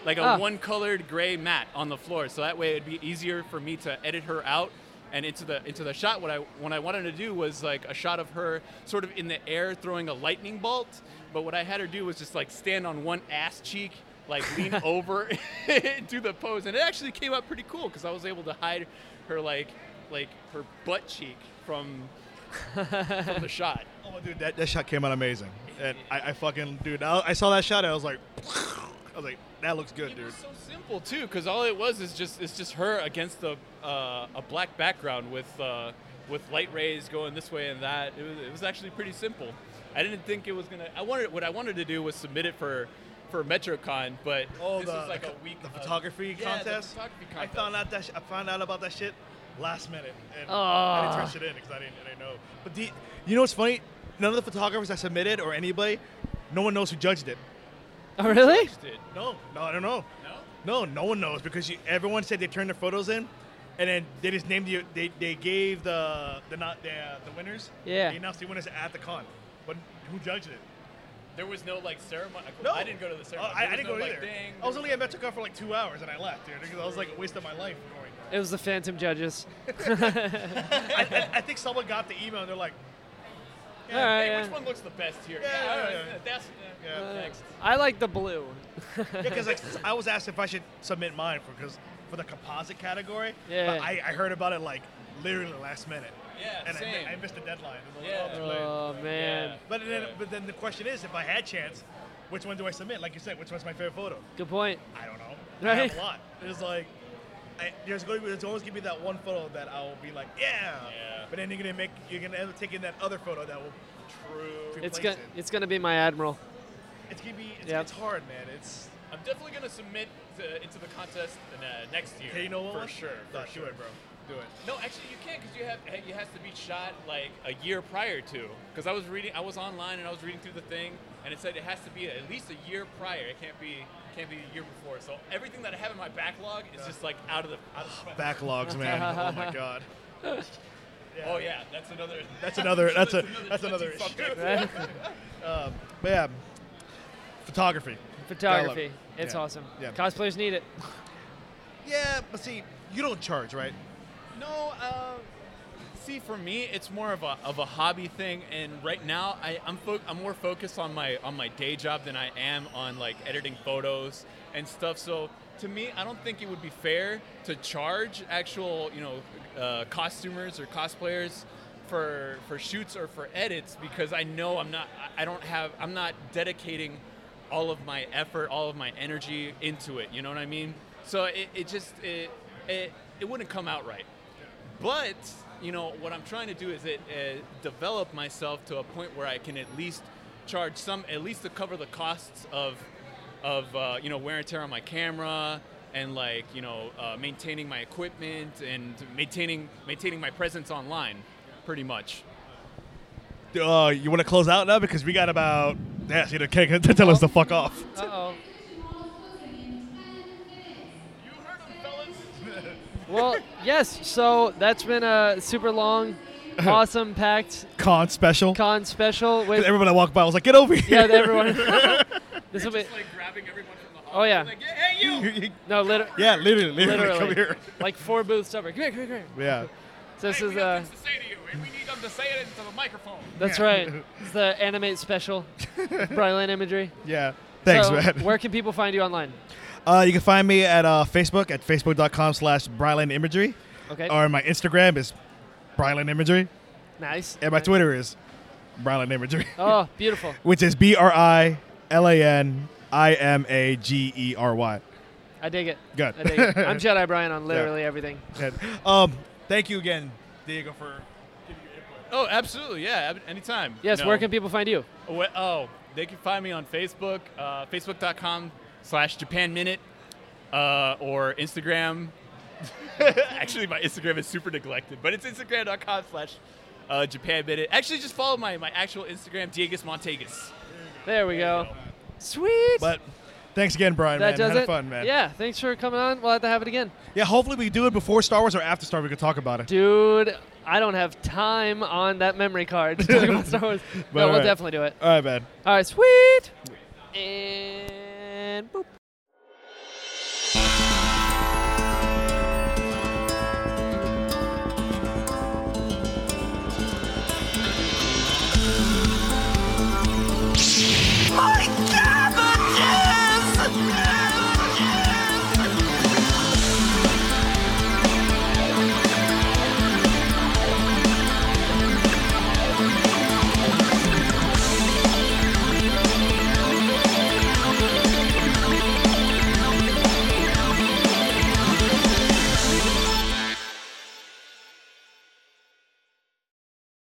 Speaker 6: like a
Speaker 1: Ah.
Speaker 6: one colored gray mat on the floor. So that way it'd be easier for me to edit her out and into the into the shot. What I what I wanted to do was like a shot of her sort of in the air throwing a lightning bolt. But what I had her do was just like stand on one ass cheek, like lean over, and do the pose, and it actually came out pretty cool because I was able to hide her like like her butt cheek from from the shot.
Speaker 2: Oh, dude, that, that shot came out amazing, and I, I fucking dude, I, I saw that shot, and I was like, I was like, that looks good,
Speaker 6: It
Speaker 2: dude.
Speaker 6: was so simple too, because all it was is just it's just her against the uh, a black background with uh, with light rays going this way and that. It was, it was actually pretty simple. I didn't think it was gonna. I wanted what I wanted to do was submit it for for MetroCon, but
Speaker 2: Oh,
Speaker 6: this
Speaker 2: the,
Speaker 6: was like
Speaker 2: the,
Speaker 6: a week
Speaker 2: the
Speaker 6: of-
Speaker 2: photography
Speaker 6: Yeah, the
Speaker 2: contest.
Speaker 6: photography
Speaker 2: I found out that sh- I found out about that shit last minute, and I didn't
Speaker 1: Ah.
Speaker 2: touch it in because I didn't, I didn't know. But the, you know what's funny? None of the photographers I submitted or anybody, no one knows who judged it.
Speaker 1: Oh, really?
Speaker 6: Did.
Speaker 2: No, no, I don't know. No,
Speaker 6: No?
Speaker 2: no one knows because you, everyone said they turned their photos in, and then they just named you. They, they gave the the not the, uh, the winners.
Speaker 1: Yeah.
Speaker 2: They announced the winners at the con, but who judged it?
Speaker 6: There was no like ceremony.
Speaker 2: No,
Speaker 6: I didn't go to the
Speaker 2: Oh,
Speaker 6: ceremony.
Speaker 2: I, I
Speaker 6: There was
Speaker 2: didn't
Speaker 6: no,
Speaker 2: go
Speaker 6: like,
Speaker 2: either.
Speaker 6: thing.
Speaker 2: I was only at MetroCon for like two hours and I left, dude, because I was like a waste of my life. Going.
Speaker 1: It was the Phantom Judges.
Speaker 2: I, I, I think someone got the email and they're like,
Speaker 1: All right.
Speaker 6: Hey,
Speaker 1: yeah.
Speaker 6: which one looks the best here?
Speaker 2: Yeah,
Speaker 6: all
Speaker 2: yeah,
Speaker 6: right,
Speaker 2: yeah.
Speaker 6: That's
Speaker 2: Yeah.
Speaker 6: uh,
Speaker 1: Uh,
Speaker 6: next.
Speaker 1: I like the blue.
Speaker 2: yeah, because like, I was asked if I should submit mine for because for the composite category.
Speaker 1: Yeah.
Speaker 2: But I, I heard about it like literally last minute,
Speaker 6: Yeah,
Speaker 2: and I, mi-
Speaker 6: same.
Speaker 2: I missed the deadline. It was like,
Speaker 6: Yeah.
Speaker 2: oh, too late.
Speaker 1: Oh man,
Speaker 6: Yeah.
Speaker 2: but then,
Speaker 6: Yeah.
Speaker 2: but then the question is, if I had chance, which one do I submit? Like you said, which one's my favorite photo?
Speaker 1: good point.
Speaker 2: I don't know. I have
Speaker 1: Right.
Speaker 2: a lot. It's like. I, there's going to be, there's always gonna be that one photo that I will be like, yeah.
Speaker 6: Yeah.
Speaker 2: But then you're gonna make, you're gonna end up taking that other photo that will. True.
Speaker 1: It's gonna it's gonna be my admiral.
Speaker 2: It's gonna be. It's,
Speaker 1: Yeah.
Speaker 2: it's hard, man. It's.
Speaker 6: I'm definitely gonna submit to, into the contest uh, next year.
Speaker 2: Hey, you know what?
Speaker 6: For sure. For
Speaker 2: Nah,
Speaker 6: sure.
Speaker 2: Do it, bro. Do it.
Speaker 6: No, actually, you Yeah, because you have it has to be shot like a year prior to. Because I was reading, I was online and I was reading through the thing, and it said it has to be at least a year prior. It can't be can't be a year before. So everything that I have in my backlog is just like out of the. Out of the
Speaker 2: Backlogs, man. oh my god.
Speaker 6: Oh yeah, that's another.
Speaker 2: That's another. That's a. That's another
Speaker 6: 20
Speaker 2: issue.
Speaker 6: fucker.
Speaker 2: Um, but yeah, photography.
Speaker 1: Photography. It's
Speaker 2: Yeah.
Speaker 1: awesome.
Speaker 2: Yeah.
Speaker 1: Cosplayers need it.
Speaker 2: Yeah, but see, you don't charge, right?
Speaker 6: No, uh, see, for me, it's more of a, of a hobby thing, and right now, I, I'm fo- I'm more focused on my on my day job than I am on like editing photos and stuff. So to me, I don't think it would be fair to charge actual you know uh, costumers or cosplayers for for shoots or for edits because I know I'm not I- I don't have I'm not dedicating all of my effort, all of my energy into it. You know what I mean? So it, it just it, it it wouldn't come out right. But you know what I'm trying to do is it uh, develop myself to a point where I can at least charge some, at least to cover the costs of of uh, you know wear and tear on my camera and like you know uh, maintaining my equipment and maintaining maintaining my presence online, pretty much.
Speaker 2: Uh, you want to close out now because we got about. Yeah, see, the can't tell us to fuck off.
Speaker 1: Uh oh.
Speaker 6: You heard him, fellas.
Speaker 1: Well, yes. So that's been a super long, awesome, packed
Speaker 2: Con special.
Speaker 1: con special with
Speaker 2: Everyone I walked by was like, "Get over here!"
Speaker 1: yeah everyone. this will be
Speaker 6: like grabbing everyone from the
Speaker 1: Oh, yeah.
Speaker 6: like, hey you.
Speaker 1: no liter-
Speaker 2: yeah, literally, literally,
Speaker 1: literally
Speaker 2: come here.
Speaker 1: like four booths over. Come here, come here, come here.
Speaker 2: Yeah,
Speaker 1: So this
Speaker 6: Hey,
Speaker 1: is
Speaker 6: we got
Speaker 1: uh,
Speaker 6: things to say to you, and we need them to say it into the microphone.
Speaker 1: that's
Speaker 2: Yeah.
Speaker 1: right. It's the animate special, Bryland imagery.
Speaker 2: yeah. Thanks,
Speaker 1: So
Speaker 2: man.
Speaker 1: Where can people find you online?
Speaker 2: Uh, you can find me at uh, Facebook at facebook.com slash Bryland Imagery.
Speaker 1: Okay.
Speaker 2: Or my Instagram is Bryland Imagery.
Speaker 1: Nice.
Speaker 2: And my
Speaker 1: Okay.
Speaker 2: Twitter is Bryland Imagery,
Speaker 1: Oh, beautiful.
Speaker 2: which is B R I L A N I M A G E R Y.
Speaker 1: I dig it.
Speaker 2: Good.
Speaker 1: I dig it. I'm Jedi Brian on literally everything.
Speaker 2: And, um, thank you again, Diego, for.
Speaker 6: Oh, absolutely, yeah, ab- anytime.
Speaker 1: Yes,
Speaker 6: No.
Speaker 1: where can people find you?
Speaker 6: Wh- Oh, they can find me on Facebook, uh, facebook.com slash Japan Minute, uh, or Instagram. Actually, my Instagram is super neglected, but it's instagram.com slash uh, Japan Minute. Actually, just follow my, my actual Instagram, Diegus Montegas.
Speaker 1: There we go. Sweet.
Speaker 2: But thanks again, Brian.
Speaker 1: that
Speaker 2: man.
Speaker 1: does
Speaker 2: Had
Speaker 1: it.
Speaker 2: fun, man.
Speaker 1: Yeah, thanks for coming on. We'll have to have it again.
Speaker 2: Yeah, hopefully we do it before Star Wars or after Star Wars. We can talk about it.
Speaker 1: Dude, I don't have time on that memory card to talk about Star Wars.
Speaker 2: But
Speaker 1: no, we'll
Speaker 2: alright.
Speaker 1: definitely do it.
Speaker 2: All right, man.
Speaker 1: All right, sweet. And boop.